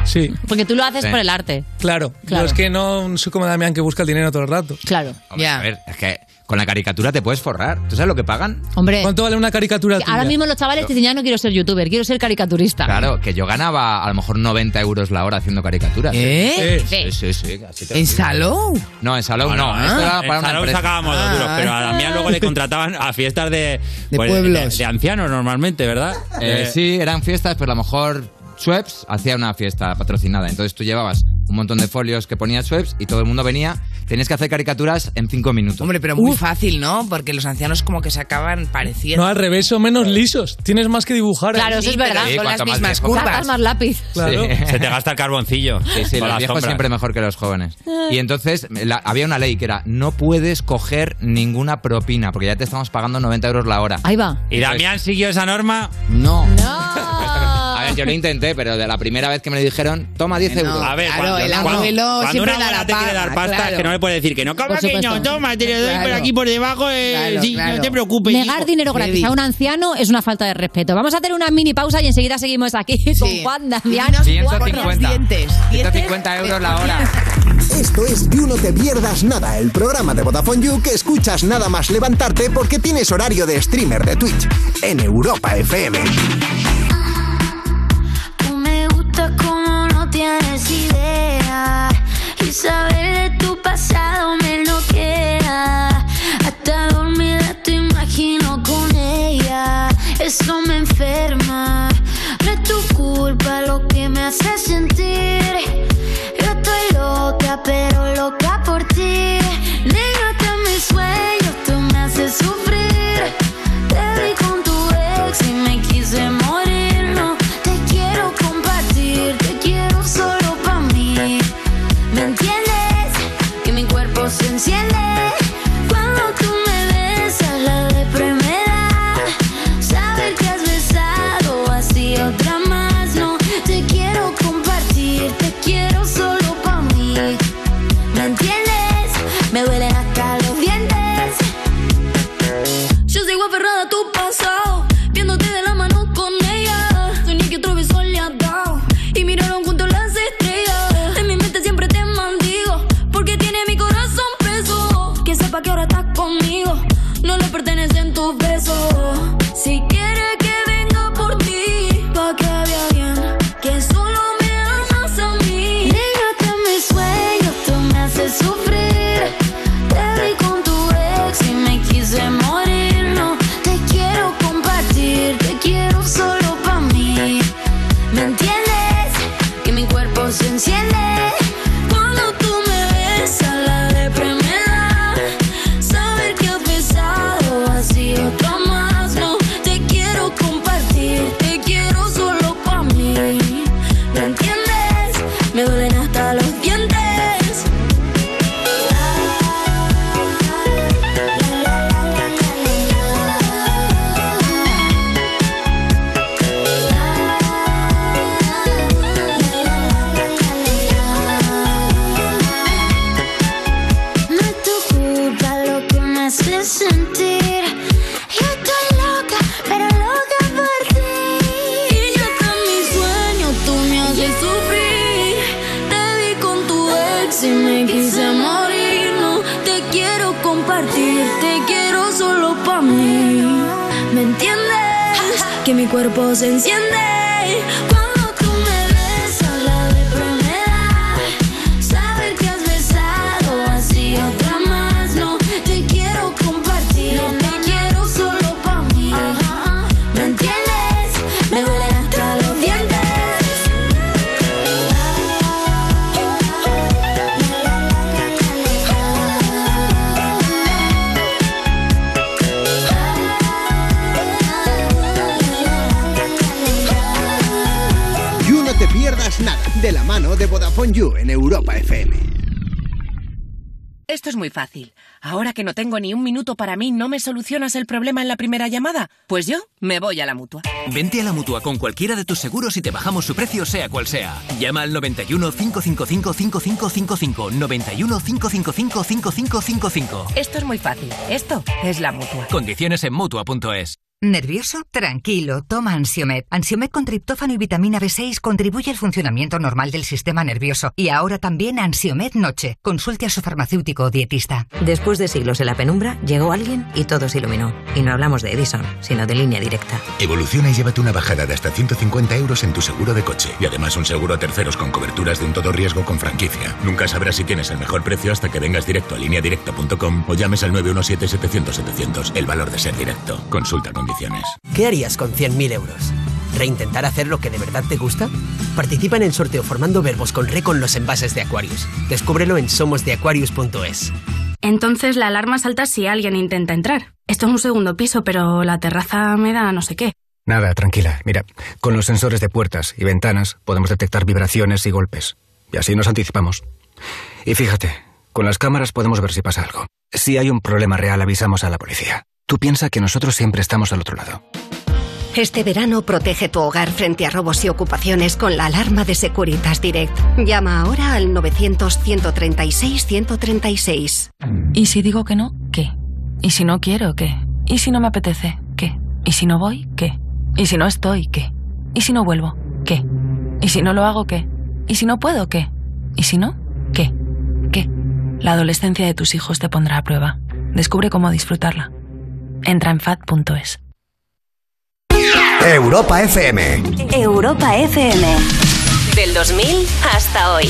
Sí.
Porque tú lo haces por el arte.
Claro.
Claro.
Yo es que no soy como Damián que busca el dinero todo el rato.
Claro.
A ver, es que Con la caricatura te puedes forrar. ¿Tú sabes lo que pagan?
Hombre.
¿Cuánto vale una caricatura
Ahora mismo los chavales dicen, ya no quiero ser youtuber, quiero ser caricaturista.
Claro, que yo ganaba a lo mejor 90 euros la hora haciendo caricaturas.
¿Eh?
Sí, sí, sí. así te lo
¿En
digo.
Salou?
No, en Salón
Bueno,
no. Esto era
en
para una
Salou
empresa. Ah.
sacábamos los duros, pero a Damián luego le contrataban a fiestas de, pues, de
pueblos.
De, ancianos normalmente, ¿verdad?
Eh,
Eh,
sí, eran fiestas, pero a lo mejor Schweppes hacía una fiesta patrocinada. Entonces tú llevabas un montón de folios que ponía Schweppes y todo el mundo venía. Tenías que hacer caricaturas en cinco minutos.
Hombre, pero muy fácil, ¿no? Porque los ancianos como que se acaban pareciendo.
No, al revés, son menos lisos. Tienes más que dibujar. ¿eh?
Claro, eso es verdad.
pero-
Sí, Con las cuanto más mismas viejo,
Sacas más lápiz.
Claro.
Se te gasta el carboncillo.
Sí, sí,
Con
los
las
viejos
sombras.
siempre mejor que los jóvenes. Y entonces la- había una ley que era no puedes coger ninguna propina porque ya te estamos pagando 90 euros la hora.
Ahí va.
¿Y Damián siguió esa norma?
No.
(laughs)
A ver, yo lo intenté, pero de la primera vez que me lo dijeron, toma 10 euros.
a ver, cuando, cuando- cuando una abuela te quiere dar pasta, es que no le puedes decir que no. ¿Cómo
Por
que no?
supuesto.
Toma, te lo doy por
Claro.
aquí, por debajo. eh,
Claro,
sí,
claro.
No te preocupes.
Negar
hijo.
dinero gratis a un anciano es una falta de respeto. Vamos a hacer una mini pausa y enseguida seguimos aquí (laughs) con Juan Damián. Juan, con los
150.
dientes.
150 euros la hora.
Esto es You No Te Pierdas Nada, el programa de Vodafone You que escuchas nada más levantarte porque tienes horario de streamer de Twitch en Europa FM.
Tú me gustas como no tienes idea. Y saber de tu pasado me queda Hasta dormida te imagino con ella. Eso me enferma. No es tu culpa lo que me hace sentir. Yo estoy loca, pero loca por ti. Negate a mis sueños, tú me haces sufrir. Te vi con tu ex y me quise morir. No te quiero compartir, te quiero solo para mí. ¿Me entiendes? Que mi cuerpo se enciende. Cuando tú me besas, la depresión me da. Saber que has besado así otra más. No te quiero compartir, te quiero solo para mí. ¿Me entiendes? Me duelen hasta los dientes. Yo sigo aferrada a tu pasado, viéndote de la mano con ella. Soñé que otro beso le ha dado y miraron juntos las estrellas. En mi mente siempre te mandigo, porque tiene mi corazón preso. Que sepa que ahora estás conmigo, no le pertenecen tus besos. Si quieres que venga por ti, pa' que vea bien, que solo me amas a mí. Negate a mis sueños, tú me haces sufrir. Te vi con tu ex y me quise morir. No te quiero compartir, te quiero solo para mí. ¿Me entiendes? Que mi cuerpo se enciende. Cuando tú me besas, la depresión me da. Saber que has besado así otra más. No te quiero compartir, te quiero solo para mí. ¿Me entiendes? Me duelen hasta los dientes. No es tu culpa lo que me hace sentir. Yo estoy loca, pero loca por ti. Y yo con mis sueños, tú me haces sufrir. Te vi con tu ex y me quise morir. No te quiero compartir, te quiero solo para mí. ¿Me entiendes? Que mi cuerpo se enciende. Cuando tú me besas, la depresión me da. Saber que has besado así otra más No te quiero compartir No te quiero solo para mí ¿Me entiendes? Me duelen hasta los dientes
You No Te Pierdas Nada, de la mano de Vodafone You en Europa FM.
Esto es muy fácil. Ahora que no tengo ni un minuto para mí, ¿no me solucionas el problema en la primera llamada? Pues yo me voy a la mutua.
Vente a la mutua con cualquiera de tus seguros y te bajamos su precio, sea cual sea. Llama al 91 555 5555. 91 555 5555.
Esto es muy fácil. Esto es la mutua.
Condiciones en mutua.es.
¿Nervioso? Tranquilo, toma Ansiomet. Ansiomet con triptófano y vitamina B6 contribuye al funcionamiento normal del sistema nervioso. Y ahora también Ansiomet Noche. Consulte a su farmacéutico o dietista.
Después de siglos en la penumbra, llegó alguien y todo se iluminó. Y no hablamos de Edison, sino de línea directa.
Evoluciona y llévate una bajada de hasta 150 euros en tu seguro de coche. Y además un seguro a terceros con coberturas de un todo riesgo con franquicia. Nunca sabrás si tienes el mejor precio hasta que vengas directo a lineadirecta.com o llames al 917-700-700. El valor de ser directo. Consulta condiciones.
¿Qué harías con 100.000 euros? ¿Reintentar hacer lo que de verdad te gusta? Participa en el sorteo formando verbos con re con los envases de Aquarius. Descúbrelo en somosdeaquarius.es.
Entonces la alarma salta si alguien intenta entrar. Esto es un segundo piso, pero la terraza me da no sé qué.
Nada, tranquila. Mira, con los sensores de puertas y ventanas podemos detectar vibraciones y golpes. Y así nos anticipamos. Y fíjate, con las cámaras podemos ver si pasa algo. Si hay un problema real, avisamos a la policía. Tú piensas que nosotros siempre estamos al otro lado.
Este verano protege tu hogar frente a robos y ocupaciones con la alarma de Securitas Direct. Llama ahora al 900-136-136.
¿Y si digo que no? ¿Qué? ¿Y si no quiero? ¿Qué? ¿Y si no me apetece? ¿Qué? ¿Y si no voy? ¿Qué? ¿Y si no estoy? ¿Qué? ¿Y si no vuelvo? ¿Qué? ¿Y si no lo hago? ¿Qué? ¿Y si no puedo? ¿Qué? ¿Y si no? ¿Qué? ¿Qué? La adolescencia de tus hijos te pondrá a prueba. Descubre cómo disfrutarla. Entra en fat.es.
Europa FM.
Europa FM. Del 2000 hasta hoy.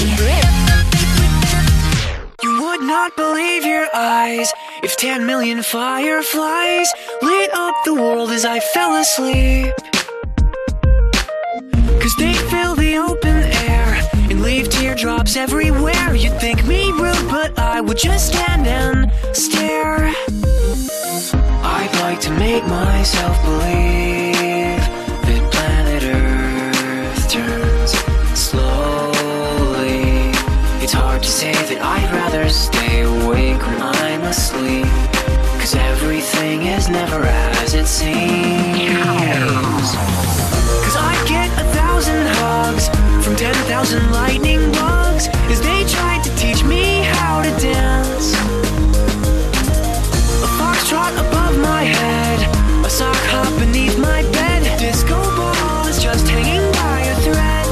You would not believe your eyes if 10 million fireflies lit up the world as I fell asleep. Cause they fill the open air and leave teardrops everywhere. You'd think me rude, but I would just stand and stare. I'd like to make myself believe that planet Earth turns slowly. It's hard to say that I'd rather stay awake when I'm asleep. Cause everything is never as it seems. Cause I get a thousand hugs from ten thousand lightning bugs as they tried to teach me how to dance. A foxtrot above my head, a sock hop beneath my bed. Disco ball is just hanging by a thread.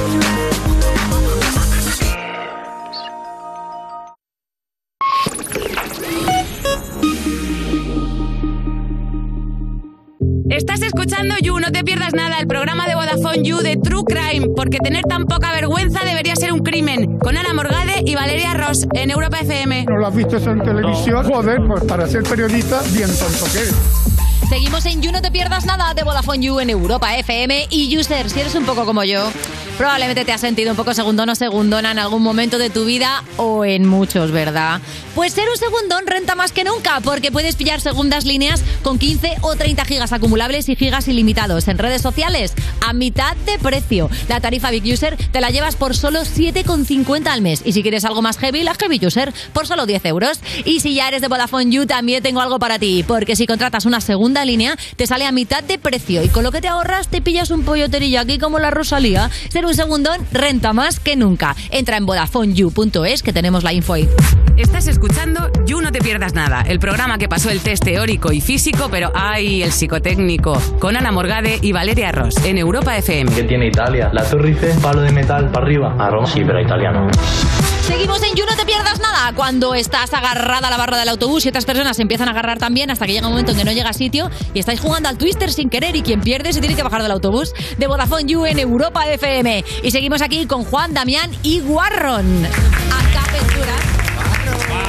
Estás escuchando You, no te pierdas nada, el programa de Vodafone You de True Crime, porque tener tan poca vergüenza debería ser un crimen. Con Ana Morgade y Valeria Ross en Europa FM.
¿No lo has visto eso en televisión? Joder, pues para ser periodista, bien tonto que eres.
Seguimos en You, no te pierdas nada de Vodafone You en Europa FM y User, si eres un poco como yo, probablemente te has sentido un poco segundón o segundona en algún momento de tu vida o en muchos, ¿verdad? Pues ser un segundón renta más que nunca porque puedes pillar segundas líneas con 15 o 30 gigas acumulables y gigas ilimitados en redes sociales a mitad de precio. La tarifa Big User te la llevas por solo 7,50 al mes y si quieres algo más heavy, la Heavy User por solo 10 euros. Y si ya eres de Vodafone You, también tengo algo para ti porque si contratas una segunda línea te sale a mitad de precio y con lo que te ahorras te pillas un pollo terilla aquí como la Rosalía. Ser un segundón renta más que nunca. Entra en VodafoneYou.es que tenemos la info ahí.
Estás escuchando You No Te Pierdas Nada, el programa que pasó el test teórico y físico, pero ¡ay! el psicotécnico, con Ana Morgade y Valeria Ross, en Europa FM.
¿Qué tiene Italia? La Torre Eiffel, palo de metal para arriba. A Roma, sí, pero italiano.
Seguimos en You, no te pierdas nada. Cuando estás agarrada a la barra del autobús y otras personas se empiezan a agarrar también hasta que llega un momento en que no llega a sitio y estáis jugando al Twister sin querer y quien pierde se tiene que bajar del autobús de Vodafone You en Europa FM. Y seguimos aquí con Juan, Damián y Guarrón. Acá Ventura.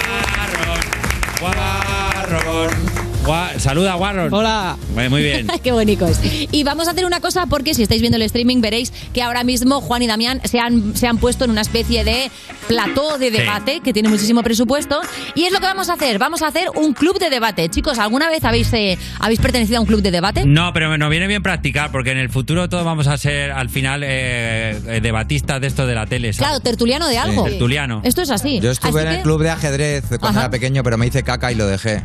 Gua- Saluda, Warren. Hola. Muy bien.
(laughs) Qué bonito es. Y vamos a hacer una cosa porque si estáis viendo el streaming veréis que ahora mismo Juan y Damián se han, se han puesto en una especie de plató de
Sí.
debate que tiene muchísimo presupuesto. Y es lo que vamos a hacer. Vamos a hacer un club de debate. Chicos, ¿alguna vez habéis, eh, habéis pertenecido a un club de debate?
No, pero nos viene bien practicar porque en el futuro todos vamos a ser al final eh, eh, debatistas de esto de la tele. ¿sabes?
Claro, tertuliano de algo.
Sí. Tertuliano.
Esto es así.
Yo estuve
Así
en
que
el club de ajedrez cuando
Ajá.
era pequeño, pero me hice caca y lo dejé.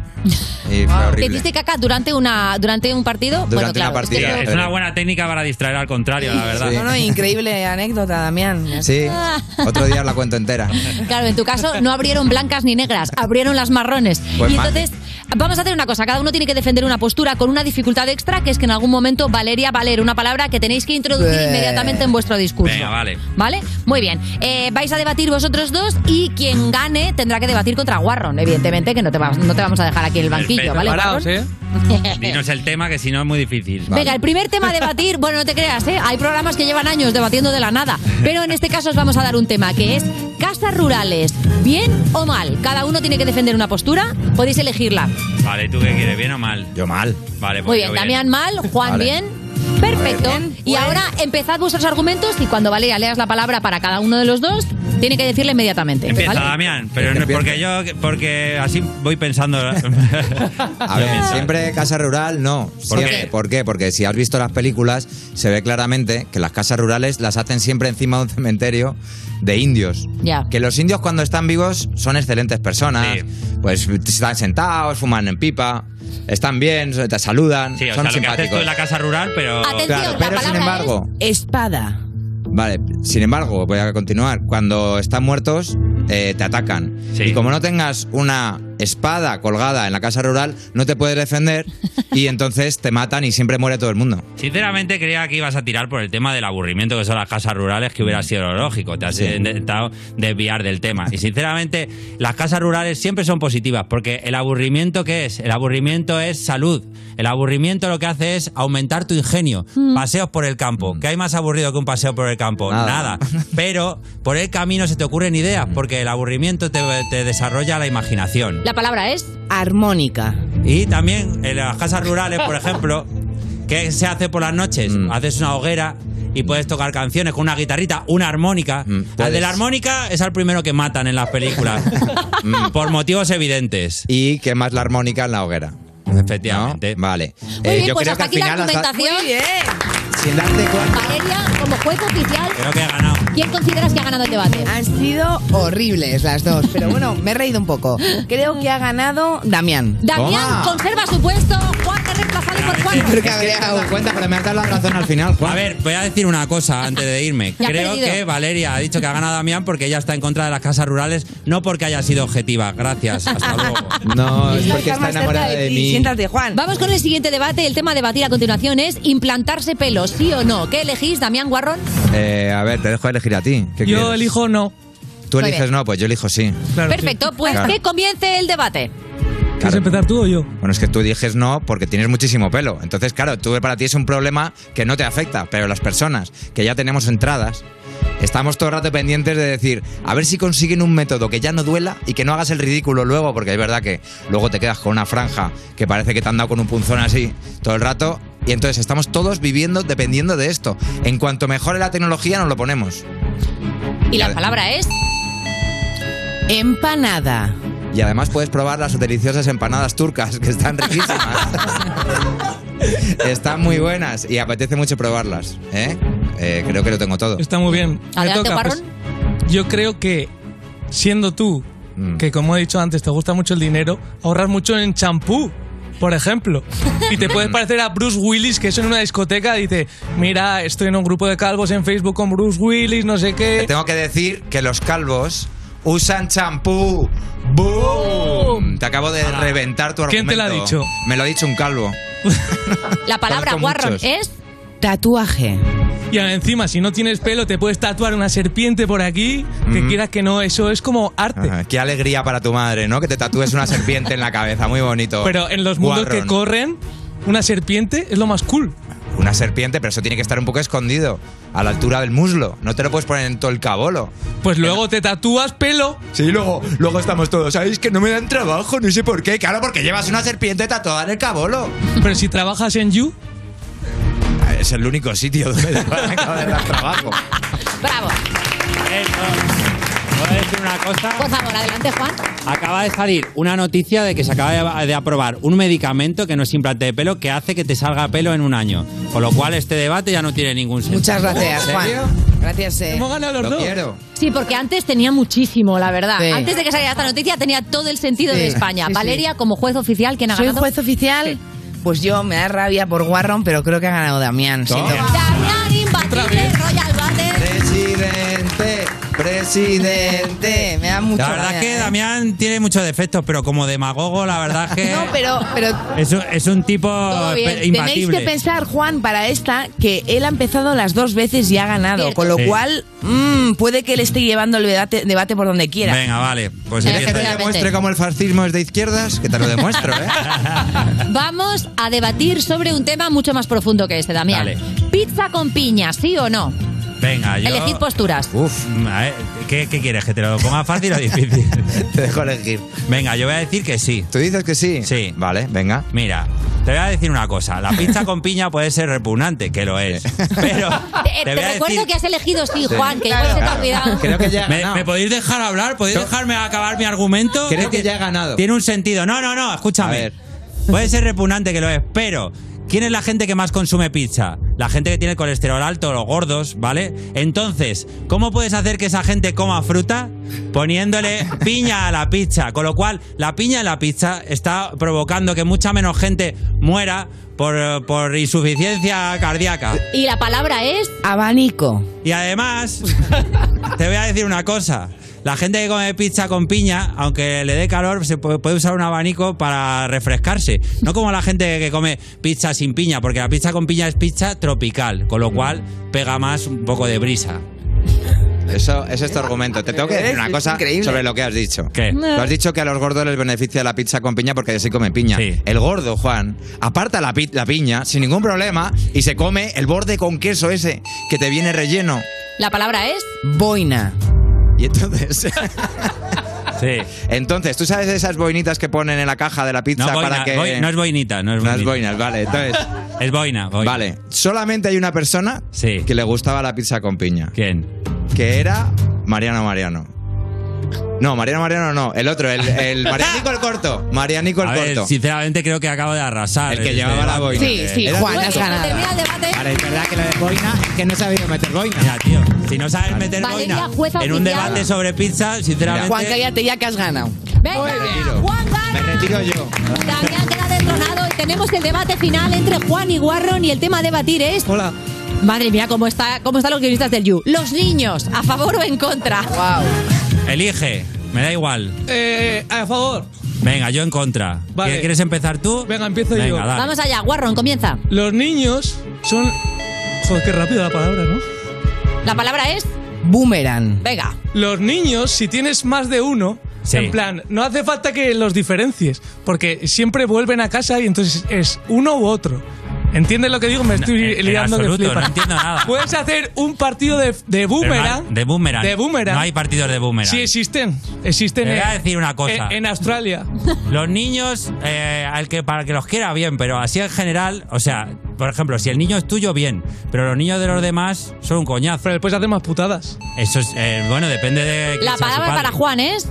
Y fue
¿Te
horrible.
diste Ah, caca durante, una, durante un partido? bueno,
Durante una
claro.
partida.
Sí, es una buena técnica para distraer al contrario, la verdad.
No, no, increíble anécdota, Damián.
Sí,
Ah.
otro día os la cuento entera.
Claro, en tu caso no abrieron blancas ni negras, abrieron las marrones.
Pues
y
mal.
entonces vamos a hacer una cosa. Cada uno tiene que defender una postura con una dificultad extra, que es que en algún momento Valeria va a leer una palabra que tenéis que introducir
Eh.
inmediatamente en vuestro discurso.
Venga, vale.
¿Vale? Muy bien. Eh, vais a debatir vosotros dos y quien gane tendrá que debatir contra Warron, evidentemente, que no te, vamos, no te vamos a dejar aquí en el banquillo,
Perfecto.
¿vale?
Preparaos,
Warron?
¿eh?
(laughs)
Dinos el tema, que si no es muy difícil.
Venga, el primer tema a debatir, bueno, no te creas, ¿eh? hay programas que llevan años debatiendo de la nada, pero en este caso os vamos a dar un tema que es casas rurales, bien o mal. Cada uno tiene que defender una postura, podéis elegirla.
Vale, ¿tú qué quieres? ¿Bien o mal? Yo mal. Vale, pues
Muy
yo
bien, Damián mal, Juan
Vale.
bien. Perfecto. Y ahora empezad vuestros argumentos y cuando Valeria leas la palabra para cada uno de los dos, tiene que decirle inmediatamente.
Empieza,
¿vale?
Damián, pero no, porque yo, porque así voy pensando.
A ver, siempre casa rural no.
¿Por
Siempre.
qué?
¿Por qué? Porque si has visto las películas, se ve claramente que las casas rurales las hacen siempre encima de un cementerio de indios.
Ya.
Que los indios cuando están vivos son excelentes personas. Pues están sentados, fuman en pipa, están bien, te saludan,
Sí, o
son
sea, lo que haces tú
simpáticos.
en la casa rural, pero.
Claro, pero sin embargo,
Espada.
Vale, sin embargo, voy a continuar. Cuando están muertos, eh, te atacan. Y como no tengas una espada colgada en la casa rural, no te puedes defender
(laughs)
y entonces te matan y siempre muere todo el mundo.
Sinceramente creía que ibas a tirar por el tema del aburrimiento que son las casas rurales, que hubiera sido lo lógico. Te has
Mm. Sí.
intentado desviar del tema. Y sinceramente, las casas rurales siempre son positivas, porque el aburrimiento ¿qué es? El aburrimiento es salud. El aburrimiento lo que hace es aumentar tu ingenio.
Mm.
Paseos por el campo.
Mm.
¿Qué hay más aburrido que un paseo por el campo? Nada.
(laughs)
Pero por el camino se te ocurren ideas, porque el aburrimiento te, te desarrolla la imaginación.
La palabra es
armónica.
Y también en las casas rurales, por ejemplo, (laughs) ¿qué se hace por las noches?
Mm.
Haces una hoguera y puedes tocar canciones con una guitarrita, una armónica.
Mm,
Al de
puedes.
la armónica es al primero que matan en las películas. (laughs) por motivos evidentes.
Y quemas la armónica en la hoguera.
Efectivamente.
Vale.
Muy
Eh,
bien,
yo
pues
creo que
hasta
al
aquí la
final, hasta-
argumentación.
sin darte cuenta,
Valeria, como juez oficial,
creo que he ganado.
¿quién consideras que ha ganado el debate?
Han sido horribles las dos, pero (laughs) bueno, me he reído un poco. Creo que ha ganado Damián.
Damián
(laughs)
conserva su puesto, Juan es reemplazado por Juan.
Creo que habría dado cuenta, (laughs) pero me has dado la razón al final.
A ver, voy a decir una cosa antes de irme.
Ya ha
Creo
perdido.
que Valeria ha dicho que ha ganado Damián porque ella está en contra de las casas rurales, no porque haya sido objetiva. Gracias.
(laughs)
Hasta luego.
No,
es porque está enamorada de mí. Siéntate, Juan.
Vamos con el siguiente debate. El tema a debatir a continuación es implantarse pelos, sí o no. ¿Qué elegís, Damián Guarrón?
Eh, a ver, te dejo elegir a ti. ¿Qué
Yo
quieres?
elijo no.
Tú
Muy
eliges
bien.
no, pues yo elijo sí.
Perfecto, pues
Claro.
que comience el debate.
¿Quieres
empezar tú o yo?
Bueno, es que tú dijes no porque tienes muchísimo pelo. Entonces, claro, tú para ti es un problema que no te afecta, pero las personas que ya tenemos entradas, estamos todo el rato pendientes de decir, a ver si consiguen un método que ya no duela y que no hagas el ridículo luego, porque es verdad que luego te quedas con una franja que parece que te han dado con un punzón así todo el rato. Y entonces estamos todos viviendo dependiendo de esto. En cuanto mejore la tecnología, nos lo ponemos.
Y la palabra es.
Empanada.
Y además puedes probar las deliciosas empanadas turcas, que están riquísimas. están muy buenas y apetece mucho probarlas. ¿eh? Eh, creo que lo tengo todo.
Está muy bien. Me
Adelante,
toca,
Guarrón.
pues, yo creo que siendo tú,
Mm.
que como he dicho antes, te gusta mucho el dinero, ahorras mucho en champú. Por ejemplo, y te
(laughs)
puedes parecer a Bruce Willis, que eso en una discoteca dice: Mira, estoy en un grupo de calvos en Facebook con Bruce Willis, no sé qué.
Te tengo que decir que los calvos Este usan champú. ¡Boom! Te acabo de reventar tu
¿Quién
argumento.
te lo ha dicho?
Me lo ha dicho un calvo.
La palabra
Conozco
Warron
muchos.
es.
Tatuaje.
Y encima, si no tienes pelo, te puedes tatuar una serpiente por aquí, que
Ujú.
quieras que no, eso es como arte.
Ajá, Ah, Qué alegría para tu madre, ¿no? Que te tatúes una serpiente en la cabeza. Muy bonito.
Pero en los mundos que
Guarrón.
corren, una serpiente es lo más cool.
Una serpiente, pero eso tiene que estar un poco escondido. A la altura del muslo. No te lo puedes poner en todo el cabolo.
Pues luego te tatúas pelo.
Sí, luego, luego estamos todos. ¿Sabéis que no me dan trabajo? No sé por qué. Claro, porque llevas una serpiente tatuada en el cabolo. Eh,
Pero si trabajas en You,
Es el único sitio donde te van a acabar dar trabajo.
Bravo.
¿Puedo decir una cosa?
Por favor, adelante, Juan.
Acaba de salir una noticia de que se acaba de- de aprobar un medicamento que no es implante de pelo que hace que te salga pelo en un año. Con lo cual este debate ya no tiene ningún sentido.
Muchas gracias,
¿En
Juan.
serio?
Gracias. eh.
Lo
quiero.
Sí, porque antes tenía muchísimo, la verdad.
Sí.
Antes de que saliera esta noticia tenía todo el sentido
Sí,
de España.
sí, sí.
Valeria, como juez oficial, ¿quién ha
Soy
ganado?
juez oficial. Pues yo me da rabia por Warron, pero creo que ha ganado Damián. siento-
Damián Imbatible, Royal Battle.
Presidente. presidente.
Me da mucho
la verdad
rabia,
es que
¿eh?
Damián tiene muchos defectos, pero como demagogo, la verdad es que
(laughs) No, pero, pero
es, un- es un tipo
todo bien.
pe-
Tenéis que
imbatible.
pensar, Juan, para esta, que él ha empezado las dos veces y ha ganado. Con lo
Sí.
cual, mm, puede que él esté llevando el debate, debate por donde quiera.
Venga, vale. Pues
¿Quieres que te
empieza.
demuestre cómo el fascismo es de izquierdas? Que te lo demuestro, ¿eh?
Vamos a debatir sobre un tema mucho más profundo que este, Damián.
Dale.
Pizza con piña, ¿sí o no?
Venga, yo.
Elegid posturas.
Uf, a ver, ¿qué, qué quieres? ¿Que te lo
(laughs)
ponga fácil o difícil?
te dejo elegir.
Venga, yo voy a decir que sí.
¿Tú dices que sí?
Sí.
Vale, venga.
Mira, te voy a decir una cosa. La pizza con piña puede ser repugnante, que lo es. Pero
Te, eh,
te
te
voy a
recuerdo
decir-
que has elegido sí, Juan, que igual se te ha olvidado.
¿Me, me podéis dejar hablar? ¿Podéis dejarme acabar mi argumento?
Creo
Porque
que ya ha ganado.
Tiene un sentido. No, no, no, escúchame. Puede ser repugnante que lo es, pero ¿quién es la gente que más consume pizza? La gente que tiene colesterol alto, los gordos, ¿vale? Entonces, ¿cómo puedes hacer que esa gente coma fruta? Poniéndole piña a la pizza. Con lo cual, la piña en la pizza está provocando que mucha menos gente muera por, eh, por insuficiencia cardíaca.
Y la palabra es
abanico.
Y además, te voy a decir una cosa. La gente que come pizza con piña, aunque le dé calor, se puede puede usar un abanico para refrescarse. No como la gente que come pizza sin piña, porque la pizza con piña es pizza tropical, con lo cual pega más un poco de brisa.
Eso es este argumento. Te tengo que decir una
Es
cosa
increíble.
sobre lo que has dicho.
¿Qué?
Tú has dicho que a los gordos les beneficia la pizza con piña porque así comen piña. El gordo, Juan, aparta la, pi- la piña sin ningún problema y se come el borde con queso ese que te viene relleno.
la palabra es
Boina.
Y entonces... (laughs)
Sí.
Entonces, ¿tú sabes esas boinitas que ponen en la caja de la pizza
No, boina,
para que...
boi- no es boinita, no es
No es
boinita.
boinas, vale. Entonces...
Es boina, boina.
Vale. Solamente hay una persona que le gustaba la pizza con piña.
¿Quién?
Que era Mariano Mariano. No, Mariano Mariano no. El otro, el,
(laughs)
el Marianico el corto. Marianico el
A ver,
corto.
sinceramente creo que acabo de arrasar.
El que
este
llevaba la
debate.
boina. Sí, sí,
Era-
Juan, has
ganado. Termina el debate.
Ahora, es verdad que lo de boina es que no he sabido meter boina. Ya, tío. Si no sabes meter
Valeria,
boina
jueza
en un
oficial.
debate sobre pizza, sinceramente.
Juan, cállate ya que has ganado.
Venga, Juan gana.
retiro yo.
Damián queda destronado y tenemos el debate final entre Juan y Warron y el tema a debatir es.
Hola.
Madre mía, cómo está, cómo están los guionistas del You. Los niños, a favor o en contra. Wow.
Elige, me da igual.
Eh, a favor.
Venga, yo en contra. ¿Qué- ¿Quieres empezar tú?
Venga, empiezo
Venga,
yo.
dale.
Vamos allá, Warron, comienza.
Los niños son. Joder, qué rápido la palabra, ¿no?
La palabra es.
Boomerang.
Venga.
Los niños, si tienes más de uno,
Sí.
en plan, no hace falta que los diferencies, porque siempre vuelven a casa y entonces es uno u otro. ¿Entiendes lo que digo? Me estoy
en
liando que
absoluto,
flipas.
no entiendo nada.
Puedes hacer un partido de, de boomerang.
De boomerang.
De boomerang.
No hay partidos de boomerang.
Sí existen. Existen.
Te voy
en-
a decir una cosa.
En, en Australia.
(laughs) Los niños, eh, al que, para el que los quiera, bien, pero así en general, o sea, por ejemplo, si el niño es tuyo, bien, pero los niños de los demás son un coñazo. Pero
después hacer más putadas.
Eso es, eh, bueno, depende de. quién
La
sea su
palabra
padre.
para Juan es.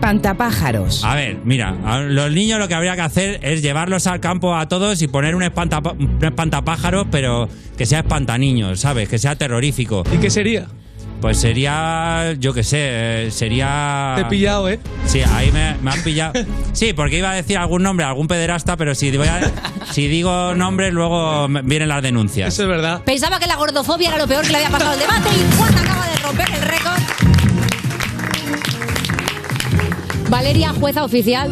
Espantapájaros.
A ver, mira, a los niños lo que habría que hacer es llevarlos al campo a todos y poner un, espanta, un espantapájaros, pero que sea espantaniños, ¿sabes? Que sea terrorífico.
¿Y qué sería?
Pues sería, yo qué sé, eh, sería...
Te he pillado, ¿eh?
Sí, ahí me, me
(laughs)
han pillado. Sí, porque iba a decir algún nombre, algún pederasta, pero si, voy a- si digo nombres luego me- vienen las denuncias. Eso
es verdad.
Pensaba que la gordofobia era lo peor que le había pasado al debate y Juan acaba de romper el récord. Valeria, jueza oficial.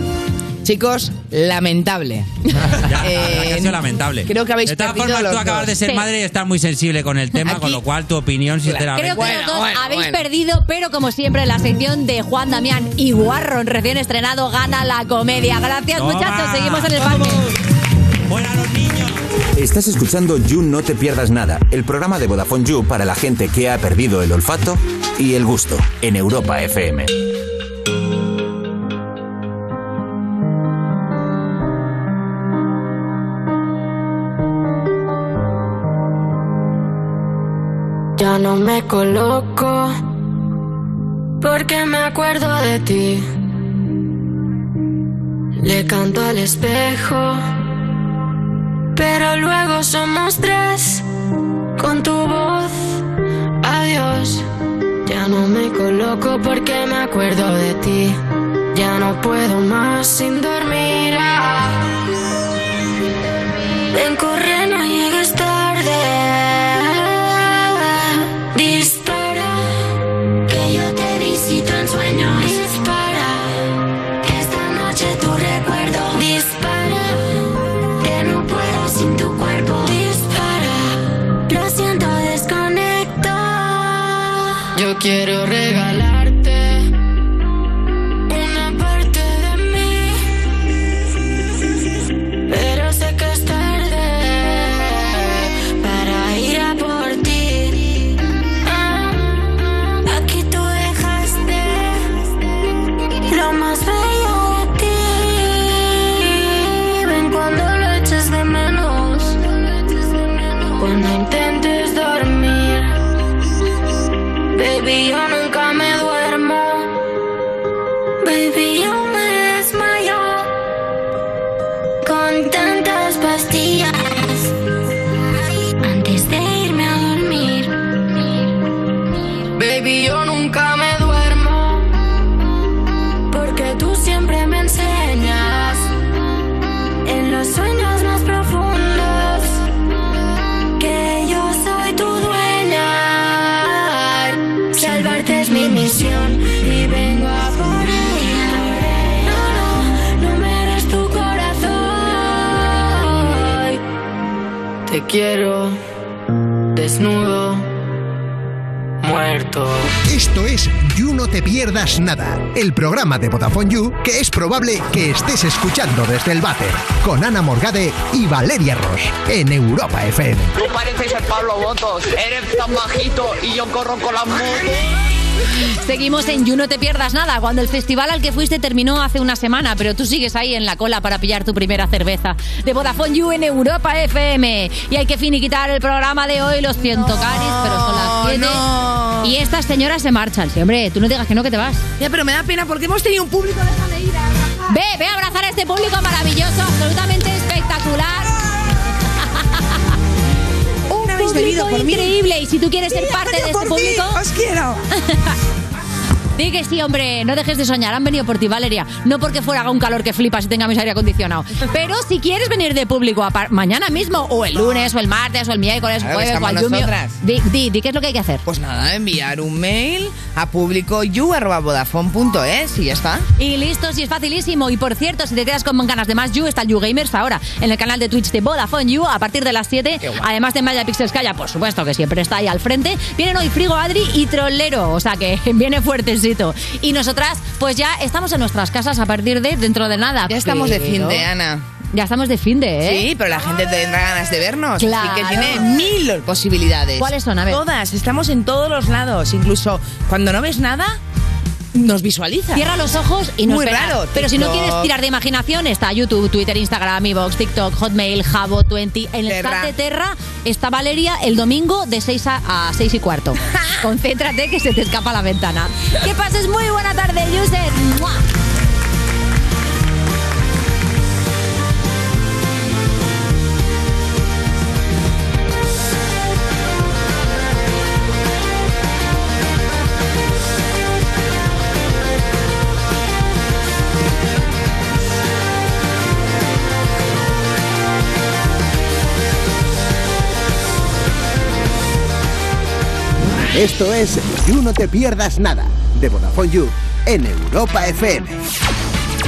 Chicos,
(laughs)
lamentable.
ha sido lamentable.
Eh, creo que habéis
De todas
perdido
formas,
los
tú acabas
dos.
de ser
Sí.
madre y estás muy sensible con el tema, con lo cual tu opinión, sinceramente...
Creo que los dos habéis perdido, pero como siempre, la sección de Juan Damián y Warron, recién estrenado, gana la comedia. Gracias,
Toma.
muchachos. Seguimos en el parque.
Estás escuchando You No Te Pierdas Nada, el programa de Vodafone You para la gente que ha perdido el olfato y el gusto en Europa FM.
Ya no me coloco porque me acuerdo de ti. Le canto al espejo, pero luego somos tres con tu voz. Adiós. Ya no me coloco porque me acuerdo de ti. Ya no puedo más sin dormir. ah. Ven, corre, no llegues tarde. Dispara, que yo
Yo quiero regalarte una parte de mí. Pero sé que es tarde para ir a por ti. Ah, aquí tú dejaste lo más bello de ti. Ven cuando lo eches de menos. Cuando intentes dormir. Baby, yo nunca me duermo. Baby, yo me desmayo con tantas pastillas. Antes de irme a dormir. Baby, yo nunca me duermo. Porque tú siempre me enseñas. En los sueños más profundos. Que yo soy tu dueña. Salvarte es mi misión y vengo a por ella. No, no, no me eres tu corazón. Te quiero desnudo, muerto.
Esto es You No Te Pierdas Nada, el programa de Vodafone You que es probable que estés escuchando desde el váter, con Ana Morgade y Valeria Ross, en Europa FM.
Tú pareces el Pablo Botos, eres tan bajito y yo corro con las motos.
Seguimos en You No Te Pierdas Nada, cuando el festival al que fuiste terminó hace una semana, pero tú sigues ahí en la cola para pillar tu primera cerveza. De Vodafone You en Europa FM. Y hay que finiquitar el programa de hoy, los ciento caris, pero son las 7. Y estas señoras se marchan. Sí, hombre, tú no digas que no, que te vas.
Ya, pero me da pena porque hemos tenido un público. Déjame ir.
Ve, ve a abrazar a este público maravilloso, absolutamente
(laughs)
espectacular. Un
habéis bebido
público
por mí.
increíble. Y si tú quieres
Sí,
ser
han
parte de
venido
este
por ti.
público.
Os quiero.
Di que sí, hombre, no dejes de soñar. Han venido por ti, Valeria. No porque fuera haga un calor que flipas y tengamos aire acondicionado. Pero si quieres venir de público a par- mañana mismo, o el lunes, o el martes, o el miércoles,
Claro que
jueves, o
estamos
el junio,
nosotras.
di, di, di qué es lo que hay que hacer.
Pues nada, enviar un mail a publicoyu.vodafone.es y ya está.
Y listo, si es facilísimo. Y por cierto, si te quedas con ganas de más You, está el You Gamers ahora en el canal de Twitch de Vodafone You a partir de las 7. Además de Maya Pixels Calla, por supuesto, que siempre está ahí al frente. Vienen hoy Frigo Adri y Trollero, o sea que (laughs) viene fuertecito. Y nosotras, pues ya estamos en nuestras casas a partir de dentro de nada.
Ya estamos de
Pero-
fin de Ana.
Ya estamos de fin de, ¿eh?
Sí, pero la gente tendrá ganas de vernos.
Claro.
Así que tiene mil posibilidades.
¿Cuáles son? A ver.
Todas, estamos en todos los lados. Incluso cuando no ves nada, nos visualiza.
Cierra los ojos y no
Muy
esperas.
raro.
Pero si no
TikTok.
quieres tirar de imaginación, está YouTube, Twitter, Instagram, Evox, TikTok, Hotmail, Jabo, 20. En el chat de Terra está Valeria el domingo de 6 a, a 6 y
(laughs)
cuarto. Concéntrate que se te escapa la ventana. Que pases muy buena tarde, user. ¡Mua!
Esto es You No Te Pierdas Nada, de Vodafone You, en Europa FM.